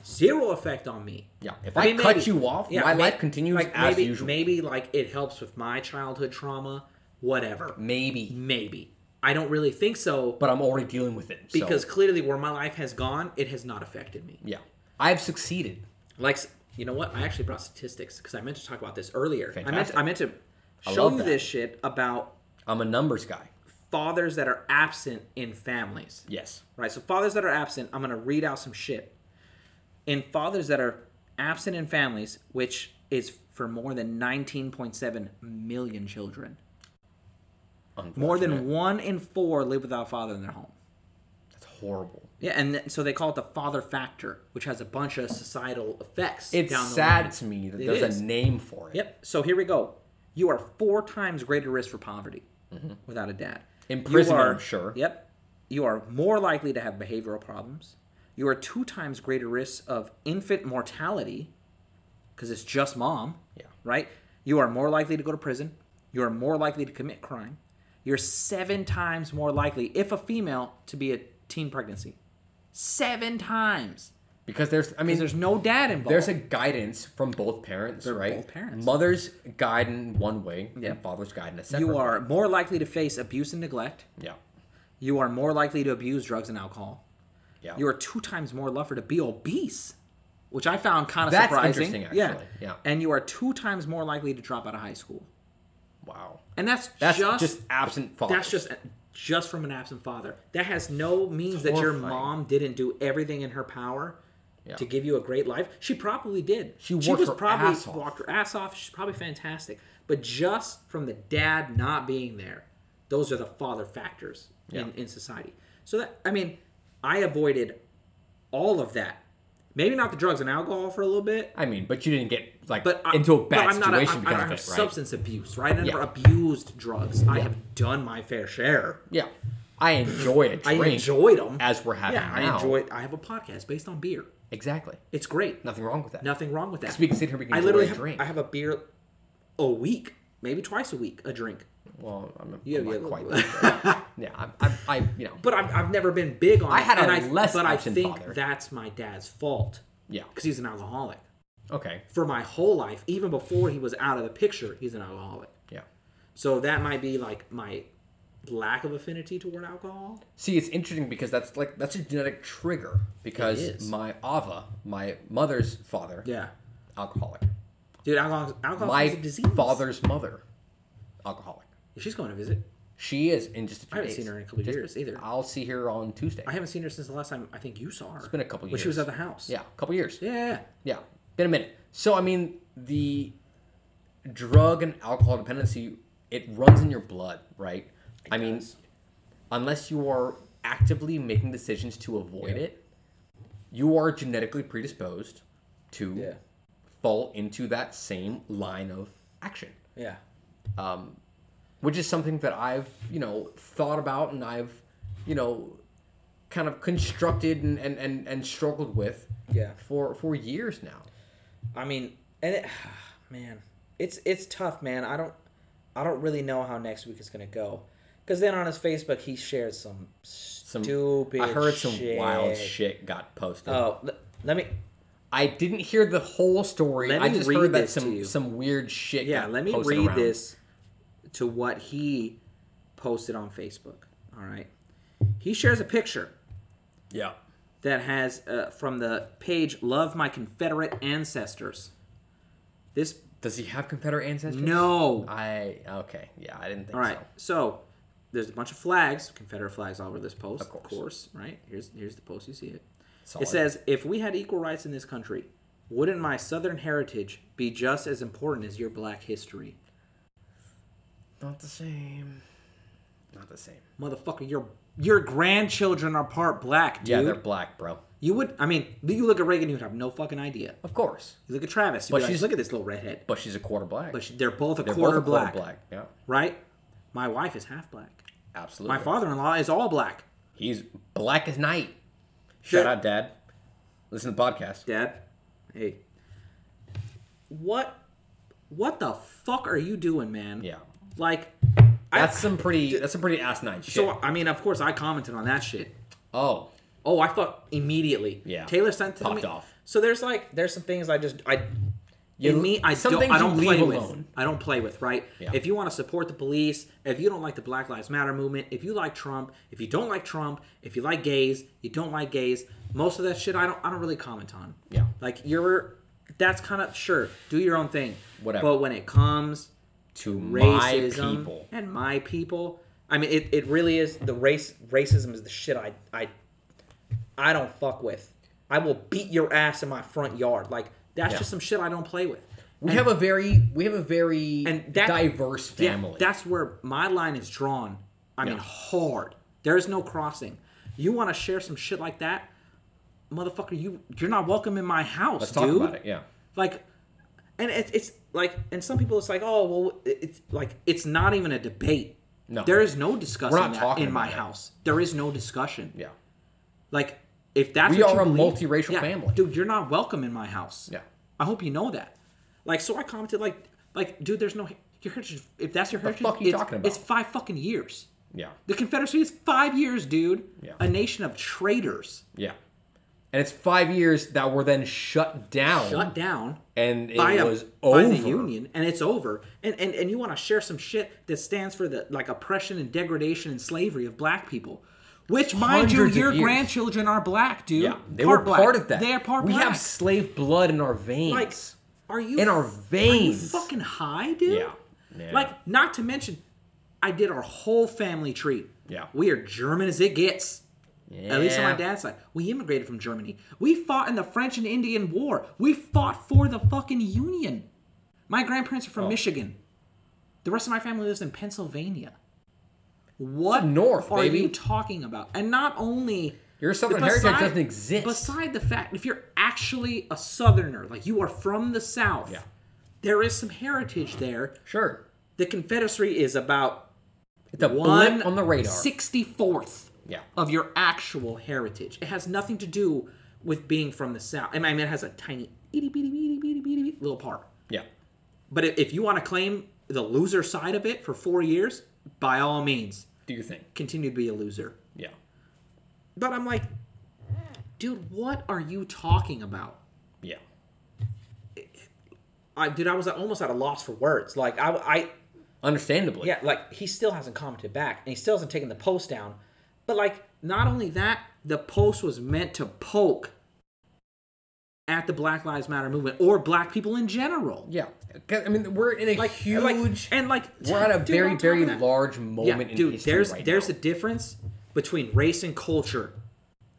Zero effect on me. Yeah. If I, cut you off, my may- life continues like, as maybe, usual. Maybe like it helps with my childhood trauma. Whatever. Maybe. Maybe. I don't really think so. But I'm already dealing with it. so- because clearly, where my life has gone, it has not affected me. Yeah. I've succeeded. like you know what i actually brought statistics because i meant to talk about this earlier Fantastic. i meant i meant I to show love you that. this shit about I'm a numbers guy. fathers that are absent in families Yes. right so fathers that are absent i'm going to read out some shit in fathers that are absent in families which is for more than 19.7 million children more Unfortunate. than one in four live without a father in their home That's horrible. Yeah, and th- so they call it the father factor, which has a bunch of societal effects. It's down the sad line. to me that It there's is. a name for it. Yep. So here we go. You are four times greater risk for poverty without a dad. You Mm-hmm. Imprisonment, are- I'm sure. Yep. You are more likely to have behavioral problems. You are two times greater risk of infant mortality because it's just mom. Yeah. Right? You are more likely to go to prison. You are more likely to commit crime. You're seven times more likely, if a female, to be a teen pregnancy. Seven times. Because there's, I mean, Because there's no dad involved. there's a guidance from both parents, right? both parents. Mothers guide in one way, and Yep. fathers guide in a separate. you way. are more likely to face abuse and neglect. Yeah. You are more likely to abuse drugs and alcohol. Yeah. You are two times more likely to be obese, which I found kind of That's surprising. interesting, actually. Yeah. And you are two times more likely to drop out of high school. wow. And that's, That's just, just, absent fathers. that's just just from an absent father. That has no means that your horrifying. mom didn't do everything in her power Yeah. to give you a great life. She probably did. She worked was her probably ass off. walked her ass off. She's probably fantastic. But just from the dad not being there, those are the father factors in, Yeah. in society. So that I mean, I avoided all of that. Maybe not the drugs and alcohol for a little bit, I mean, but you didn't get like but I, into a bad but I'm not a- situation I, I because don't of it, have right? substance abuse, right? I never Yeah. abused drugs. I have done my fair share. Yeah. I enjoy a drink. I enjoyed them. as we're having yeah, now. I enjoy. I have a podcast based on beer. exactly. It's great. Nothing wrong with that. Nothing wrong with that. we can sit here, we can I enjoy literally a have, drink. I have a beer a week, maybe twice a week, a drink. Well, I'm, Yeah, I'm Oh, yeah, not quite. well- there, but yeah, I, I, I, you know, But I've, I've never been big on. I it, had a and less but I absent think father. that's my dad's fault yeah. because he's an alcoholic Okay. for my whole life. Even before he was out of the picture, he's an alcoholic. Yeah. So that might be like my lack of affinity toward alcohol. See, it's interesting because that's like that's a genetic trigger because is. my Ava, my mother's father, Yeah, alcoholic. dude, alcohol, alcohol My Oh, is a disease. father's mother, alcoholic. She's going to visit. She is in just a few I haven't days. seen her in a couple of Just- years either. I'll see her on Tuesday. I haven't seen her since the last time I think you saw her. It's been a couple when she was years. at the house. yeah, a couple years. yeah. Yeah, been a minute. So I mean, the drug and alcohol dependency it runs in your blood, right? I mean, unless you are actively making decisions to avoid it, you are genetically predisposed to fall into that same line of action, Yeah. which is something that I've you know thought about and I've you know kind of constructed and and and, and struggled with Yeah. for for years now. I mean, and it, man, it's it's tough, man. I don't I don't really know how next week is gonna go, because then on his Facebook he shared some, some stupid. I heard some wild shit. shit got posted. Uh, Oh, l- let me. I didn't hear the whole story. Let I me just read heard that this to some you. some weird shit. Yeah, got let me posted read around. this to what he posted on Facebook. All right. He shares a picture Yeah, that has uh, from the page Love My Confederate Ancestors. This does he have Confederate ancestors? no. I okay. Yeah, I didn't think All right. so. So, there's a bunch of flags, Confederate flags all over this post. Of course. right? Here's here's the post you see it. Solid. It says, "If we had equal rights in this country, wouldn't my southern heritage be just as important as your black history?" not the same. Not the same. motherfucker, your your grandchildren are part black, dude. Yeah, they're black, bro. you would, I mean, you look at Reagan, you'd have no fucking idea. Of course, You look at Travis, you'd But be like, she's- look at this little redhead. but she's a quarter black. But she, they're both a They're quarter both a quarter black, black. Yeah, right? My wife is half black. absolutely. My father-in-law is all black. He's black as night. Shout They're- out, Dad. Listen to the podcast. Dad, hey, what, what the fuck are you doing, man? Yeah. like, That's I, some pretty. That's some pretty asinine shit. so. I mean, of course, I commented on that shit. oh, Oh, I fuck immediately. Yeah. Taylor sent it to Popped me. off. So there's like there's some things I just I You- in me I some don't things I don't you play leave with. alone. I don't play with, right? Yeah. If you want to support the police, if you don't like the Black Lives Matter movement, if you like Trump, if you don't like Trump, if you like gays, you don't like gays, most of that shit I don't I don't really comment on. Yeah. Like you're that's kind of sure, do your own thing. Whatever. But when it comes to my racism people. and my people, I mean it, It really is the race. Racism is the shit I I I don't fuck with. I will beat your ass in my front yard. Like that's Yeah. just some shit I don't play with. We have a very we have a very And that- diverse Yeah, family. that's where my line is drawn. I mean, Yeah. hard. There is no crossing. You want to share some shit like that, motherfucker? You you're not welcome in my house, Let's dude. talk about it. Yeah. Like, and it's it's like, and some people it's like, oh well, it- it's like it's not even a debate. No. There is no discussing We're not that talking in my about it. house. There is no discussion. Yeah. Like, if that's We what are you a believe- multiracial yeah, family. dude. You're not welcome in my house. Yeah. I hope you know that. Like, so I commented, like, like, dude, there's no your heritage. If that's your heritage, fuck you it's, talking about? it's five fucking years. Yeah. The Confederacy is five years, dude. Yeah. A nation of traitors Yeah. And it's five years that were then shut down. shut down And it by, a, was by over. the Union, and it's over. And and, and you want to share some shit that stands for the like oppression and degradation and slavery of black people. Which, mind you, Hundreds of your years. grandchildren are black, dude. Yeah. They Part were black. part of that. They are part we black. have slave blood in our veins. Like, are you in our veins. Are you fucking high, dude? Yeah. Yeah. Like, not to mention, I did our whole family tree. Yeah. We are German as it gets. At least on my Yeah. dad's side. We immigrated from Germany. We fought in the French and Indian War. We fought for the fucking Union. My grandparents are Oh. from Michigan. The rest of my family lives in Pennsylvania. What the North, are baby. you talking about? And not only Your Southern Beside- heritage doesn't exist. Beside the fact, if you're actually a Southerner, like you are from the South, Yeah. there is some heritage there. sure. The Confederacy is about It's a one blip on the radar. 64th Yeah. of your actual heritage. It has nothing to do with being from the South. I mean, it has a tiny itty bitty bitty bitty bitty bitty little part. Yeah. But if- if you want to claim the loser side of it for four years, by all means, Do you think? continue to be a loser. Yeah. But I'm like, dude, what are you talking about? Yeah. I dude, I was almost at a loss for words. Like I, I Understandably. yeah, like he still hasn't commented back, and he still hasn't taken the post down. But like, not only that, the post was meant to poke at the Black Lives Matter movement or Black people in general. Yeah. 'Cause, I mean, we're in a Like huge. like, and like, we're at a dude, very, on top very of that- large moment in dude, history there's right there's now. a difference between race and culture,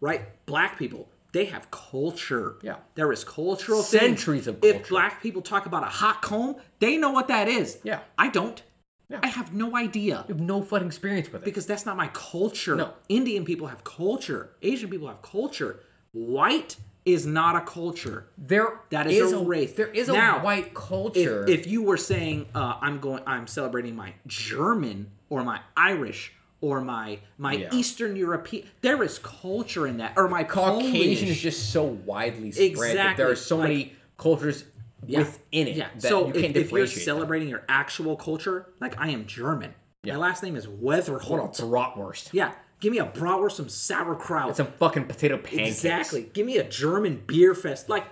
right? Black people, they have culture. Yeah. there is cultural things. Centuries of If culture. black people talk about a hot comb, they know what that is. Yeah. I don't. Yeah. I have no idea You have no fun experience with it. because that's not my culture. No. Indian people have culture. Asian people have culture. White is not a culture. there That is a race. There is a Now, white culture. If, if you were saying uh, I'm going, I'm celebrating my German or my Irish or my my Yeah. Eastern European. There is culture in that, or my Caucasian is Polish. just so widely spread that Exactly. there are so many cultures within it Yeah. that So if, you can't if you're differentiate. them. celebrating your actual culture, like I am German. Yeah. My last name is What Weatherholt. a bratwurst. Yeah. Give me a bratwurst, some sauerkraut. Some fucking potato pancakes. Exactly. Give me a German beer fest. Like,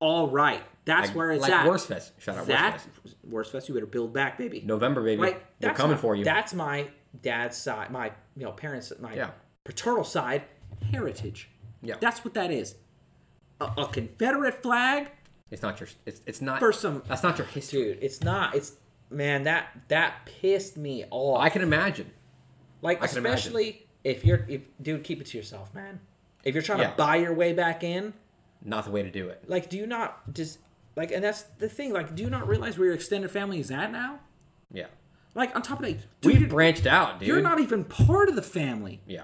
all right, that's Like, where it's like at. Worst Fest. Shout out that Worst Fest. worst fest. You better build back, baby. November, baby. right. We're That's coming my- for you. That's my dad's side. My you know parents. My Yeah. paternal side heritage. Yeah. That's what that is. A, a Confederate flag, It's not your. It's, it's not. For some- that's not your history. dude. It's not. It's man. That that pissed me off. I can imagine. Like I can imagine. especially if you're, if, dude, keep it to yourself, man. If you're trying Yeah. to buy your way back in, Not the way to do it. like do you not just like and that's the thing like do you not realize where your extended family is at now Yeah. like on top of that dude, We've you're, branched out, dude. you're not even part of the family Yeah.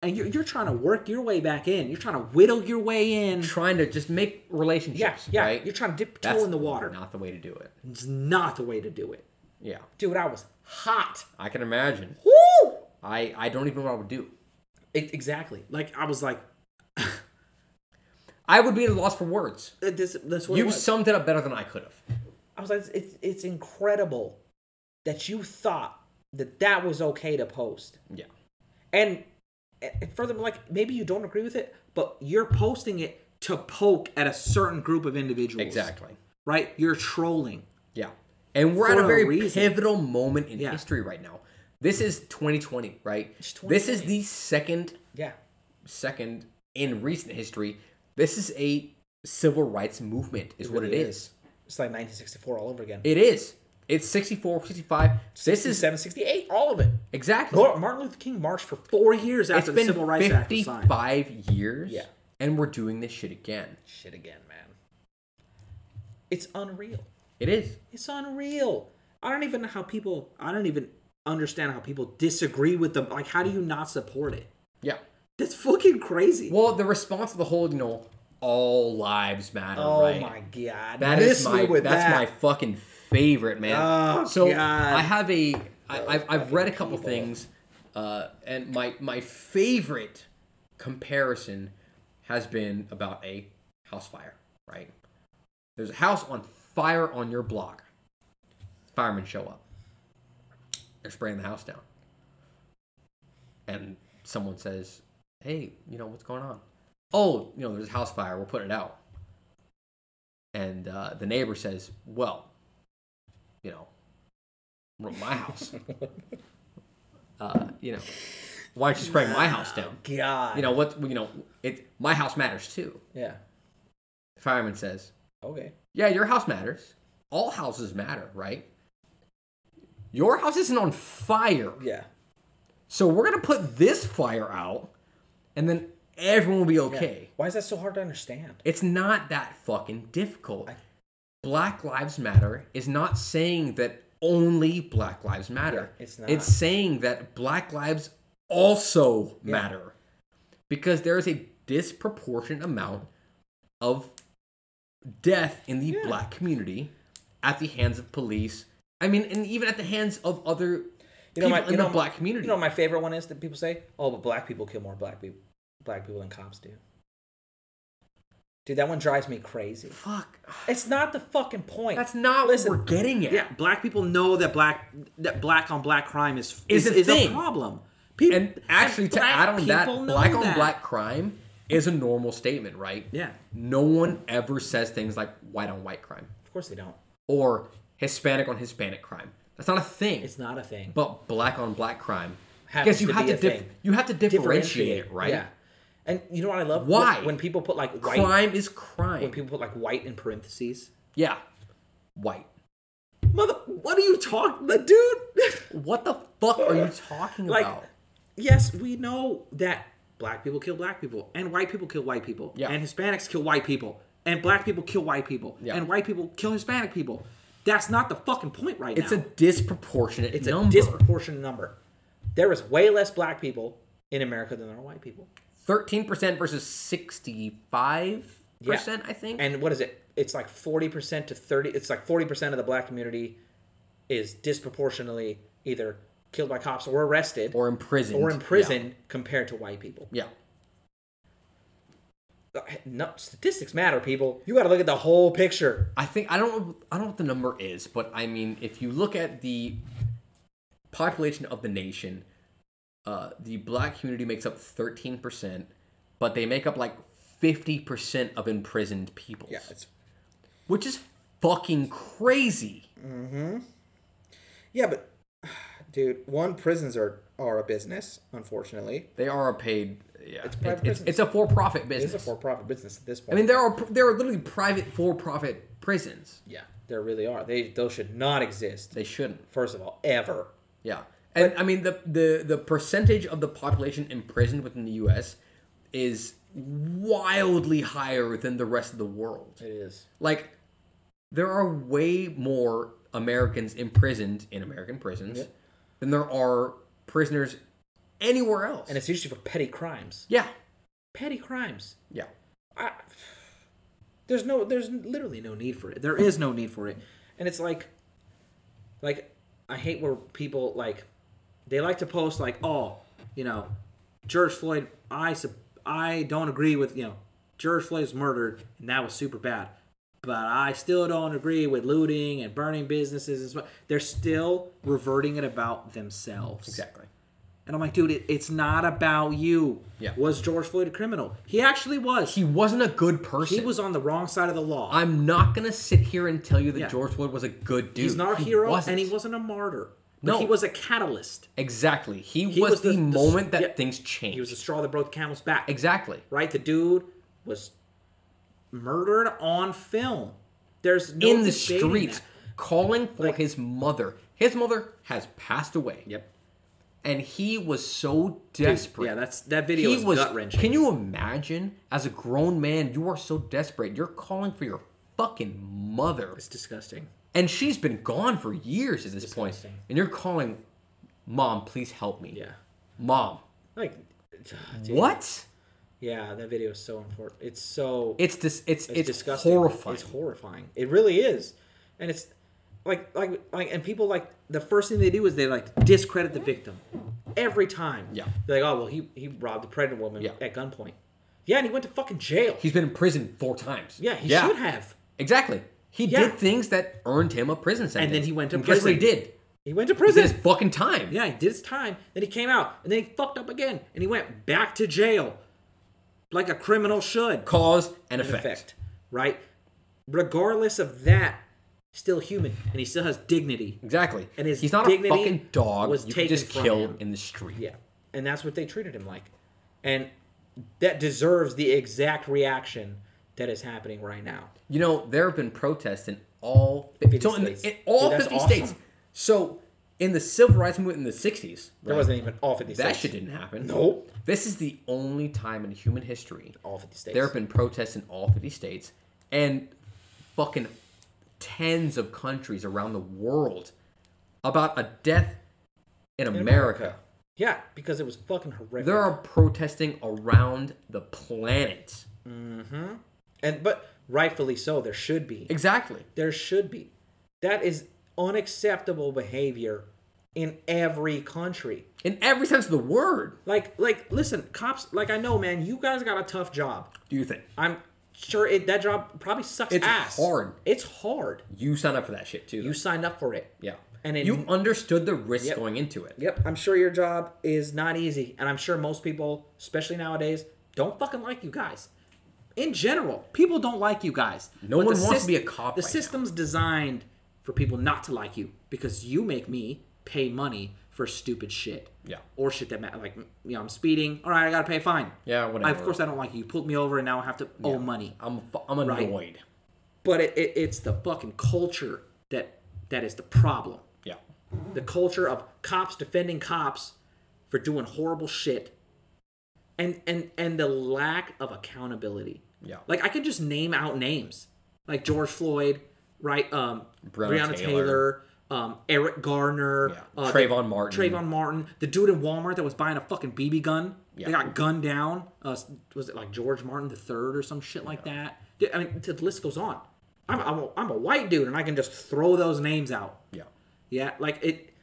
and you're, you're trying to work your way back in you're trying to whittle your way in Trying to just make yeah relationships. yeah Right? you're trying to dip toe That's in the water Not the way to do it. it's not the way to do it Yeah. dude i was hot I can imagine. Woo! I I don't even know what I would do. It, E, exactly like i was like I would be at a loss for words. uh, this that's what it You've was. summed it up better than I could have. i was like it's, it's incredible that you thought that that was okay to post Yeah. and, and furthermore, like maybe you don't agree with it, but you're posting it to poke at a certain group of individuals. Exactly. Right? You're trolling. Yeah. And we're at For a a very reason. pivotal moment in Yeah. history right now. This is 2020, right? It's This is the second Yeah. second in recent history. This is a civil rights movement is what it really is. It's like 1964 all over again. It is. It's 64, 65. This is 768, all of it. exactly. Lord- Martin Luther King marched for four years It's after the been Civil Rights Act was signed. 55 years. Yeah. And we're doing this shit again. Shit again, man. It's unreal. It is. It's unreal. I don't even know how people. I don't even understand how people disagree with them. Like, how do you not support it? Yeah. That's fucking crazy. Well, the response of the whole, you know, all lives matter, Oh right? my god. That Miss is me my with that's that. my fucking favorite man. Oh, so God. I have a I, I've, I've read a couple things, uh, and my my favorite comparison has been about a house fire. Right? There's a house on fire on your block. Firemen show up. They're spraying the house down, and someone says, "Hey, you know what's going on? Oh, you know there's a house fire. We're putting it out." and uh, the neighbor says, "Well, you know, we're at my house. uh, you know, why don't you spray my house down? God. You know what? You know, it. My house matters too." Yeah. The fireman says, Okay. "Yeah, your house matters. All houses matter, right? Your house isn't on fire, Yeah. so we're gonna put this fire out, and then everyone will be okay." Why is that so hard to understand? It's not that fucking difficult. Black Lives Matter is not saying that only Black Lives Matter. Yeah, it's not. It's saying that Black lives also matter because there is a disproportionate amount of death in the black community at the hands of police. I mean, and even at the hands of other You people know, my, in you the know, black community. You know, what my favorite one is that people say, "Oh, but black people kill more black people, black people than cops do." Dude, that one drives me crazy. Fuck. It's not the fucking point. That's not Listen, what we're getting at. yeah. Black people know that black that black on black crime is Is is, a is a, thing. problem. People and actually to add on that black on black crime is a normal statement right Yeah, no one ever says things like white on white crime of course they don't. or hispanic on hispanic crime that's not a thing It's not a thing. but black on black crime I Happens guess you to have be to a dif- thing. you have to differentiate it right Yeah. And you know what I love? Why? When, when people put like white crime is crime when people put like white in parentheses. yeah white Mother, what are you talking, dude? what the fuck are you talking Like- about yes, we know that black people kill black people, and white people kill white people, Yeah. and Hispanics kill white people, and black people kill white people, Yeah. and white people kill Hispanic people. That's not the fucking point right it's now. a disproportionate it's number a disproportionate number. There is way less black people in America than there are white people. 13% versus 65% i think And what is it? It's like forty percent to thirty. It's like forty percent of the black community is disproportionately either killed by cops or arrested or imprisoned or in Yeah. prison compared to white people. Uh, yeah. no statistics matter people you got to look at the whole picture I think I don't I don't know what the number is, but I mean if you look at the population of the nation, uh, the black community makes up thirteen percent, but they make up like fifty percent of imprisoned peoples. which is fucking crazy. Yeah, but dude, one prisons are are a business, unfortunately. They are a paid yeah. It's private it's, business. it's a for profit It's business. a for-profit business at this I point. mean there are pr- there are literally private for profit prisons. yeah. there really are they those should not exist They shouldn't. first of all ever Yeah, and I mean the the the percentage of the population imprisoned within the U.S. is wildly higher than the rest of the world. it is Like, there are way more Americans imprisoned in American prisons than there are prisoners anywhere else. and it's usually for petty crimes yeah, petty crimes yeah, I, there's no there's literally no need for it there is no need for it and it's like like i hate where people like they like to post like oh you know george floyd i sub- i don't agree with you know george floyd was murdered and that was super bad but i still don't agree with looting and burning businesses and stuff. they're still reverting it about themselves exactly. and i'm like dude it, it's not about you Yeah. was george floyd a criminal he actually was He wasn't a good person. he was on the wrong side of the law. I'm not gonna sit here and tell you that Yeah. George Floyd was a good dude. He's not a He hero, wasn't. and he wasn't a martyr. But No. he was a catalyst. exactly. He, He was, was the, the- the- moment that yeah. things changed. He was the straw that broke the camel's back. exactly. Right? The dude was murdered on film. There's no in the debating streets that. calling for Like- his mother. His mother has passed away. Yep. And he was so desperate. yeah, that's- that video is gut-wrenching. Can you imagine as a grown man you are so desperate. You're calling for your fucking mother. It's disgusting. And she's been gone for years at this point. Disgusting. And you're calling mom, please help me. Yeah. Mom, Like ah, Dude. What? Yeah, that video is so important. It's so It's dis- it's it's, it's, disgusting. horrifying. It's horrifying. It really is, and it's like like like and people like the first thing they do is they like discredit the victim every time. Yeah. They're like, oh well, he he robbed a pregnant woman Yeah. at gunpoint. Yeah, and he went to fucking jail. He's been in prison four times. yeah, he should have. Exactly. He Yeah. did things that earned him a prison sentence. then he went to Guess what he prison. did? He went to He did prison. his fucking time. Yeah, he did his time. Then he came out, and then he fucked up again, and he went back to jail, like a criminal should. Cause and effect. effect, right? Regardless of that, still human, and he still has dignity. Exactly. And his he's not a dignity fucking dog. was you can taken just from kill him. in the street. Yeah, and that's what they treated him like, and that deserves the exact reaction that is happening right now. You know, there have been protests in all 50 so in, states. in all Dude, that's 50 awesome. states. So in the civil rights movement in the 60s, There wasn't even all fifty that states. shit didn't happen. Nope. This is the only time in human history all fifty states. there have been protests in all 50 states and fucking tens of countries around the world about a death in America. yeah, because it was fucking horrific. There are protesting around the planet. and but rightfully so. There should be. Exactly. There should be. That is unacceptable behavior in every country. In every sense of the word, Like, like, listen, cops. Like, I know, man. You guys got a tough job. do you think? I'm sure it, that job probably sucks It's ass. hard. It's hard. You signed up for that shit too. though. You signed up for it. yeah. and it- you understood the risk Yep. going into it. Yep. I'm sure your job is not easy, and I'm sure most people, especially nowadays, don't fucking like you guys. In general, people don't like you guys. No But one the wants to syst- be a cop The right now. system's designed for people not to like you because you make me pay money for stupid shit. Yeah. Or shit that matter. Like, you know, I'm speeding. All right, I gotta pay a fine. Yeah, I, whatever. of course, I don't like you. You pulled me over, and now I have to owe money. I'm fu- I'm annoyed. But it, it, it's the fucking culture that that is the problem Yeah. the culture of cops defending cops for doing horrible shit and and and the lack of accountability Yeah. like i could just name out names like george floyd right um Breonna breonna, Taylor. taylor, um eric garner Yeah. uh, Trayvon the- Martin. trayvon martin the dude in walmart that was buying a fucking bb gun Yeah. they got gunned down uh was it like george martin the third or some shit like that Dude, i mean the list goes on I'm, I'm, a, I'm a white dude and i can just throw those names out Yeah. yeah like it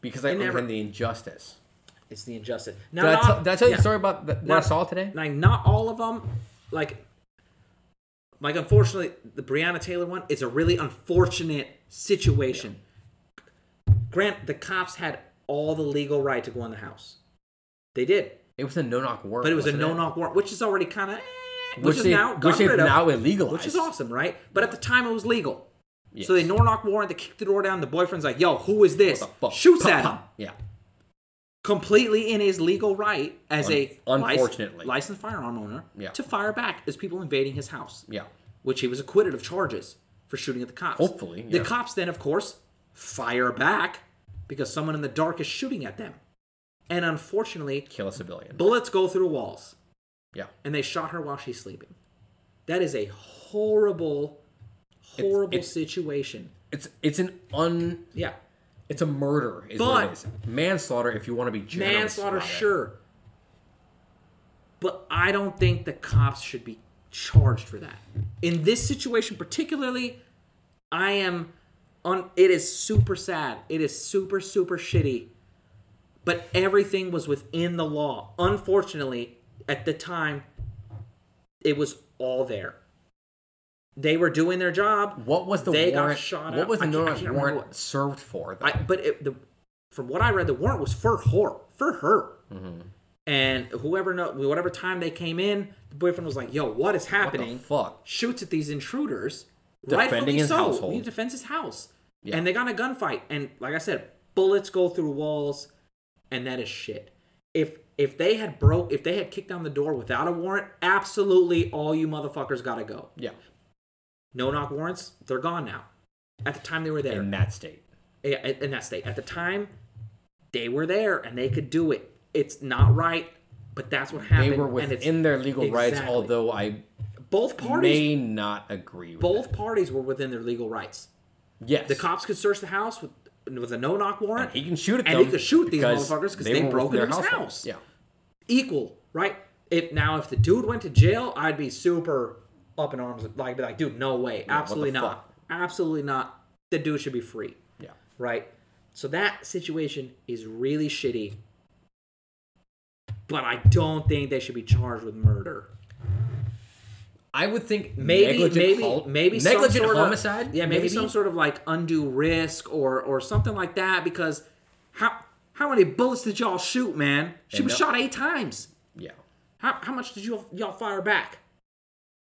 Because I They never- never the injustice. It's the injustice. Now, Did I, not, tell, did I tell you yeah, the story about that, that I Not- saw today? Like not all of them. Like, like unfortunately, the Breonna Taylor one is a really unfortunate situation. Grant, the cops had all the legal right to go in the house. They did, It was a no knock warrant. but it was a wasn't no-knock warrant, which is already kind of, eh, which, Which is they- now which gotten they've rid of, now illegalized. which is awesome, right? But at the time, it was legal. Yes. So they no-knock warrant. They kicked the door down. The boyfriend's like, "Yo, who is this?" What the fuck? Shoots Pop, at him. pop. Yeah. completely in his legal right as a Un- lic- unfortunately. licensed firearm owner Yeah. to fire back as people invading his house, Yeah. which he was acquitted of charges for shooting at the cops. Hopefully, yeah. the cops then, of course, fire back because someone in the dark is shooting at them, and unfortunately, Kill a civilian. bullets go through walls, Yeah. and they shot her while she's sleeping. That is a horrible, horrible it's- situation. It's it's an un Yeah, it's a murder. Is what But- it is. manslaughter. If you want to be generous manslaughter, about it. sure. But I don't think the cops should be charged for that. In this situation, particularly, I am on. It is super sad. It is super super shitty. But everything was within the law. Unfortunately, at the time, it was all there. They were doing their job. What was the They got warrant? shot what out. was the I can't- I no can't knock remember warrant what- served for? though? I, but it, the, from what I read, the warrant was for her, for her, Mm-hmm. and whoever know, whatever time they came in, the boyfriend was like, "Yo, what is what the happening?" fuck? Shoots at these intruders, Defending rightfully his so. household. He defends his house, Yeah. and they got in a gunfight. And like I said, bullets go through walls, and that is shit. If if they had broke, if they had kicked down the door without a warrant, absolutely, all you motherfuckers gotta go. Yeah. No knock warrants, they're gone now. At the time they were there, In that state. yeah, in in that state at the time they were there and they could do it it's not right but that's what happened They were and it's- within their legal rights, Exactly. although I both parties may not agree with both it. parties were within their legal rights Yes. the cops could search the house with with a no knock warrant And he can shoot at and them. he could shoot these because motherfuckers because they they, were broke within into their his household. house Yeah. equal, right? If now if the dude went to jail, I'd be super up in arms, like be like, dude, no way, absolutely the not, fuck? absolutely not. The dude should be free, Yeah. right? So that situation is really shitty. But I don't think they should be charged with murder. I would think Maybe, negligent maybe, hol- maybe some negligent sort of- homicide. yeah, maybe, some sort of like undue risk or or something like that. Because how how many bullets did y'all shoot, man? She And was no- shot eight times. Yeah, How, how much did you y'all fire back?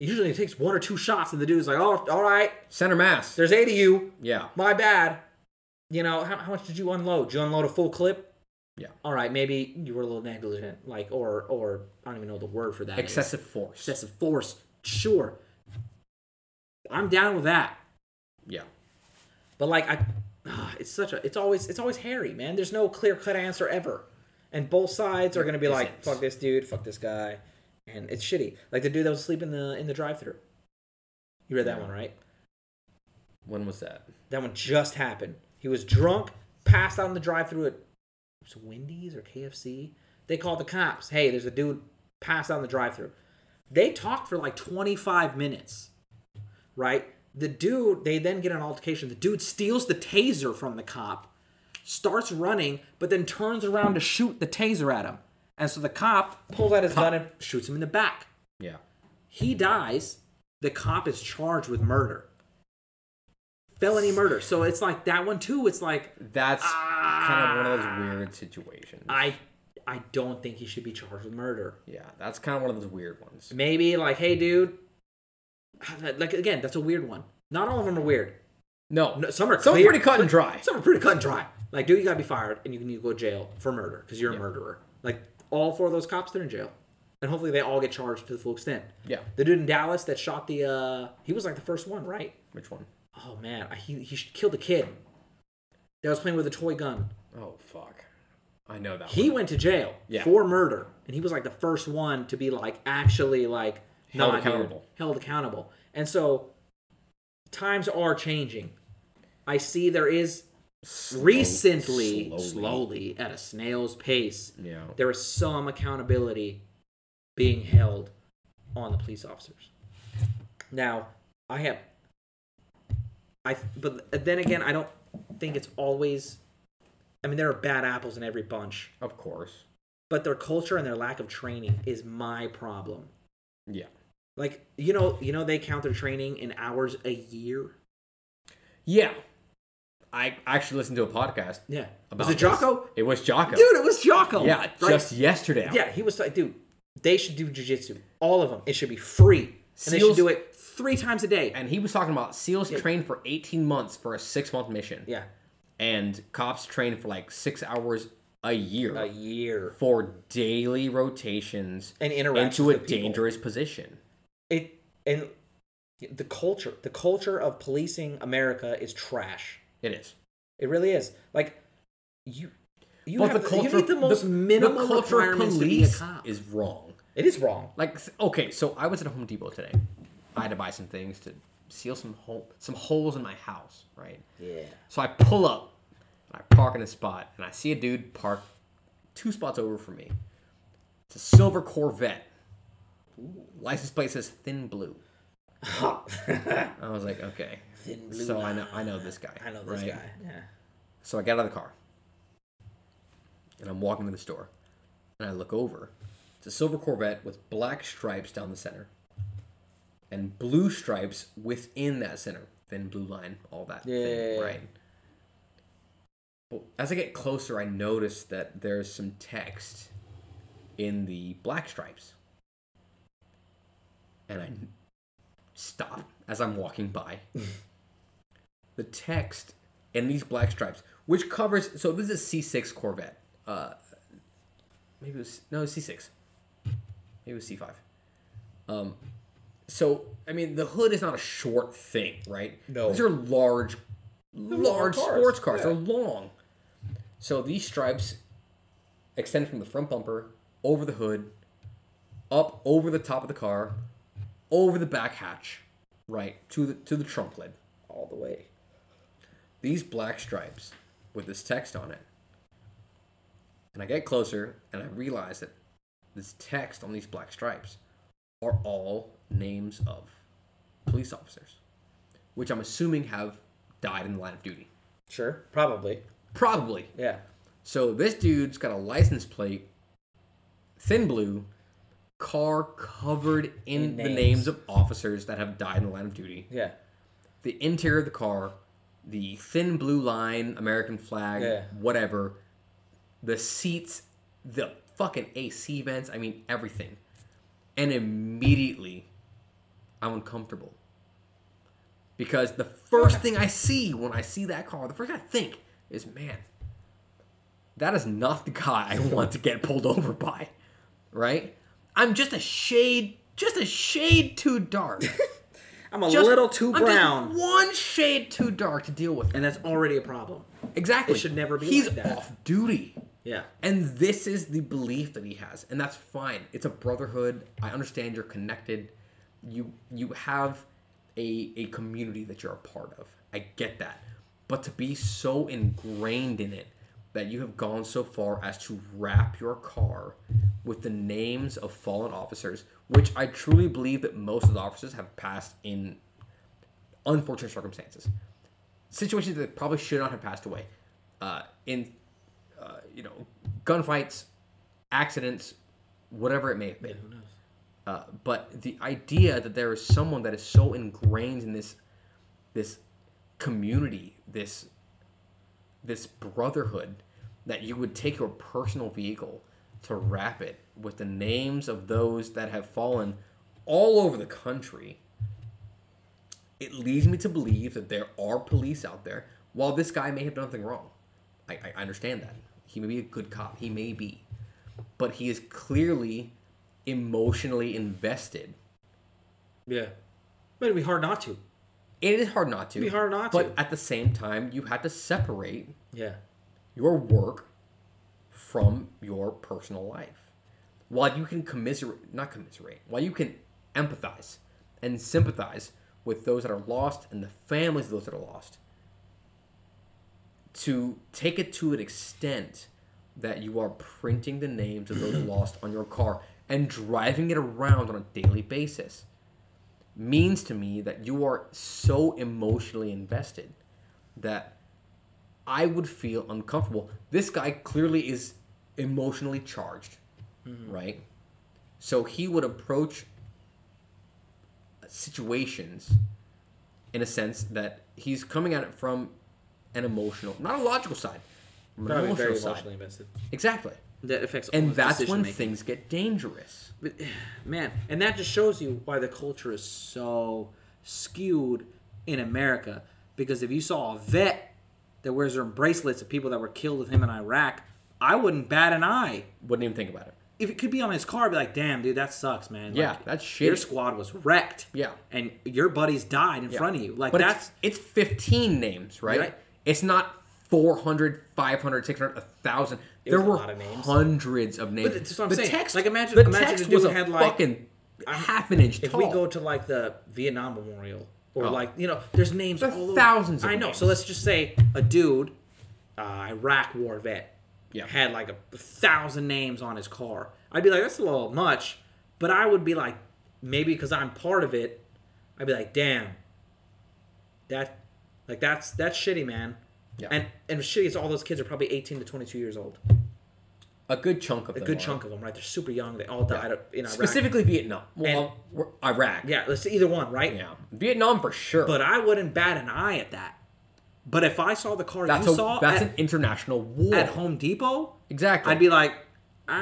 Usually it takes one or two shots, and the dude's like, "Oh, all right, center mass. there's eight of you. yeah, My bad." You know, how, how much did you unload? Did you unload a full clip? Yeah. All right, maybe you were a little negligent, like, or or I don't even know the word for that. is. excessive force. Excessive force. Sure. I'm down with that. Yeah, But like I, ah, it's such a, it's always, it's always hairy, man. There's no clear cut answer ever, and both sides are gonna be like, isn't. fuck this dude, fuck this guy, and it's shitty. Like the dude that was asleep in the in the drive thru. You read that one, right? when was that? That one just happened. He was drunk, passed out in the drive thru at it was Wendy's or KFC. They called the cops. Hey, there's a dude passed out in the drive thru. They talked for like 25 minutes, right? The dude, they then get an altercation. The dude steals the taser from the cop, starts running, but then turns around to shoot the taser at him. And so the cop pulls out his gun and shoots him in the back. Yeah, He dies. The cop is charged with murder. Felony murder. So it's like that one too. It's like that's kind of one of Ah. those weird situations. I I don't think he should be charged with murder. yeah, that's kind of one of those weird ones. Maybe like, hey dude, like again, that's a weird one. Not all of them are weird. No, No, some are some clear- pretty cut and dry. Some are pretty cut and dry. Like, dude, you gotta be fired and you can you go to jail for murder because you're a murderer. Like all four of those cops, they're in jail, and hopefully they all get charged to the full extent. Yeah. The dude in Dallas that shot the uh, he was like the first one, right? Which one? Oh man, I- he he sh- killed a kid that was playing with a toy gun. Oh fuck, I know that. He one. went to jail Yeah. for murder, and he was like the first one to be like actually like Held not accountable. held accountable. And so times are changing. I see there is Slow- recently slowly. slowly. at a snail's pace Yeah, there is some accountability being held on the police officers now i have i but then again i don't think it's always i mean there are bad apples in every bunch of course. but their culture and their lack of training is my problem Yeah, like you know you know they count their training in hours a year yeah. I actually listened to a podcast yeah was about it this. jocko It was Jocko. dude it was jocko yeah, Like, just yesterday. Yeah, he was like, dude, they should do jujitsu. All of them. It should be free. And they should Seals- do it three times a day. and he was talking about SEALs train for 18 months for a six month mission, yeah. and cops train for like six hours a year A year. for daily rotations And interactions into a with people. dangerous position. It and the culture, the culture of policing America is trash. It is, It really is. Like you you but have the the- you culture, need the most minimal the culture of requirements police to be a cop. is wrong. it is wrong. Like, th- okay, so I was at Home Depot today. I had to buy some things to seal some hole, some holes in my house, right? Yeah. So I pull up, and I park in a spot, and I see a dude park two spots over from me. It's a silver Corvette. License plate says thin blue. I was like, okay. Thin blue. So I know, I know this guy. I know this right? guy. Yeah. So I get out of the car, and I'm walking to the store, and I look over. It's a silver Corvette with black stripes down the center, and blue stripes within that center, thin blue line, all that. Yeah. Thing, right. Well, as I get closer, I notice that there's some text in the black stripes, and I stop as I'm walking by the text and these black stripes, which covers. So this is C6 Corvette. Uh, maybe it was no it was C6. Maybe it was C5. Um, so I mean, the hood is not a short thing, right? No. these are large, large cars, sports cars. yeah. They're long. So these stripes extend from the front bumper over the hood, up over the top of the car, over the back hatch, right to the to the trunk lid All the way. these black stripes with this text on it. And I get closer and I realize that this text on these black stripes are all names of police officers, which I'm assuming have died in the line of duty. Sure, probably. Probably. Yeah. So this dude's got a license plate, thin blue, car covered in, In the names. names of officers that have died in the line of duty. Yeah. The interior of the car, the thin blue line, American flag, Yeah. whatever. The seats, the fucking AC vents, I mean everything. And immediately I'm uncomfortable. Because the first thing I see when I see that car, the first thing I think is, man, that is not the guy I want to get pulled over by, right? I'm just a shade, just a shade too dark. I'm a Just- little too I'm just brown. one shade too dark to deal with. and that's already a problem. Exactly. It should never be He's like that. off duty. Yeah. And this is the belief that he has, and that's fine. It's a brotherhood. I understand you're connected. You you have a a community that you're a part of. I get that. But to be so ingrained in it that you have gone so far as to wrap your car with the names of fallen officers, which I truly believe that most of the officers have passed in unfortunate circumstances, situations that probably should not have passed away, uh, in uh, you know gunfights, accidents, whatever it may have been. Uh, but the idea that there is someone that is so ingrained in this this community, this this brotherhood, that you would take your personal vehicle to wrap it with the names of those that have fallen all over the country it leads me to believe that there are police out there. While this guy may have done nothing wrong, I, I understand that he may be a good cop, he may be, but he is clearly emotionally invested. Yeah. But it'd be hard not to. It is hard not to. It'd be hard not But to. at the same time, you have to separate Yeah. your work from your personal life. While you can commiserate, not commiserate, while you can empathize and sympathize with those that are lost and the families of those that are lost, to take it to an extent that you are printing the names of those lost on your car and driving it around on a daily basis means to me that you are so emotionally invested that I would feel uncomfortable. This guy clearly is emotionally charged, Mm-hmm. right? So he would approach situations in a sense that he's coming at it from an emotional, not a logical side, from an Probably emotional very side. emotionally invested. Exactly. That affects all And his that's when decision-making. things get dangerous. But, man, and that just shows you why the culture is so skewed in America. Because if you saw a vet that wears their bracelets of people that were killed with him in Iraq, I wouldn't bat an eye. Wouldn't even think about it. If it could be on his car, I'd be like, damn, dude, that sucks, man. Yeah, Like, that's shitty. Your squad was wrecked. Yeah. And your buddies died in Yeah. front of you. Like, but that's. it's, it's 15 names right? Right. it's not 400 500 600 1000 there was a were lot of names. hundreds of names that's what I'm the saying. text Like, imagine- the imagine text if the was dude a had, like, fucking half an inch if tall we go to like the Vietnam Memorial or Oh. like you know, there's names There are all over. thousands of I know. names. So let's just say a dude, uh, Iraq war vet, Yeah. had like a thousand names on his car. I'd be like, that's a little much, but I would be like, maybe because I'm part of it, I'd be like, damn, that, like that's that's shitty, man. Yeah. And and shitty is all those kids are probably 18 to 22 years old. a good chunk of A them good are. chunk of them, right? They're super young. They all died in Iraq. specifically vietnam well we're- iraq Yeah, let's say either one, right? yeah vietnam for sure but I wouldn't bat an eye at that. But if I saw the car that's, you a, saw that's at, an international war at Home Depot, exactly I'd be like,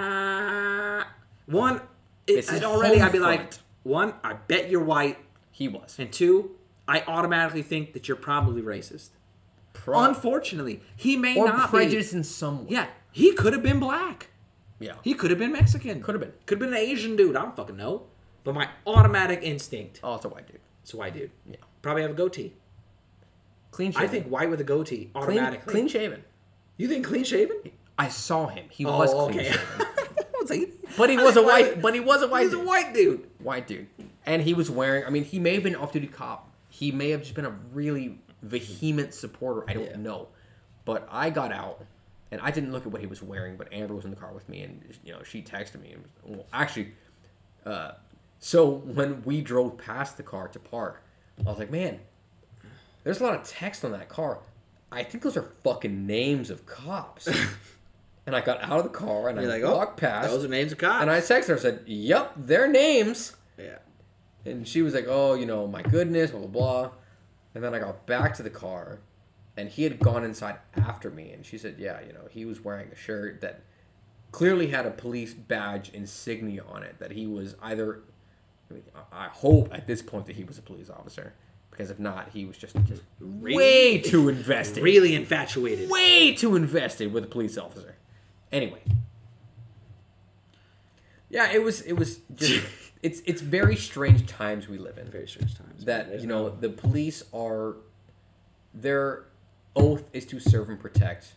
ah, one. It, This is I'd already, home I'd be like, front. one, I bet you're white, he was and two, I automatically think that you're probably racist. Pro- Unfortunately, he may or not prejudiced be. in some way Yeah, he could have been black. yeah He could have been Mexican. Could have been. Could have been an Asian dude. I don't fucking know. But my automatic instinct, oh it's a white dude it's a white dude. Yeah. Probably have a goatee. clean shaven I think white with a goatee clean, automatically. clean shaven You think clean shaven? i saw him he Oh, was clean shaven But he I was a think white. But he was a white. He's a dude. white dude. white dude, and he was wearing. I mean, he may have been off-duty cop. He may have just been a really vehement supporter. I don't know, but I got out and I didn't look at what he was wearing, but Amber was in the car with me, and you know she texted me, and well, actually, uh, so when we drove past the car to park, I was like, man, there's a lot of text on that car. I think those are fucking names of cops. and I got out of the car and You're I like, oh, walked past. those are names of cops. and I texted her. I said, "Yep, their names." yeah. And she was like, "Oh, you know, my goodness, blah blah blah." And then I got back to the car, and he had gone inside after me. And she said, "Yeah, you know, he was wearing a shirt that clearly had a police badge insignia on it. That he was either, I mean, I- I hope at this point that he was a police officer, because if not, he was just just way too invested, Really infatuated. way too invested with a police officer." Anyway, yeah, it was it was just it's it's very strange times we live in Very strange times. that you know the police are their oath is to serve and protect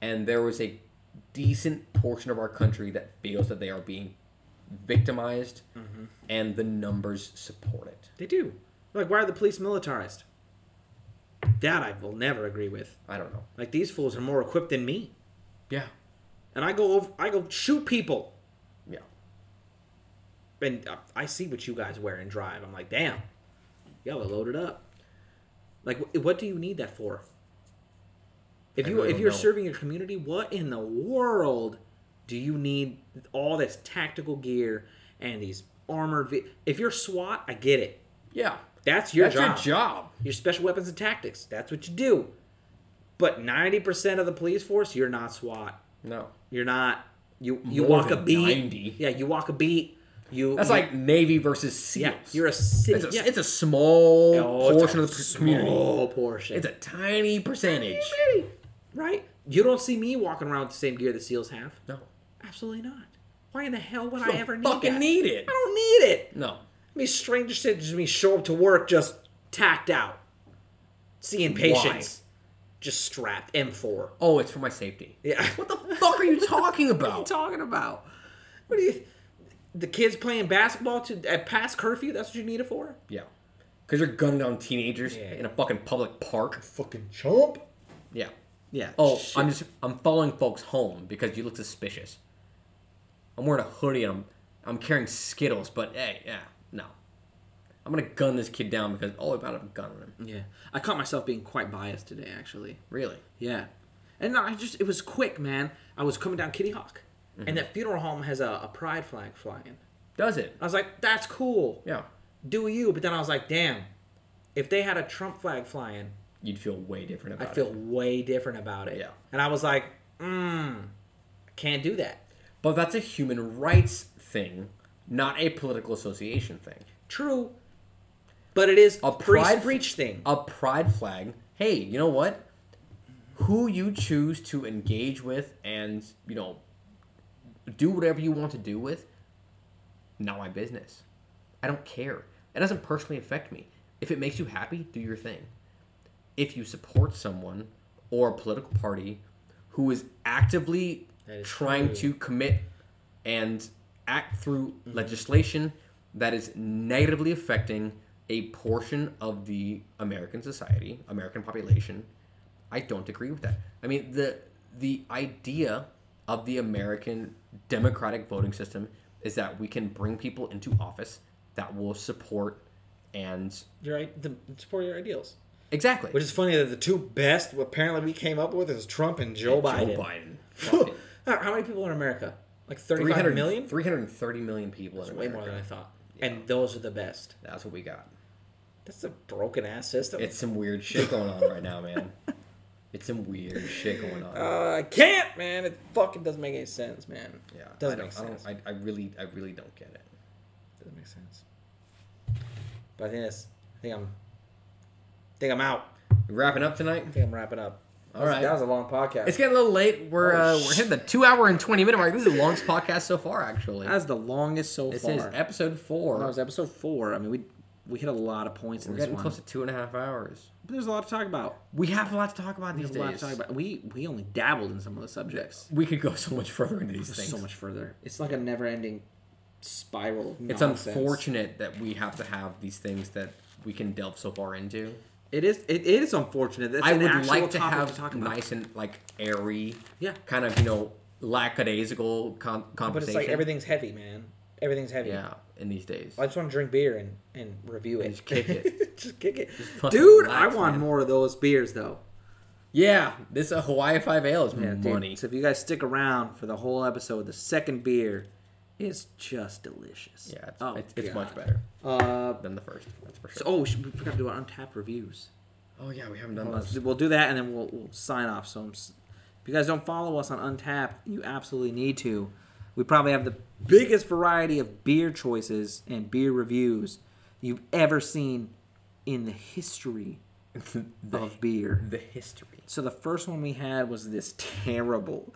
and there was a decent portion of our country that feels that they are being victimized and the numbers support it They do. Like, why are the police militarized? That I will never agree with. i don't know Like these fools are more equipped than me, yeah and I go over. I go shoot people, yeah and uh, I see what you guys wear and drive. I'm like, damn, y'all are loaded up. Like, wh- what do you need that for? If I you really if don't you're know. serving your community, what in the world do you need all this tactical gear and these armored? Ve- if you're SWAT, I get it. yeah That's your that's job. your job your special weapons and tactics. That's what you do. But 90% of the police force, you're not SWAT. no You're not you you More walk a than beat. 90. Yeah, you walk a beat. You that's you- like navy versus seals yeah, you're a city. it's a, yeah, it's a small Oh, it's portion a of the community small portion. it's a tiny percentage right? You don't see me walking around with the same gear the SEALs have. no Absolutely not. Why in the hell would I don't ever need fucking that? need it. I don't need it. no I mean, stranger shit just me show up to work just tacked out, seeing patients, just strapped M4. oh it's for my safety Yeah. What the fuck are you talking What are you about? talking about? What do you? The kids playing basketball to at past curfew. That's what you need it for. yeah. Because you're gunning down teenagers Yeah. in a fucking public park. Fucking chump. Yeah. Yeah. Oh, I'm just I'm following folks home because you look suspicious. I'm wearing a hoodie and I'm I'm carrying Skittles, but hey, yeah, no. I'm gonna gun this kid down because oh, I'm about to gun him. yeah. I caught myself being quite biased today, actually. Really? Yeah. And I just it was quick, man. I was coming down Kitty Hawk, and that funeral home has a, a pride flag flying. Does it? I was like, that's cool. Yeah. Do you? But then I was like, damn. If they had a Trump flag flying, You'd feel way different about I'd it. feel way different about it. Yeah. And I was like, mmm, can't do that. But that's a human rights thing, not a political association thing. True. But it is A a priest pride- preach thing. a pride flag. Hey, you know what? Who you choose to engage with and, you know, do whatever you want to do with, not my business. I don't care. It doesn't personally affect me. If it makes you happy, do your thing. If you support someone or a political party who is actively That is trying to commit and act through Mm-hmm. legislation that is negatively affecting a portion of the American society, American population, I don't agree with that. I mean, the the idea of the American democratic voting system is that we can bring people into office that will support and Your i- the, support your ideals. exactly Which is funny that the two best apparently we came up with is Trump and Joe Biden. Joe Biden. Phew. How how many people in America? Like 35 million? 330 million people in Way America. more than I thought. And those are the best. That's what we got. That's a broken ass system. It's some weird shit going on right now, man. It's some weird shit going on. Uh, I can't, man. It fucking doesn't make any sense, man. yeah, doesn't I make don't, sense. I, don't, I, I really, I really don't get it. Doesn't make sense. But I think that's. I think I'm. I think I'm out. Wrapping up tonight. I think I'm wrapping up. All right. That was a long podcast. It's getting a little late. Oh, We're uh, we're hitting the two hour and twenty minute mark. This is the longest podcast so far, actually. That's the longest so This far. is episode four. That was episode four. I mean, we we hit a lot of points in We're this getting one. close to two and a half hours. But there's a lot to talk about. We have a lot to talk about these There's a lot to days. talk about. We we only dabbled in some of the subjects. We could go so much further into these things. So much further. It's like a never-ending spiral. Of it's nonsense. unfortunate that we have to have these things that we can delve so far into. It is. It, it is unfortunate. That's I an would actual like to topic have to talk about. nice and like airy, Yeah. kind of you know lackadaisical con- conversation. But it's like everything's heavy, man. Everything's heavy. Yeah, in these days, I just want to drink beer and, and review it. just kick it. just kick it. Fucking Dude, relax, I want man. more of those beers though. Yeah, this uh, Hawaii Five Ale is Yeah, dude, money. so if you guys stick around for the whole episode, the second beer is just delicious. yeah, it's, oh, it's, it's God. much better Uh, than the first. That's for sure. so, oh, we, should, we forgot to do our untapped reviews. oh yeah, we haven't done Well, those. We'll do that and then we'll, we'll sign off. So, I'm s- if you guys don't follow us on Untapped, you absolutely need to. We probably have the biggest variety of beer choices and beer reviews you've ever seen in the history of beer. The history. So, the first one we had was this terrible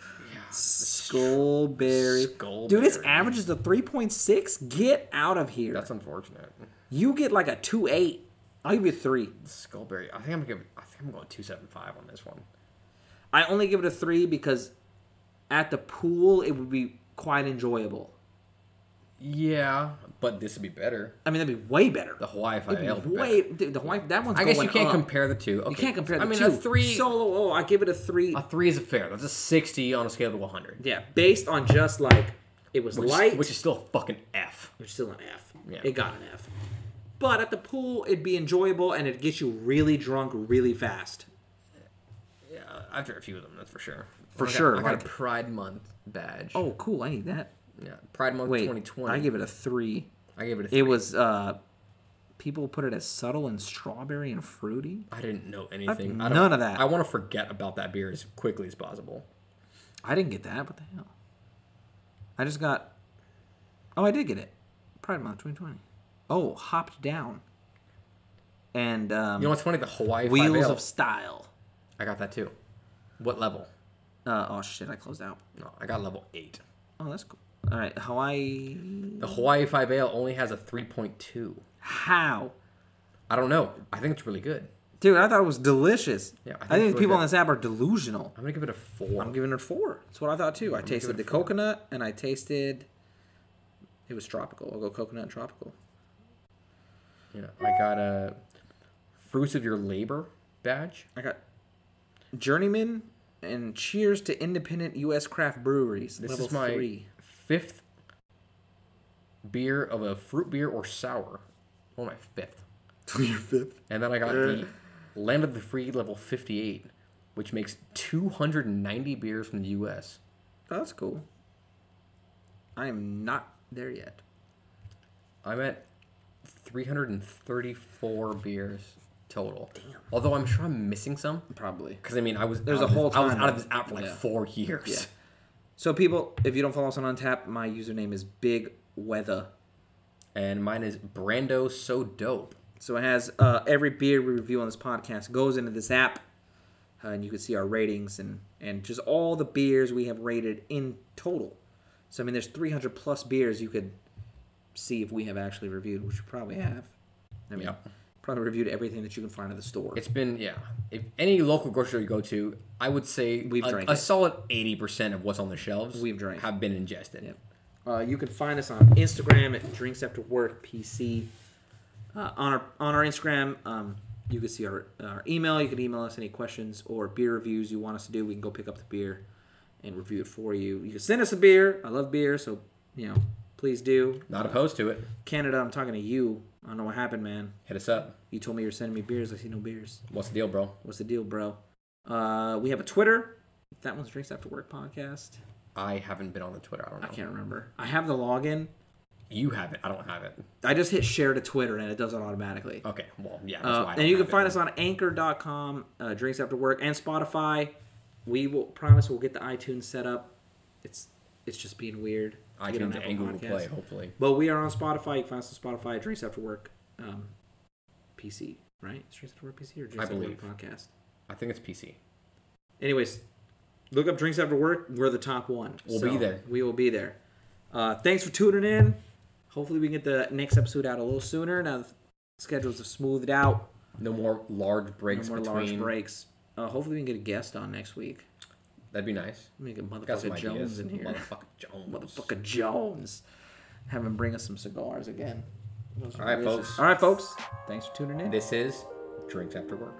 Skullberry. Dude, its Skullberry. average is a 3.6. Get out of here. That's unfortunate. you get like a 2.8. I'll give you a 3. Skullberry. I think I'm giving. I think I'm going two seven five on this one. I only give it a three because at the pool it would be quite enjoyable. Yeah, but this would be better. I mean, that'd be way better. The Hawaii Five Ale. would be way better. dude, the Hawaii, that one's. I guess going you can't up. compare the two. Okay. You can't compare. The I mean, two. a three. solo. Oh, I give it a three. a three is a fair. That's a sixty on a scale to one hundred. yeah, based on just like it was Which, light, which is still a fucking F. which is still an F. Yeah. It got an F. But at the pool, it'd be enjoyable and it'd get you really drunk really fast. Yeah, I've tried a few of them. That's for sure. For I got- sure, I got like- a Pride Month badge. Oh, cool! I need that. yeah, Pride Month Wait, 2020. I give it a three. I gave it a. Three. It was. uh People put it as subtle and strawberry and fruity. I didn't know anything. I none of that. I want to forget about that beer as quickly as possible. I didn't get that. What the hell? I just got. Oh, I did get it. Pride Month 2020. Oh, hopped down. And um, You know what's funny? The Hawaii Five wheels Ale. of style. I got that too. What level? Uh, oh shit! I closed out. No, I got level eight. Oh, that's cool. All right, Hawaii. The Hawaii Five Ale only has a three point two. How, I don't know. I think it's really good. dude? I thought it was delicious. Yeah, I I think, think it's really people on good. this app are delusional. I'm gonna give it a four. I'm giving it four. That's what I thought too. I tasted the coconut and I tasted. It was tropical. I'll go coconut and tropical. yeah, I got a fruits of your labor badge. I got Journeyman and Cheers to Independent U.S. Craft Breweries. This level is my three. fifth beer of a fruit beer or sour. Well, my fifth. Your fifth. And then I got the Uh. Land of the Free level 58, which makes 290 beers from the U.S. Oh, that's cool. I am not there yet. I'm at 334 beers total. Although I'm sure I'm missing some. Probably. Because I mean, I was There's out a of this- whole I was time out of of- this app for like yeah. four years. Yeah. So, people, if you don't follow us on Untap, my username is Big Weather. And mine is Brando so dope. So it has uh, every beer we review on this podcast goes into this app, uh, and you can see our ratings and and just all the beers we have rated in total. So I mean, there's 300 plus beers you could see if we have actually reviewed, which we probably have. I mean, Yep. probably reviewed everything that you can find at the store. It's been yeah. If any local grocery store you go to, I would say We've a, drank a it. solid eighty percent of what's on the shelves We've drank. have been ingested. Yep. Uh, you can find us on Instagram at Drinks After Work PC. Uh, on our on our Instagram, um, you can see our our email. You can email us any questions or beer reviews you want us to do. We can go pick up the beer and review it for you. You can send us a beer. I love beer, so you know please do. Not opposed to it. Canada, I'm talking to you. I don't know what happened, man. Hit us up. You told me you were sending me beers. I see no beers. What's the deal, bro? What's the deal, bro? Uh, we have a Twitter. That one's Drinks After Work podcast. I haven't been on the Twitter. I don't know. I can't remember. I have the login. You have it. I don't have it. I just hit share to Twitter and it does it automatically. Okay. Well, yeah. Oh, That's why. Uh, I and don't you can have it. find us on anchor.com, uh, Drinks After Work, and Spotify. We will promise we'll get the iTunes set up. It's it's just being weird. to get on iTunes Apple and Google Podcasts. Play. Hopefully. But we are on Spotify. You can find us on Spotify, Drinks After Work, um, PC, right? It's Drinks After Work PC or Drinks After believe. Work Podcast? I think it's PC. Anyways, look up Drinks After Work. We're the top one. We'll be there. We will be there. Uh, thanks for tuning in. Hopefully, we can get the next episode out a little sooner. Now, the schedules have smoothed out. No more large breaks No more large between. breaks. Uh, hopefully, we can get a guest on next week. That'd be nice. Make a Got some motherfucker ideas. Jones in here. Motherfucker Jones. Motherfucker Jones. Have him bring us some cigars again. Those are All right, delicious. folks. All right, folks. Thanks for tuning in. This is drinks after work.